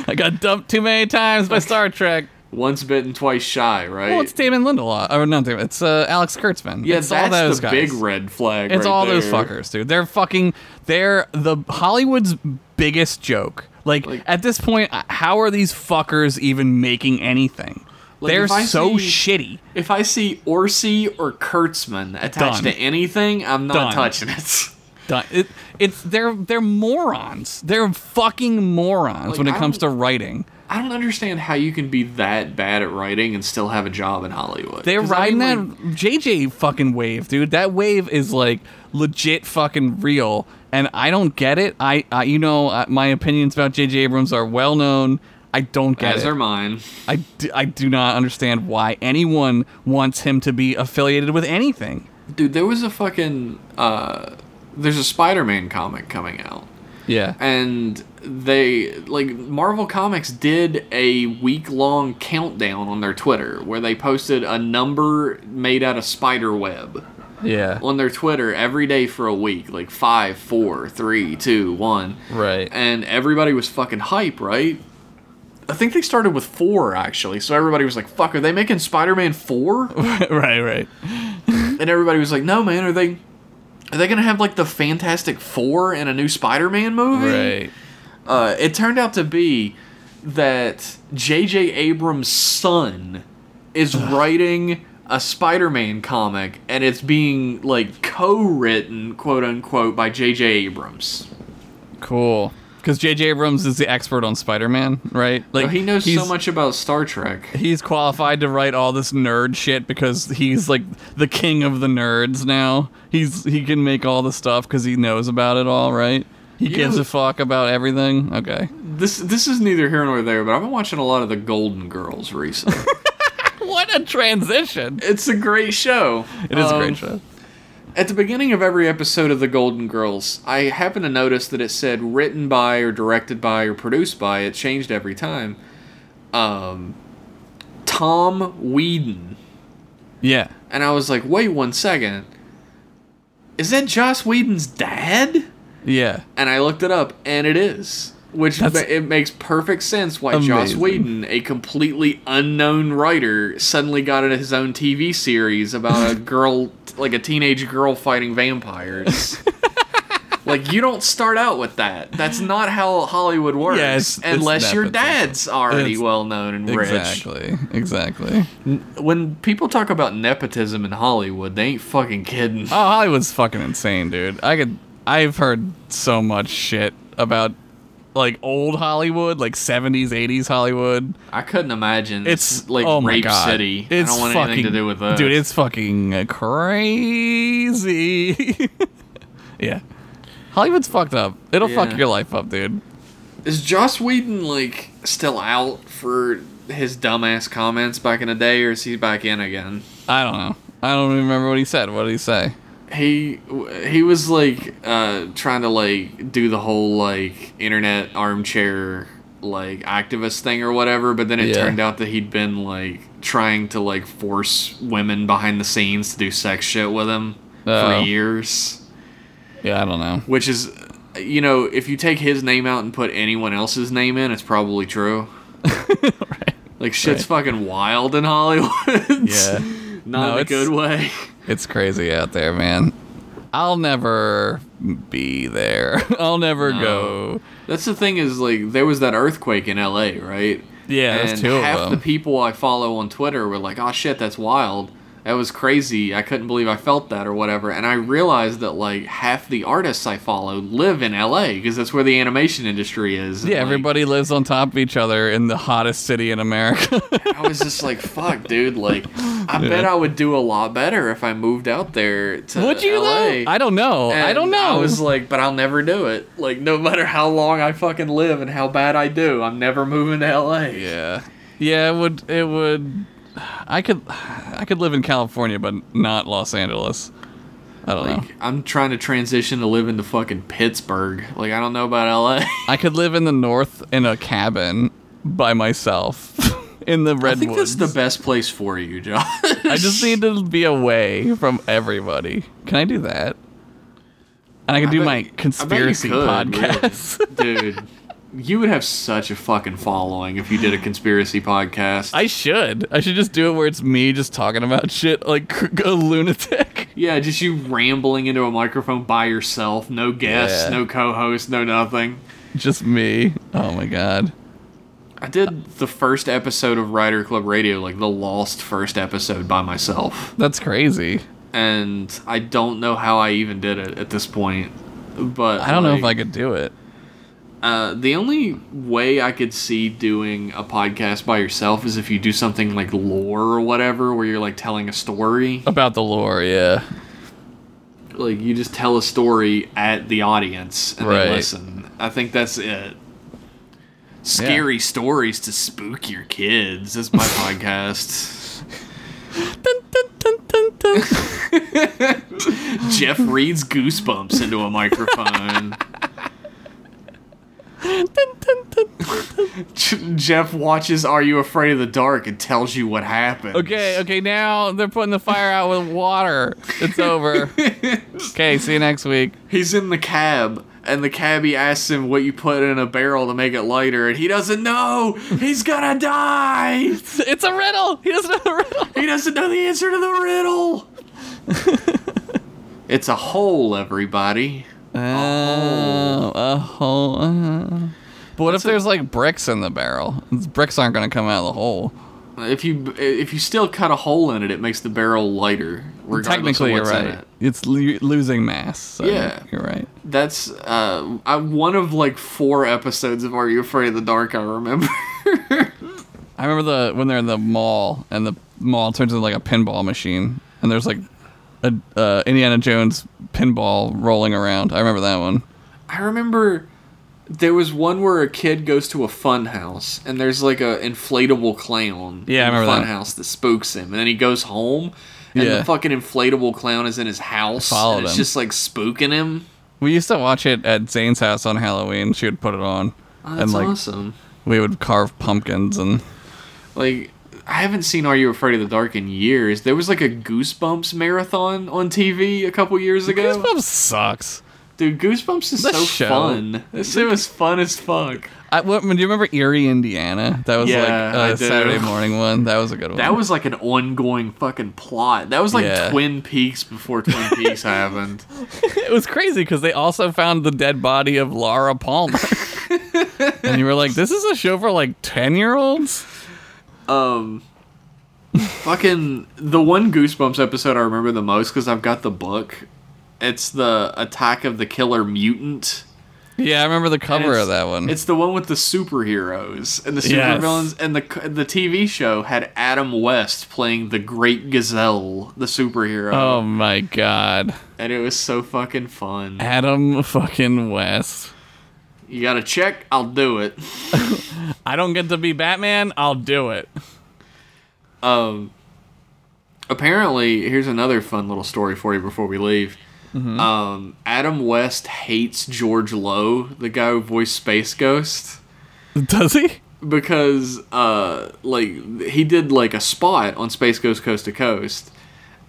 I got dumped too many times by Star Trek. Once bitten, twice shy, right? Well, it's Damon Lindelof. Oh, not Damon. It's uh, Alex Kurtzman. yeah, it's that's all those the guys. big red flag. It's right all those there. fuckers, dude. They're fucking. They're the Hollywood's biggest joke. Like, Like- at this point, uh, how are these fuckers even making anything? Like, they're if I so see- shitty. If I see Orsi or Kurtzman attached Done. to anything, I'm not Done. touching it. (laughs) Done. It, it's they're they're morons. They're fucking morons Like, when it I comes to don't- writing. I don't understand how you can be that bad at writing and still have a job in Hollywood. They're 'Cause, I mean, riding that like, JJ fucking wave, dude. That wave is like legit fucking real, and I don't get it. I, I you know, uh, my opinions about JJ Abrams are well known. I don't get as it. are mine. I, d- I do not understand why anyone wants him to be affiliated with anything. Dude, there was a fucking uh, there's a Spider-Man comic coming out, Yeah. and they like Marvel Comics did a week-long countdown on their Twitter where they posted a number made out of spider web Yeah. on their Twitter every day for a week, like five, four, three, two, one. Right. And everybody was fucking hype, right? I think they started with four actually, so everybody was like, "Fuck, are they making Spider-Man (laughs) 4? (laughs) right, right. and everybody was like, "No, man, are they? Are they gonna have like the Fantastic Four in a new Spider-Man movie?" Right. Uh, it turned out to be that J.J. Abrams' son is writing a Spider-Man comic, and it's being like co-written, quote unquote, by J.J. Abrams. Cool. Because JJ Abrams is the expert on Spider Man, right? Like So he knows so he's- much about Star Trek. He's qualified to write all this nerd shit because he's like the king of the nerds now. He's he can make all the stuff because he knows about it all, right? He gives know- a fuck about everything. Okay. This this is neither here nor there, but I've been watching a lot of the Golden Girls (laughs) recently. What a transition! it's a great show. It is a Um, great show. At the beginning of every episode of The Golden Girls, I happen to notice that it said written by or directed by or produced by. It changed every time. Um, Tom Whedon. Yeah. And I was like, wait one second. Is that Joss Whedon's dad? Yeah. And I looked it up, and it is. Which That's ma- it makes perfect sense why Joss amazing. Whedon, a completely unknown writer, suddenly got into his own TV series (laughs) about a girl, like a teenage girl fighting (laughs) vampires. like you don't start out with that. That's not how Hollywood works, Yeah, it's- it's unless your nepotism. dad's already It's- well known and rich. Exactly. Exactly. When people talk about nepotism in Hollywood, they ain't fucking kidding. Oh, Hollywood's fucking insane, dude. I could. I've heard so much shit about like old Hollywood, like seventies, eighties Hollywood. I couldn't imagine. It's like oh my Rape God. City. It's I don't want fucking, anything to do with that, Dude, it's fucking crazy. (laughs) yeah, Hollywood's fucked up. It'll fuck Yeah. your life up, dude. Is Joss Whedon like still out for his dumbass comments back in the day, or is he back in again? I don't know. I don't even remember what he said. What did he say? He he was like uh, trying to like do the whole like internet armchair like activist thing or whatever, but then it Yeah. turned out that he'd been like trying to like force women behind the scenes to do sex shit with him Oh. for years, Yeah, I don't know. which is. You know, if you take his name out and put anyone else's name in, it's probably true. (laughs) right. Like shit's fucking wild in Hollywood. Yeah. (laughs) Not No, in a it's- good way. It's crazy out there, man. I'll never be there. (laughs) I'll never go. That's the thing is like there was that earthquake in LA, right? Yeah, and there's two of half the them. people I follow on Twitter were like, "Oh shit, that's wild." That was crazy. I couldn't believe I felt that or whatever. And I realized that like half the artists I follow live in LA because that's where the animation industry is. And, Yeah, like, everybody lives on top of each other in the hottest city in America. (laughs) I was just like, fuck, dude. Like, I bet I would do a lot better if I moved out there to Would you LA. though? I don't know. I And don't I know. was like, but I'll never do it. Like, no matter how long I fucking live and how bad I do, I'm never moving to LA. yeah, yeah. It would. It would. I could. I could live in California, but not Los Angeles. I don't know. Like, I'm trying to transition to live into fucking Pittsburgh. Like, I don't know about LA. I could live in the north in a cabin by myself (laughs) in the I redwoods. think that's the best place for you, Josh. I just need to be away from everybody. Can I do that? And I can do bet- I my bet you conspiracy could, podcast. (laughs) Dude, you would have such a fucking following if you did a conspiracy podcast. I should. I should just do it where it's me just talking about shit like (laughs) a lunatic. (laughs) yeah, just you rambling into a microphone by yourself. No guests, Yeah. no co host, no nothing. Just me. Oh my god. I did the first episode of Rider Club Radio, like the lost first episode by myself. That's crazy. And I don't know how I even did it at this point. But I don't know if like, I could do it. Uh, the only way I could see doing a podcast by yourself is if you do something like lore or whatever, where you're like telling a story. About the lore, yeah. Like you just tell a story at the audience and Right. they listen. I think that's it. Scary stories to spook your kids is (laughs) my podcast. Dun, dun, dun, dun, (laughs) dun. Jeff reads goosebumps into a (laughs) microphone. Dun, dun, dun, dun. J- Jeff watches Are You Afraid of the Dark and tells you what happened. Okay, okay, now they're putting the fire out with water. It's (laughs) over. Okay, see you next week. He's in the cab, and the cabbie asks him what you put in a barrel to make it lighter, and he doesn't know. He's gonna die. It's a riddle! He doesn't know the riddle! He doesn't know the answer to the riddle. (laughs) it's a hole, everybody. Oh, a hole. uh. But what if there's like bricks in the barrel? Those bricks aren't gonna come out of the hole. If you if you still cut a hole in it, it makes the barrel lighter. Regardless Technically, of you're what's in right. it. It's lo- losing mass. So Yeah. you're right. That's uh, I, one of like four episodes of Are You Afraid of the Dark? I remember. (laughs) I remember the when they're in the mall and the mall turns into like a pinball machine and there's like a uh, Indiana Jones pinball rolling around. I remember that one. I remember there was one where a kid goes to a fun house and there's like a inflatable clown Yeah, I in the remember fun that. house that spooks him and then he goes home and Yeah. the fucking inflatable clown is in his house Followed and it's him. just like spooking him. We used to watch it at Zane's house on Halloween. She would put it on Oh, and that's like awesome. we would carve pumpkins and (laughs) Like I haven't seen Are You Afraid of the Dark in years. There was like a Goosebumps marathon on TV a couple years ago. Goosebumps sucks. Dude, Goosebumps is The so show. fun. This shit was fun as fuck. I, what, do you remember Erie, Indiana? That was Yeah, I like a do. Saturday morning one. That was a good one. That was like an ongoing fucking plot. That was like Yeah. Twin Peaks before Twin Peaks happened. (laughs) it was crazy because they also found the dead body of (laughs) Laura Palmer. and you were like, this is a show for like 10 year olds? Um, fucking the one Goosebumps episode I remember the most because I've got the book. It's the Attack of the Killer Mutant. Yeah, I remember the cover it's- of that one. It's the one with the superheroes and the Yes. supervillains, and the the TV show had Adam West playing the Great Gazelle, the superhero, Oh my god. and it was so fucking fun. Adam fucking West. You got to check? I'll do it. I don't get to be Batman, I'll do it. Um, apparently, here's another fun little story for you before we leave. Mm-hmm. Um, Adam West hates George Lowe, the guy who voiced Space Ghost, (laughs) Does he? because uh, like he did like a spot on Space Ghost Coast to Coast.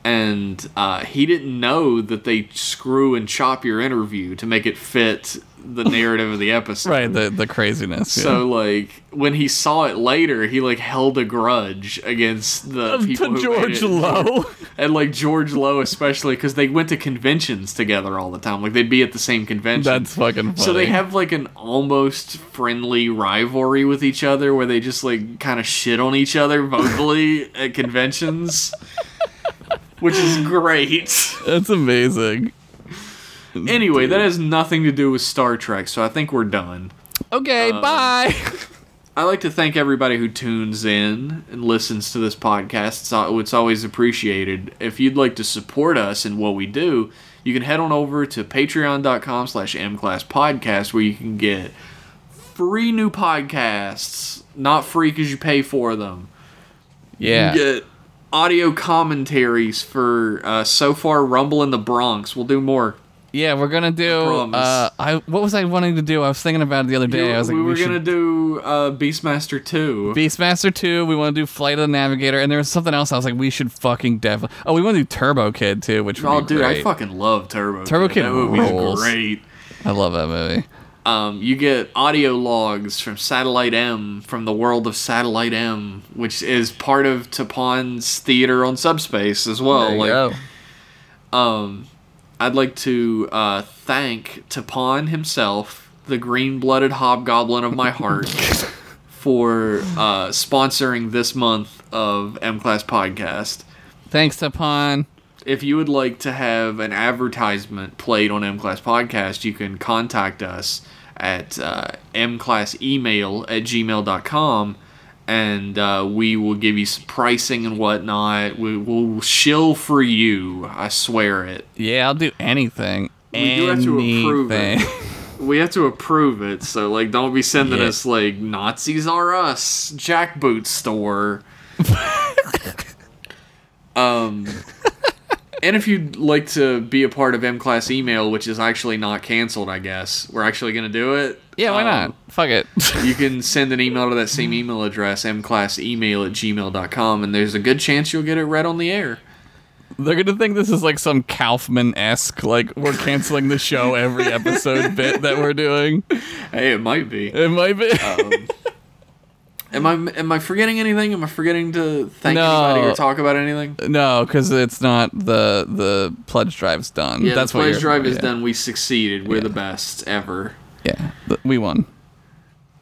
And uh, he didn't know that they screw and chop your interview to make it fit (laughs) the narrative of the episode. Right, the, the craziness. yeah. So like when he saw it later, he like held a grudge against (laughs) the people to who George made it. (laughs) Lowe. and like George Lowe especially because they went to conventions together all the time. Like they'd be at the same convention. That's fucking funny. so they have like an almost friendly rivalry with each other (laughs) where they just like kind of shit on each other vocally at conventions. which is great. That's amazing. Anyway, that has nothing to do with Star Trek, so I think we're done. Okay, (laughs) bye. I like to thank everybody who tunes in and listens to this podcast. It's, al- it's always appreciated. If you'd like to support us in what we do, you can head on over to patreon.com slash mclasspodcast where you can get free new podcasts. Not free because you pay for them. Yeah. You get audio commentaries for uh, So Far Rumble in the Bronx. We'll do more. Yeah, we're gonna do. I promise. Uh, I what was I wanting to do? I was thinking about it the other day. I was like, we we, were gonna should do uh, Beastmaster 2. (laughs) Beastmaster two. We want to do Flight of the Navigator, and there was something else. I was like, we should fucking definitely. Oh, we want to do Turbo Kid too, which would Oh, be dude, great. I fucking love Turbo. Turbo Kid That movie's rules. great. I love that movie. Um, you get audio logs from Satellite M, from the world of Satellite M, which is part of Tapan's theater on Subspace as well. There you like, go. I'd like to uh, thank Tapan himself, the green-blooded hobgoblin of my (laughs) heart, for uh, sponsoring this month of M Class Podcast. Thanks to Pawn. if you would like to have an advertisement played on M Class Podcast, you can contact us at uh, mclassemail at gmail.com and uh, we will give you some pricing and whatnot. We will shill for you. I swear it. Yeah, I'll do anything. We do have to approve it. (laughs) Anything. We have to approve it, so like, don't be sending Yeah. us like Nazis are us, Jackboot (laughs) store. um, and if you'd like to be a part of M Class email, which is actually not canceled, I guess we're actually gonna do it. Yeah, why Um, not? Fuck it. (laughs) you can send an email to that same email address, mclassemail at gmail.com, and there's a good chance you'll get it read on the air. They're gonna think this is like some Kaufman esque, like we're canceling the show every episode bit that we're doing. Hey, it might be. It might be. Oh. Am I am I forgetting anything? Am I forgetting to thank No. anybody or talk about anything? (laughs) No, because it's not the the pledge drive's done. Yeah, That's the what pledge you're- drive is yeah, done. We succeeded. We're the best ever. Yeah, th- we won.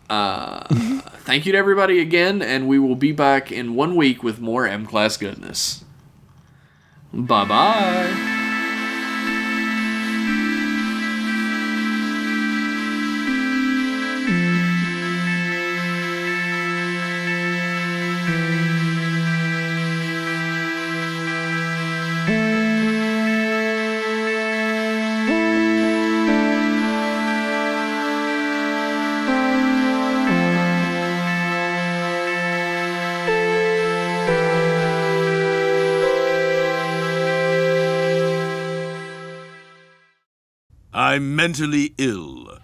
Thank you to everybody again, and we will be back in one week with more M Class goodness. Bye bye. I'm mentally ill.